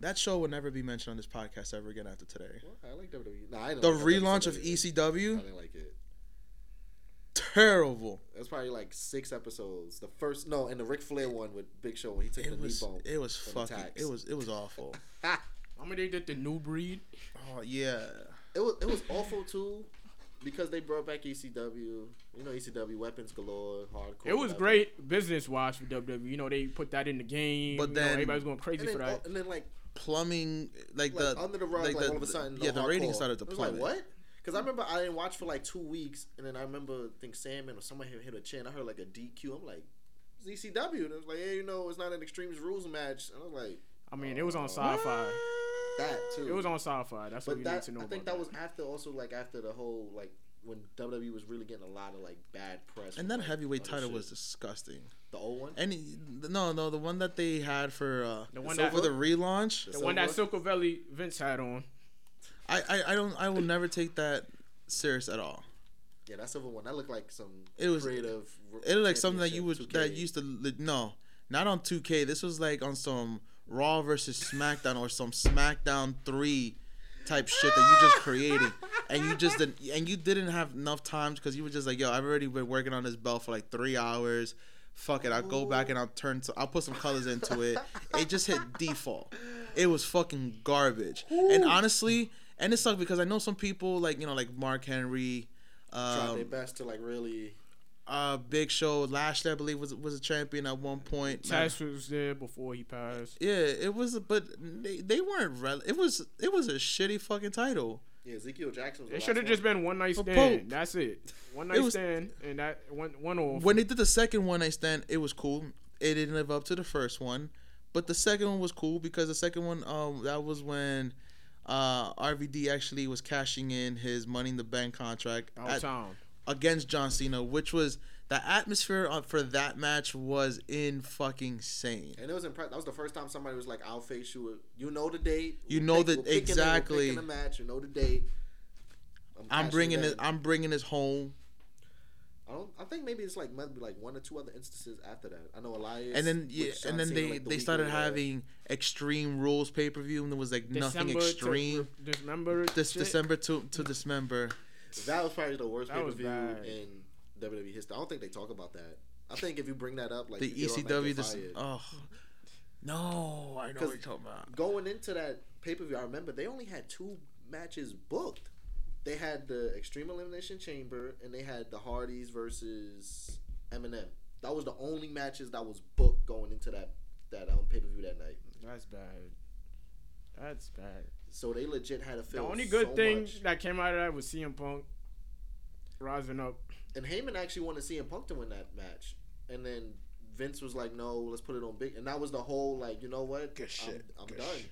Speaker 5: That show will never be mentioned on this podcast ever again after today.
Speaker 2: Well, I like WWE. Nah, I didn't
Speaker 5: The
Speaker 2: like E
Speaker 5: relaunch of E
Speaker 2: WWE. I
Speaker 5: ECW,
Speaker 2: didn't like it.
Speaker 5: terrible.
Speaker 2: That's probably like six episodes. The first no, and the Ric Flair one with Big Show when he took the
Speaker 5: It was
Speaker 2: knee bone.
Speaker 5: it was
Speaker 2: from
Speaker 5: fucking
Speaker 2: Tax.
Speaker 5: it was it was
Speaker 2: [laughs]
Speaker 5: awful.
Speaker 3: I mean, they did the new breed.
Speaker 5: Oh yeah.
Speaker 2: it was it was awful too because they brought back ECW. You know ECW weapons galore, hardcore.
Speaker 3: It was
Speaker 2: whatever.
Speaker 3: great business wise for WWE. You know, they put that in the game.
Speaker 1: But
Speaker 3: But
Speaker 1: then-
Speaker 3: then everybody's going crazy
Speaker 2: And then,
Speaker 3: for that.
Speaker 2: and then like
Speaker 5: Plumbing like,
Speaker 2: like
Speaker 5: the
Speaker 2: under the rug,
Speaker 5: like
Speaker 2: like, all of a sudden.
Speaker 5: yeah, the ratings
Speaker 2: hardcore.
Speaker 5: started to
Speaker 2: It was like
Speaker 5: plummet.
Speaker 2: what? Because I remember I didn't watch for like two weeks, and then I remember I think Salmon or someone hit, hit a chin. I heard like a DQ. I'm like, it's ECW, and it was like, yeah, you know, it's not an Extremes Rules match. And I was like,
Speaker 3: I mean, it was on sci-fi.
Speaker 2: that too.
Speaker 3: It was on sci-fi. That's what
Speaker 2: but
Speaker 3: you need
Speaker 2: that
Speaker 3: to know.
Speaker 2: I think that
Speaker 3: about
Speaker 2: was after also like after the whole like when WWE was really getting a lot of like bad press. from,
Speaker 5: And that
Speaker 2: like,
Speaker 5: heavyweight
Speaker 2: other
Speaker 5: title
Speaker 2: Oh, shit.
Speaker 5: was disgusting.
Speaker 2: the old one.
Speaker 5: Any no no the one that they had for uh
Speaker 3: The one
Speaker 5: so
Speaker 3: that-
Speaker 5: for the relaunch.
Speaker 3: the one that Silco Valley Vince had on.
Speaker 5: I, I I don't I will never take that serious at all.
Speaker 2: Yeah, that silver one. That looked like some
Speaker 1: It was-
Speaker 2: creative.
Speaker 1: It looked like something that you would that
Speaker 2: championship, 2K.
Speaker 1: used to li- no, not on 2K. This was like on some Raw versus SmackDown or some SmackDown three type shit that you just created, and you just didn't, and you didn't have enough time because you were just like, yo, I've already been working on this belt for like three hours. Fuck it, I'll go back and I'll turn. To, I'll put some colors into it. It just hit default. It was fucking garbage. And honestly, and it sucked because I know some people like you know like Mark Henry.
Speaker 2: Tried
Speaker 1: Um,
Speaker 2: their best to like really.
Speaker 1: uh Big Show. Lashley, I believe, was was a champion at one point.
Speaker 3: Tess was there before he passed.
Speaker 1: Yeah, it was, but they, they weren't. Rel- it was it was a shitty fucking title.
Speaker 2: Yeah, Ezekiel Jackson. Was
Speaker 3: It
Speaker 2: the
Speaker 3: should have
Speaker 2: last
Speaker 3: just
Speaker 2: one.
Speaker 3: been one night
Speaker 1: For Pope.
Speaker 3: stand. That's it. One night
Speaker 1: was-
Speaker 3: stand and that one one off.
Speaker 1: When they did the second one night stand, it was cool. It didn't live up to the first one, but the second one was cool because the second one um that was when. Uh, RVD actually was cashing in his Money in the Bank contract
Speaker 3: Out
Speaker 1: at-
Speaker 3: town.
Speaker 1: against John Cena, which was the atmosphere on- for that match was in fucking sane.
Speaker 2: And it was impressive. That was the first time somebody was like, "I'll face you. You know the date.
Speaker 1: You
Speaker 2: We're
Speaker 1: know
Speaker 2: pick-
Speaker 1: the-
Speaker 2: we're picking a- we're
Speaker 1: exactly.
Speaker 2: picking a match. You know the date.
Speaker 1: I'm
Speaker 2: cashing
Speaker 1: bringing
Speaker 2: in.
Speaker 1: it. I'm bringing this home.
Speaker 2: I don't. I think maybe it's like maybe like one or two other instances after that. I know Elias.
Speaker 1: and then
Speaker 2: with
Speaker 1: yeah,
Speaker 2: John
Speaker 1: and then
Speaker 2: Cena,
Speaker 1: they,
Speaker 2: like, the
Speaker 1: they
Speaker 2: week
Speaker 1: started
Speaker 2: later.
Speaker 1: having Extreme Rules pay per view, and there was like nothing
Speaker 3: to-
Speaker 1: extreme.
Speaker 3: December.
Speaker 1: this
Speaker 3: shit.
Speaker 1: December to to December,
Speaker 2: That was probably the worst pay
Speaker 3: That
Speaker 2: per
Speaker 3: was
Speaker 2: view
Speaker 3: bad.
Speaker 2: in WWE history. I don't think they talk about that. I think if you bring that up, like
Speaker 1: the E
Speaker 2: you get
Speaker 1: ECW.
Speaker 2: automatically
Speaker 1: This,
Speaker 2: fired.
Speaker 1: oh no, I know what
Speaker 2: Because-
Speaker 1: you're talking about.
Speaker 2: going into that pay per view, I remember they only had two matches booked. They had the Extreme Elimination Chamber and they had the Hardys versus Eminem. That was the only matches that was booked going into that that um, pay per view that night.
Speaker 3: That's bad. That's bad.
Speaker 2: So they legit had to
Speaker 3: The
Speaker 2: fill.
Speaker 3: only good
Speaker 2: so
Speaker 3: thing
Speaker 2: much.
Speaker 3: that came out of that was CM Punk rising up.
Speaker 2: and Heyman actually wanted CM Punk to win that match, and then Vince was like, "No, let's put it on Big," and that was the whole like, you know what?
Speaker 4: Good shit.
Speaker 2: I'm, I'm
Speaker 4: Good
Speaker 2: done.
Speaker 4: shit.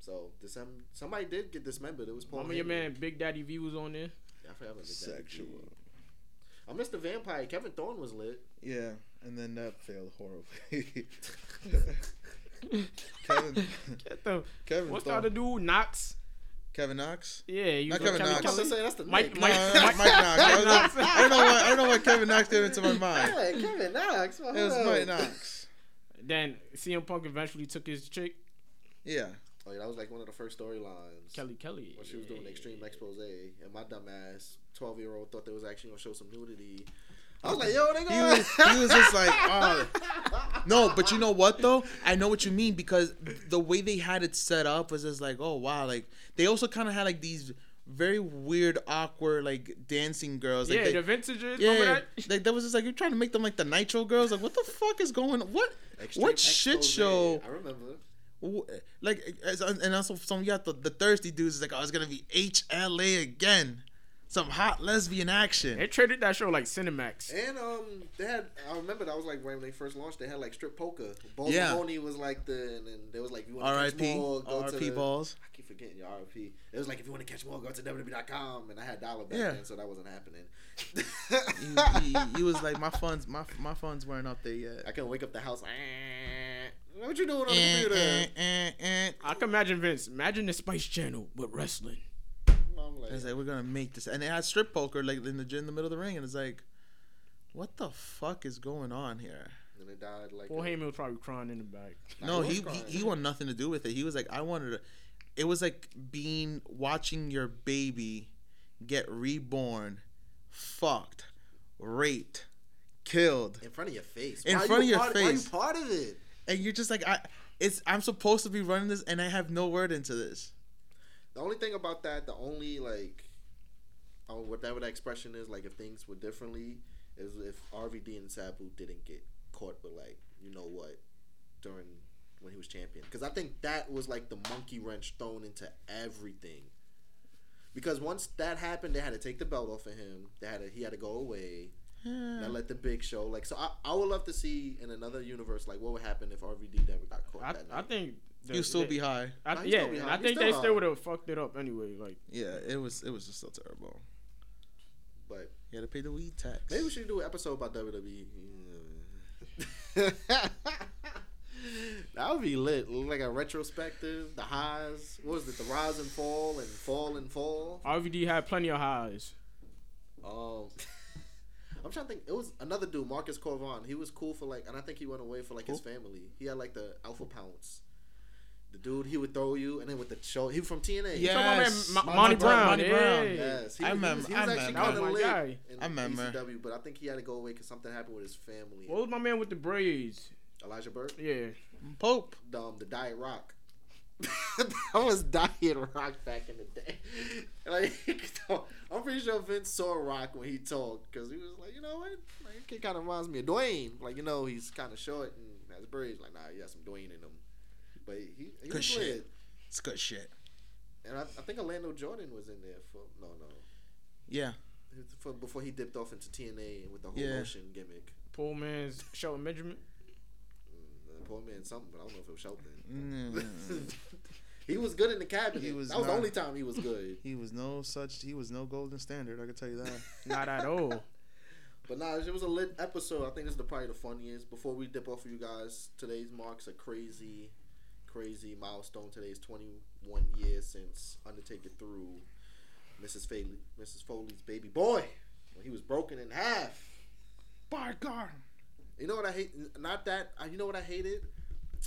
Speaker 2: So December, somebody did get dismembered. It was Paul.
Speaker 3: Remember your
Speaker 2: Heyman.
Speaker 3: man Big Daddy V was on there.
Speaker 2: I forgot about the Daddy G. I missed the vampire. Kevin Thorne was lit.
Speaker 4: Yeah, and then that failed
Speaker 3: [laughs]
Speaker 4: horribly. Kevin,
Speaker 3: Get the
Speaker 4: Kevin,
Speaker 3: what's the
Speaker 4: Thorne-
Speaker 3: other dude? Knox.
Speaker 4: Kevin Knox.
Speaker 3: Yeah, you
Speaker 1: Not
Speaker 3: know,
Speaker 1: Kevin
Speaker 3: Kevin
Speaker 1: Knox.
Speaker 2: I was
Speaker 3: Kelly.
Speaker 2: gonna say that's the
Speaker 3: Mike-
Speaker 2: name.
Speaker 1: No,
Speaker 3: Mike-
Speaker 1: no, no, Uh, Mike Knox. I, was
Speaker 3: Knox.
Speaker 1: like- I don't know why. I don't know why Kevin Knox came into my
Speaker 3: [laughs]
Speaker 1: mind.
Speaker 2: Yeah,
Speaker 1: [laughs]
Speaker 2: Kevin Knox.
Speaker 1: It was Mike Knox.
Speaker 3: Then CM Punk eventually took his chick
Speaker 1: Yeah,
Speaker 2: Oh, yeah, that was like one of the first storylines.
Speaker 3: Kelly Kelly.
Speaker 2: When she was doing the Extreme Expose, and my dumb ass twelve year old thought they was actually gonna show some nudity. I was like, yo, they
Speaker 1: he
Speaker 2: gonna.
Speaker 1: was. He was just like, oh. No, but you know what though? I know what you mean because the way they had it set up was just like, oh wow, like they also kind of had like these very weird, awkward like dancing girls. Like,
Speaker 3: Yeah,
Speaker 1: they,
Speaker 3: the
Speaker 1: [laughs]
Speaker 3: vintages.
Speaker 1: yeah,
Speaker 3: Remember that?
Speaker 1: like that was just like you're trying to make them like the Nitro girls. Like what the fuck is going? What
Speaker 2: [laughs] Extreme
Speaker 1: what shit
Speaker 2: Expose,
Speaker 1: show?
Speaker 2: I remember.
Speaker 1: wh- Like as- and also some you got the, the thirsty dudes. It's like oh, it's gonna be HLA again, some hot lesbian action.
Speaker 3: They traded that show like Cinemax.
Speaker 2: And um, they had. I remember that was like when they first launched. They had like strip poker. Bo
Speaker 1: Yeah.
Speaker 2: Maloney was like the, and then there was like, you want to catch
Speaker 1: R.I.P.
Speaker 2: more, go to
Speaker 1: R.I.P.
Speaker 2: the-
Speaker 1: Balls.
Speaker 2: I keep forgetting your RP. It was like if you want to catch more, go to WWE.com, and I had dollar back
Speaker 1: Yeah.
Speaker 2: then, so that wasn't happening.
Speaker 1: He, he, he was like my funds, my my funds weren't up there yet.
Speaker 2: [laughs] I can wake up the house. "Eh, What you doing on the computer?
Speaker 1: eh.
Speaker 3: I can imagine Vince. Imagine the Spice Channel but wrestling.
Speaker 2: I'm like,
Speaker 1: It's like we're gonna make this, and they had strip poker like in the in the middle of the ring, and it's like, what the fuck is going on here?
Speaker 2: and it died like.
Speaker 3: Paul
Speaker 2: a-
Speaker 3: Heyman was probably crying in the back.
Speaker 2: Nah,
Speaker 1: No,
Speaker 2: he was
Speaker 1: he
Speaker 2: crying.
Speaker 1: he, he wanted nothing to do with it. He was like, I wanted to. It was like being watching your baby get reborn, fucked, raped, killed,
Speaker 2: in front of your face.
Speaker 1: In
Speaker 2: Why
Speaker 1: front
Speaker 2: you
Speaker 1: of your
Speaker 2: part- why you
Speaker 1: face.
Speaker 2: part of it?
Speaker 1: and you're just like, I. It's I'm supposed to be running this, and I have no word into this.
Speaker 2: The only thing about that, the only like, oh, whatever that expression is, like if things were differently, is if RVD and Sabu didn't get caught with like, you know what, during when he was champion, because I think that was like the monkey wrench thrown into everything. Because once that happened, they had to take the belt off of him. They had to, he had to go away. That
Speaker 3: Mm.
Speaker 2: let the big show like so. I, I would love to see in another universe like what would happen if RVD never got caught.
Speaker 3: I,
Speaker 2: that night.
Speaker 3: I think the-
Speaker 1: You'll still
Speaker 3: they-
Speaker 1: be high.
Speaker 3: I,
Speaker 2: Nah, he's
Speaker 3: yeah,
Speaker 2: still be
Speaker 3: and
Speaker 2: high.
Speaker 3: I
Speaker 2: He's
Speaker 3: think
Speaker 2: still
Speaker 3: they
Speaker 2: high.
Speaker 3: still would have fucked it up anyway. Like
Speaker 1: Yeah, it was it was just so terrible.
Speaker 2: but
Speaker 1: You had to pay the weed tax.
Speaker 2: Maybe we should do an episode about WWE. that would be lit. Like a retrospective, the highs. What was it? The rise and fall and fall and fall.
Speaker 3: RVD had plenty of highs.
Speaker 2: else. [laughs] I'm trying to think. It was another dude, Marcus Corvon. He was cool for like, and I think he went away for like his family. He had like the alpha pounce. The dude he would throw you, and then with the show, he was from TNA.
Speaker 4: Yeah. Yes.
Speaker 3: Talking about my man,
Speaker 4: Monty
Speaker 3: Mo- Monty
Speaker 4: Brown,
Speaker 3: Brown.
Speaker 4: Monty
Speaker 3: yeah.
Speaker 4: Brown.
Speaker 2: Yes, he
Speaker 1: I
Speaker 2: was, he was-
Speaker 1: remember-
Speaker 2: He was,
Speaker 1: I
Speaker 2: actually
Speaker 1: remember.
Speaker 2: kind
Speaker 1: That
Speaker 2: of
Speaker 3: was my guy.
Speaker 2: lit in
Speaker 1: I remember.
Speaker 2: ECW, but I think he had to go away because something happened with his family.
Speaker 3: What was my man with the braids?
Speaker 2: Elijah Burke,
Speaker 3: Yeah.
Speaker 1: Pope.
Speaker 2: um, the Diet Rock. [laughs] that was Diet Rock back in the day. [laughs] Like, [laughs] I'm pretty sure Vince saw Rock when he talked because he was like, you know what, like, it kind of reminds me of Dwayne. Like, you know, he's kind of short and has braids. Like, nah, he has some Dwayne in him. But he, he
Speaker 1: Good
Speaker 2: was
Speaker 1: shit.
Speaker 2: lit.
Speaker 1: It's good shit.
Speaker 2: And I, I think Orlando Jordan was in there for no, no,
Speaker 1: Yeah.
Speaker 2: It's for, before he dipped off into TNA with the whole
Speaker 1: Yeah.
Speaker 2: ocean gimmick.
Speaker 3: Poor man's Shelton Benjamin.
Speaker 2: Mm, The poor man, something, but I don't know if it was Shelton.
Speaker 1: Mm.
Speaker 2: [laughs] he was good in the cabinet.
Speaker 1: He was
Speaker 2: that was the
Speaker 1: not-
Speaker 2: only time he was good.
Speaker 1: he was no such. He was no golden standard. I can tell you that.
Speaker 3: Not at all.
Speaker 2: But nah, it was a lit episode. I think this is the, probably the funniest. Before we dip off of you guys, today's marks a crazy, crazy milestone. Today's 21 years since Undertaker threw Mrs. Foley, Mrs. Foley's baby boy when he was broken in half.
Speaker 1: [laughs] By God.
Speaker 2: You know what I hate? Not that. uh, You know what I hated?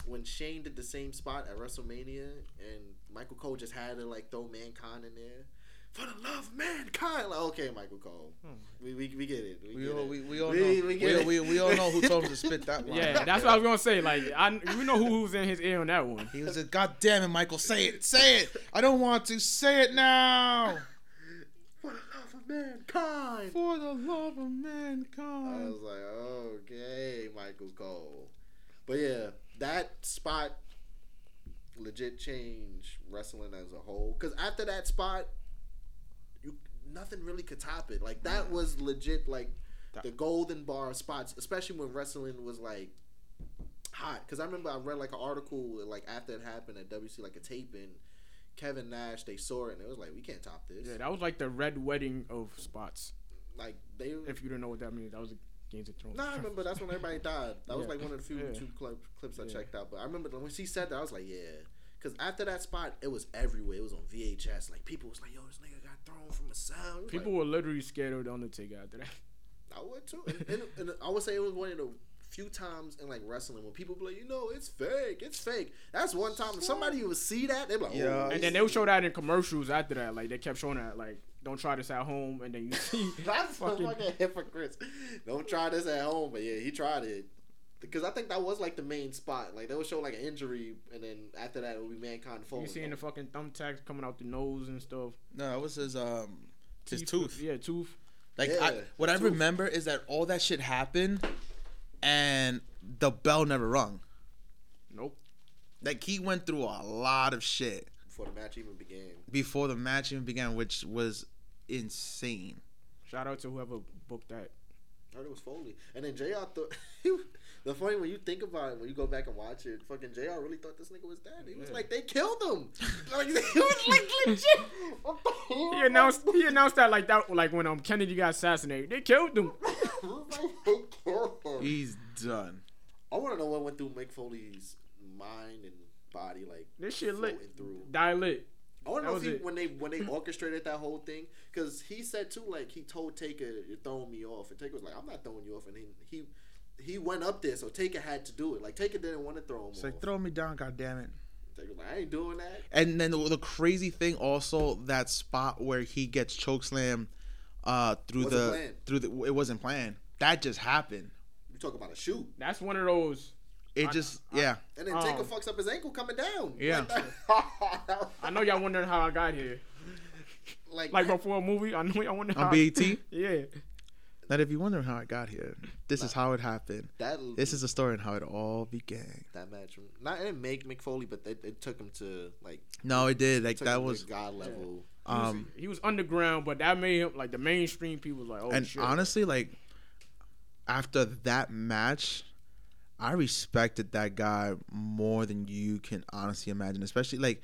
Speaker 2: When Shane did the same spot at WrestleMania and Michael Cole just had to like throw Mankind in there. For the love of mankind. Like, okay, Michael Cole. We, we, we get it. We,
Speaker 1: Hmm. We
Speaker 2: get
Speaker 1: all
Speaker 2: it.
Speaker 1: we, we all
Speaker 2: We-
Speaker 1: know
Speaker 2: we
Speaker 1: we,
Speaker 2: get it.
Speaker 1: we, we all know
Speaker 2: [laughs]
Speaker 1: who told him to spit that line.
Speaker 3: [laughs] Yeah, that's what I was gonna say. Like, I we know who was in his ear on that one.
Speaker 1: He was like, "God damn it, Michael! Say it! Say it! I don't want to say it now."
Speaker 2: For the love of mankind.
Speaker 1: For the love of
Speaker 2: I
Speaker 1: mankind.
Speaker 2: was like, okay, Michael Cole. But yeah, that spot legit changed wrestling as a whole. Because after that spot, you nothing really could top it. Like that was legit, like the golden bar spots, especially when wrestling was like hot. Because I remember I read like an article like after it happened at WC, like a taping. Kevin Nash, they saw it and it was like, we can't top this.
Speaker 3: Yeah, that was like the red wedding of spots.
Speaker 2: Like they,
Speaker 3: If you don't know what that means, that was Games of Thrones.
Speaker 2: No, I remember that's when everybody died. That was
Speaker 3: Yeah.
Speaker 2: like one of the few
Speaker 3: Yeah.
Speaker 2: YouTube clip, clips I
Speaker 3: Yeah.
Speaker 2: checked out. But I remember when she said that, I was like, yeah. Because after that spot, it was everywhere. It was on VHS. Like, people was like, yo, this nigga got thrown from a cell. It was
Speaker 3: [laughs] People
Speaker 2: like,
Speaker 3: were literally scared of the Undertaker after that.
Speaker 2: I would too. And, and, and I would say it was one of the few times in like wrestling when people be like, you know, it's fake. It's fake. That's one time. If somebody would see that, they'd be like,
Speaker 1: Yeah.
Speaker 2: oh.
Speaker 3: And then they would show that in commercials after that. Like they kept showing that. Like don't try this at home. And then you see
Speaker 2: [laughs] That's fucking,
Speaker 3: [laughs] fucking
Speaker 2: fucking hypocrites. Don't try this at home, but yeah, he tried it. Because I think that was like the main spot. Like they would show like an injury, and then after that it would be mankind falling.
Speaker 3: you seeing the fucking thumbtacks coming out the nose and stuff.
Speaker 1: No, that was his um his tooth.
Speaker 3: Yeah, tooth.
Speaker 1: Like
Speaker 2: Yeah,
Speaker 1: I, what I
Speaker 2: tooth.
Speaker 1: remember is that all that shit happened, and the bell never rung.
Speaker 3: Nope.
Speaker 1: Like he went through a lot of shit
Speaker 2: before the match even began.
Speaker 1: before the match even began, which was insane.
Speaker 3: Shout out to whoever booked that.
Speaker 2: I heard it was Foley, and then Jr. thought [laughs] the funny when you think about it, when you go back and watch it, fucking Jr. really thought this nigga was dead. He was
Speaker 3: Yeah.
Speaker 2: like, they killed
Speaker 3: [laughs]
Speaker 2: him. like [laughs] he was like legit. What the hell?
Speaker 3: He announced he announced that like that like when um Kennedy got assassinated. They killed him.
Speaker 2: [laughs] He was like, they killed him.
Speaker 1: He's done.
Speaker 2: I want to know what went through Mick Foley's mind and body, like
Speaker 3: This shit lit.
Speaker 2: floating through.
Speaker 3: Dilate.
Speaker 2: I want to
Speaker 3: That
Speaker 2: know if
Speaker 3: was
Speaker 2: he,
Speaker 3: it.
Speaker 2: when they when
Speaker 3: [clears throat]
Speaker 2: they orchestrated that whole thing because he said too like he told Taker you're throwing me off and Taker was like I'm not throwing you off and he he, he went up there so Taker had to do it like Taker didn't want to throw him
Speaker 1: It's
Speaker 2: off.
Speaker 1: like throw me down, god damn it.
Speaker 2: Taker was like I ain't doing that.
Speaker 1: And then the, the crazy thing also that spot where he gets chokeslam uh through
Speaker 2: Wasn't
Speaker 1: the
Speaker 2: planned.
Speaker 1: through the it wasn't planned. That just happened.
Speaker 2: You talk about a shoot
Speaker 3: That's one of those.
Speaker 1: It
Speaker 3: I-
Speaker 1: just yeah.
Speaker 2: and then
Speaker 3: Oh.
Speaker 2: Taker fucks up his ankle coming down.
Speaker 1: Yeah.
Speaker 2: Like, [laughs] that-
Speaker 3: I know y'all wondering how I got here.
Speaker 2: like,
Speaker 3: Like before a movie, I know y'all wondering.
Speaker 1: On E
Speaker 3: how
Speaker 1: BET?
Speaker 3: [laughs] yeah.
Speaker 1: That if you're wondering how I got here, this is how it happened.
Speaker 2: that
Speaker 1: This is the story and how it all began.
Speaker 2: that match. Not it didn't make Mick Foley but it, it took him to like
Speaker 1: No, it did. Like
Speaker 2: took
Speaker 1: that
Speaker 2: him to
Speaker 1: was
Speaker 2: god level.
Speaker 3: He was-
Speaker 1: um
Speaker 3: he was underground, but that made him like the mainstream people was like, oh
Speaker 1: and
Speaker 3: shit.
Speaker 1: honestly like after that match i respected that guy more than you can honestly imagine especially like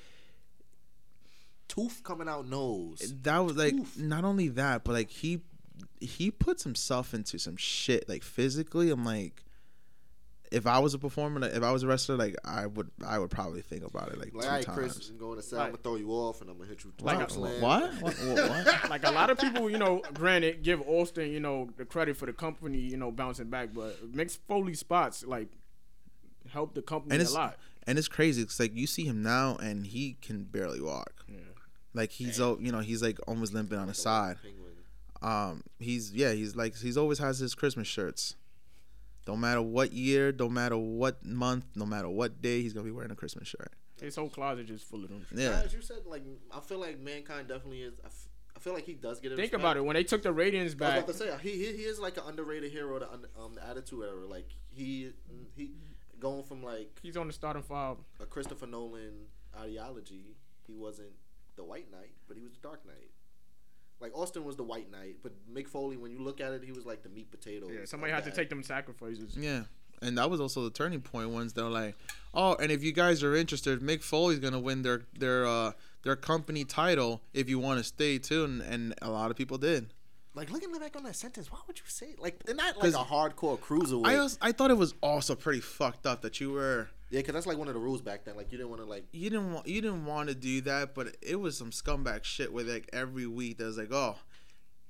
Speaker 2: Tooth coming out nose.
Speaker 1: that was like
Speaker 2: Oof.
Speaker 1: not only that but like he he puts himself into some shit like physically i'm like if I was a performer, like, if I was a wrestler, like I would, I would probably think about it like,
Speaker 2: Like,
Speaker 1: two
Speaker 2: all right,
Speaker 1: times.
Speaker 2: Chris, I'm going to say I'm
Speaker 3: Like-
Speaker 2: gonna throw you off, and I'm gonna hit you.
Speaker 1: Like,
Speaker 2: drop slam.
Speaker 1: what? What? what, what?
Speaker 3: Like a lot of people, you know, granted, give Austin, you know, the credit for the company, you know, bouncing back, but Mick Foley spots like helped the company
Speaker 1: and it's
Speaker 3: a lot.
Speaker 1: and it's crazy. It's like you see him now, and he can barely walk. Like he's, o you know, he's like almost limping on his side.
Speaker 2: Penguin.
Speaker 1: Um, he's yeah, he's like he's always has his Christmas shirts. Don't matter what year, don't matter what month, no matter what day, he's gonna be wearing a Christmas shirt.
Speaker 3: His whole closet just full of them.
Speaker 1: Yeah,
Speaker 2: As you said, like I feel like mankind definitely is. I, f- I feel like he does get.
Speaker 3: Think about it. When they took the ratings
Speaker 2: I was
Speaker 3: back,
Speaker 2: about to say he he, he is like an underrated hero to un- um the Attitude Era. Like he he going from like
Speaker 3: he's on the starting five.
Speaker 2: a Christopher Nolan ideology. He wasn't the White Knight, but he was the Dark Knight. Like Austin was the White Knight, but Mick Foley, when you look at it, he was like the meat potato.
Speaker 3: Yeah, somebody
Speaker 2: of
Speaker 3: had to
Speaker 2: that.
Speaker 3: take them sacrifices.
Speaker 1: yeah. And that was also the turning point ones. They're like, oh, and if you guys are interested, Mick Foley's gonna win their their uh their company title if you want to stay tuned. And a lot of people did.
Speaker 2: Like looking back on that sentence, why would you say like they're not like
Speaker 1: 'Cause
Speaker 2: a hardcore cruiserweight?
Speaker 1: I was, I thought it was also pretty fucked up that you were
Speaker 2: yeah, because that's like one of the rules back then. Like you didn't want to like
Speaker 1: you didn't want you didn't want to do that, but it was some scumbag shit where like every week there was like, oh,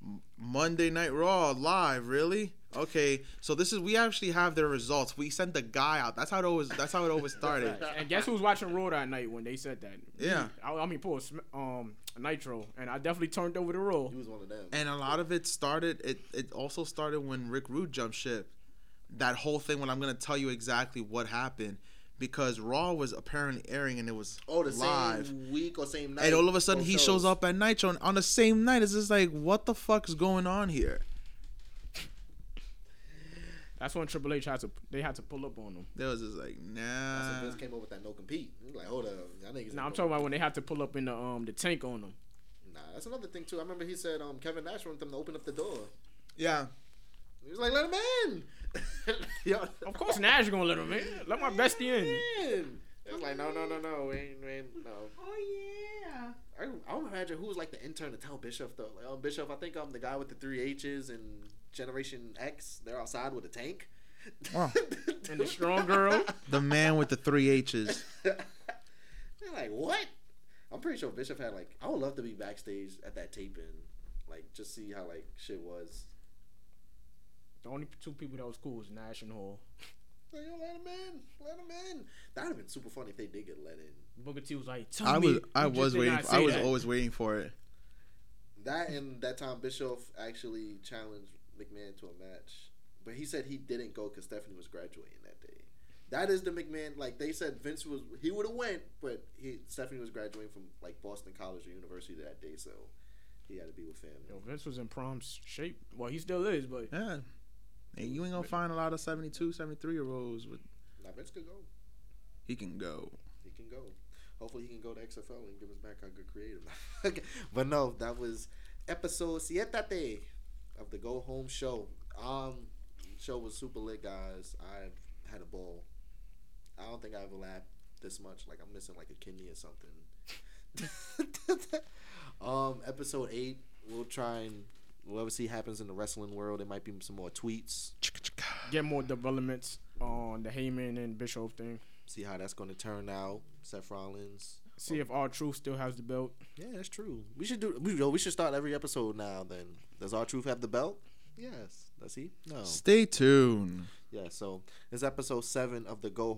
Speaker 1: M- Monday Night Raw live, really? Okay, so this is we actually have their results. We sent the guy out. That's how it always. That's how it always started.
Speaker 3: And guess who was watching Raw that night when they said that?
Speaker 1: Yeah.
Speaker 3: I, I mean, pull um Nitro, and I definitely turned over the Raw.
Speaker 2: he was one of them.
Speaker 1: And a lot of it started. It it also started when Rick Rude jumped ship. That whole thing when I'm gonna tell you exactly what happened because Raw was apparently airing and it was
Speaker 2: oh, the
Speaker 1: live.
Speaker 2: same week or same night.
Speaker 1: and all of a sudden
Speaker 2: both
Speaker 1: he
Speaker 2: shows.
Speaker 1: shows up at Nitro and on the same night. It's just like, what the fuck's going on here?
Speaker 3: That's when Triple H had to they had to pull up on them.
Speaker 1: They was just like,
Speaker 2: So
Speaker 1: nah.
Speaker 2: Vince came up with that no compete. He's like, hold up, y'all niggas.
Speaker 3: Now I'm
Speaker 2: ain't
Speaker 3: talking about when they had to pull up in the um the tank on them.
Speaker 2: no- Nah, that's another thing too. I remember he said um Kevin Nash wanted them to open up the door.
Speaker 1: Yeah.
Speaker 2: He was like, let him in. [laughs] Y'all-
Speaker 3: Of course, Nash gonna let him in. Let my bestie in.
Speaker 2: in. It was like, no, no, no, no, we ain't, we ain't, no.
Speaker 1: Oh yeah.
Speaker 2: I, I don't imagine who was like the intern to tell Bishop though. Like, oh, Bishop, I think I'm the guy with the three H's and Generation X. They're outside with a tank. [laughs]
Speaker 1: Wow.
Speaker 3: And the strong
Speaker 1: [laughs]
Speaker 3: girl.
Speaker 1: The man with the three
Speaker 3: [laughs]
Speaker 1: H's.
Speaker 2: [laughs] They're like, what? I'm pretty sure Bishop had like. I would love to be backstage at that taping, like just see how like shit was.
Speaker 3: The only two people that was cool was Nash and Hall.
Speaker 2: Like, yo, let him in, let him in. That'd have been super funny if they did get let in.
Speaker 3: Booker T was like, Tell
Speaker 1: I
Speaker 3: me
Speaker 1: was I
Speaker 3: you just
Speaker 1: was
Speaker 3: did
Speaker 1: waiting.
Speaker 3: not
Speaker 1: I
Speaker 3: say
Speaker 1: was
Speaker 3: that."
Speaker 1: always waiting for it.
Speaker 2: That and that time Bishop actually challenged McMahon to a match, but he said he didn't go because Stephanie was graduating that day. That is the McMahon. Like they said, Vince was he would have went, but he Stephanie was graduating from like Boston College or University that day, so he had to be with family.
Speaker 3: Yo, Vince was in prom shape. Well, he still is, but
Speaker 1: Yeah. And you ain't gonna find a lot of 72, 73 year olds with
Speaker 2: Now Vince could go.
Speaker 1: he can go.
Speaker 2: he can go. Hopefully, he can go to XFL and give us back our good creative. [laughs] but no, that was episode siete of the Go Home Show. Um, show was super lit, guys. I had a ball. I don't think I ever laughed this much. Like I'm missing like a kidney or something. [laughs] um, episode eight. We'll try and we'll see happens in the wrestling world. There might be some more tweets.
Speaker 3: get more developments on the Heyman and Bischoff thing.
Speaker 2: See how that's going to turn out. Seth Rollins.
Speaker 3: See if our truth still has the belt.
Speaker 2: Yeah, that's true. We should do. We, yo, we should start every episode now. Then does our truth have the belt? Yes. Does he? No.
Speaker 1: Stay tuned.
Speaker 2: Yeah. So this is episode seven of the Go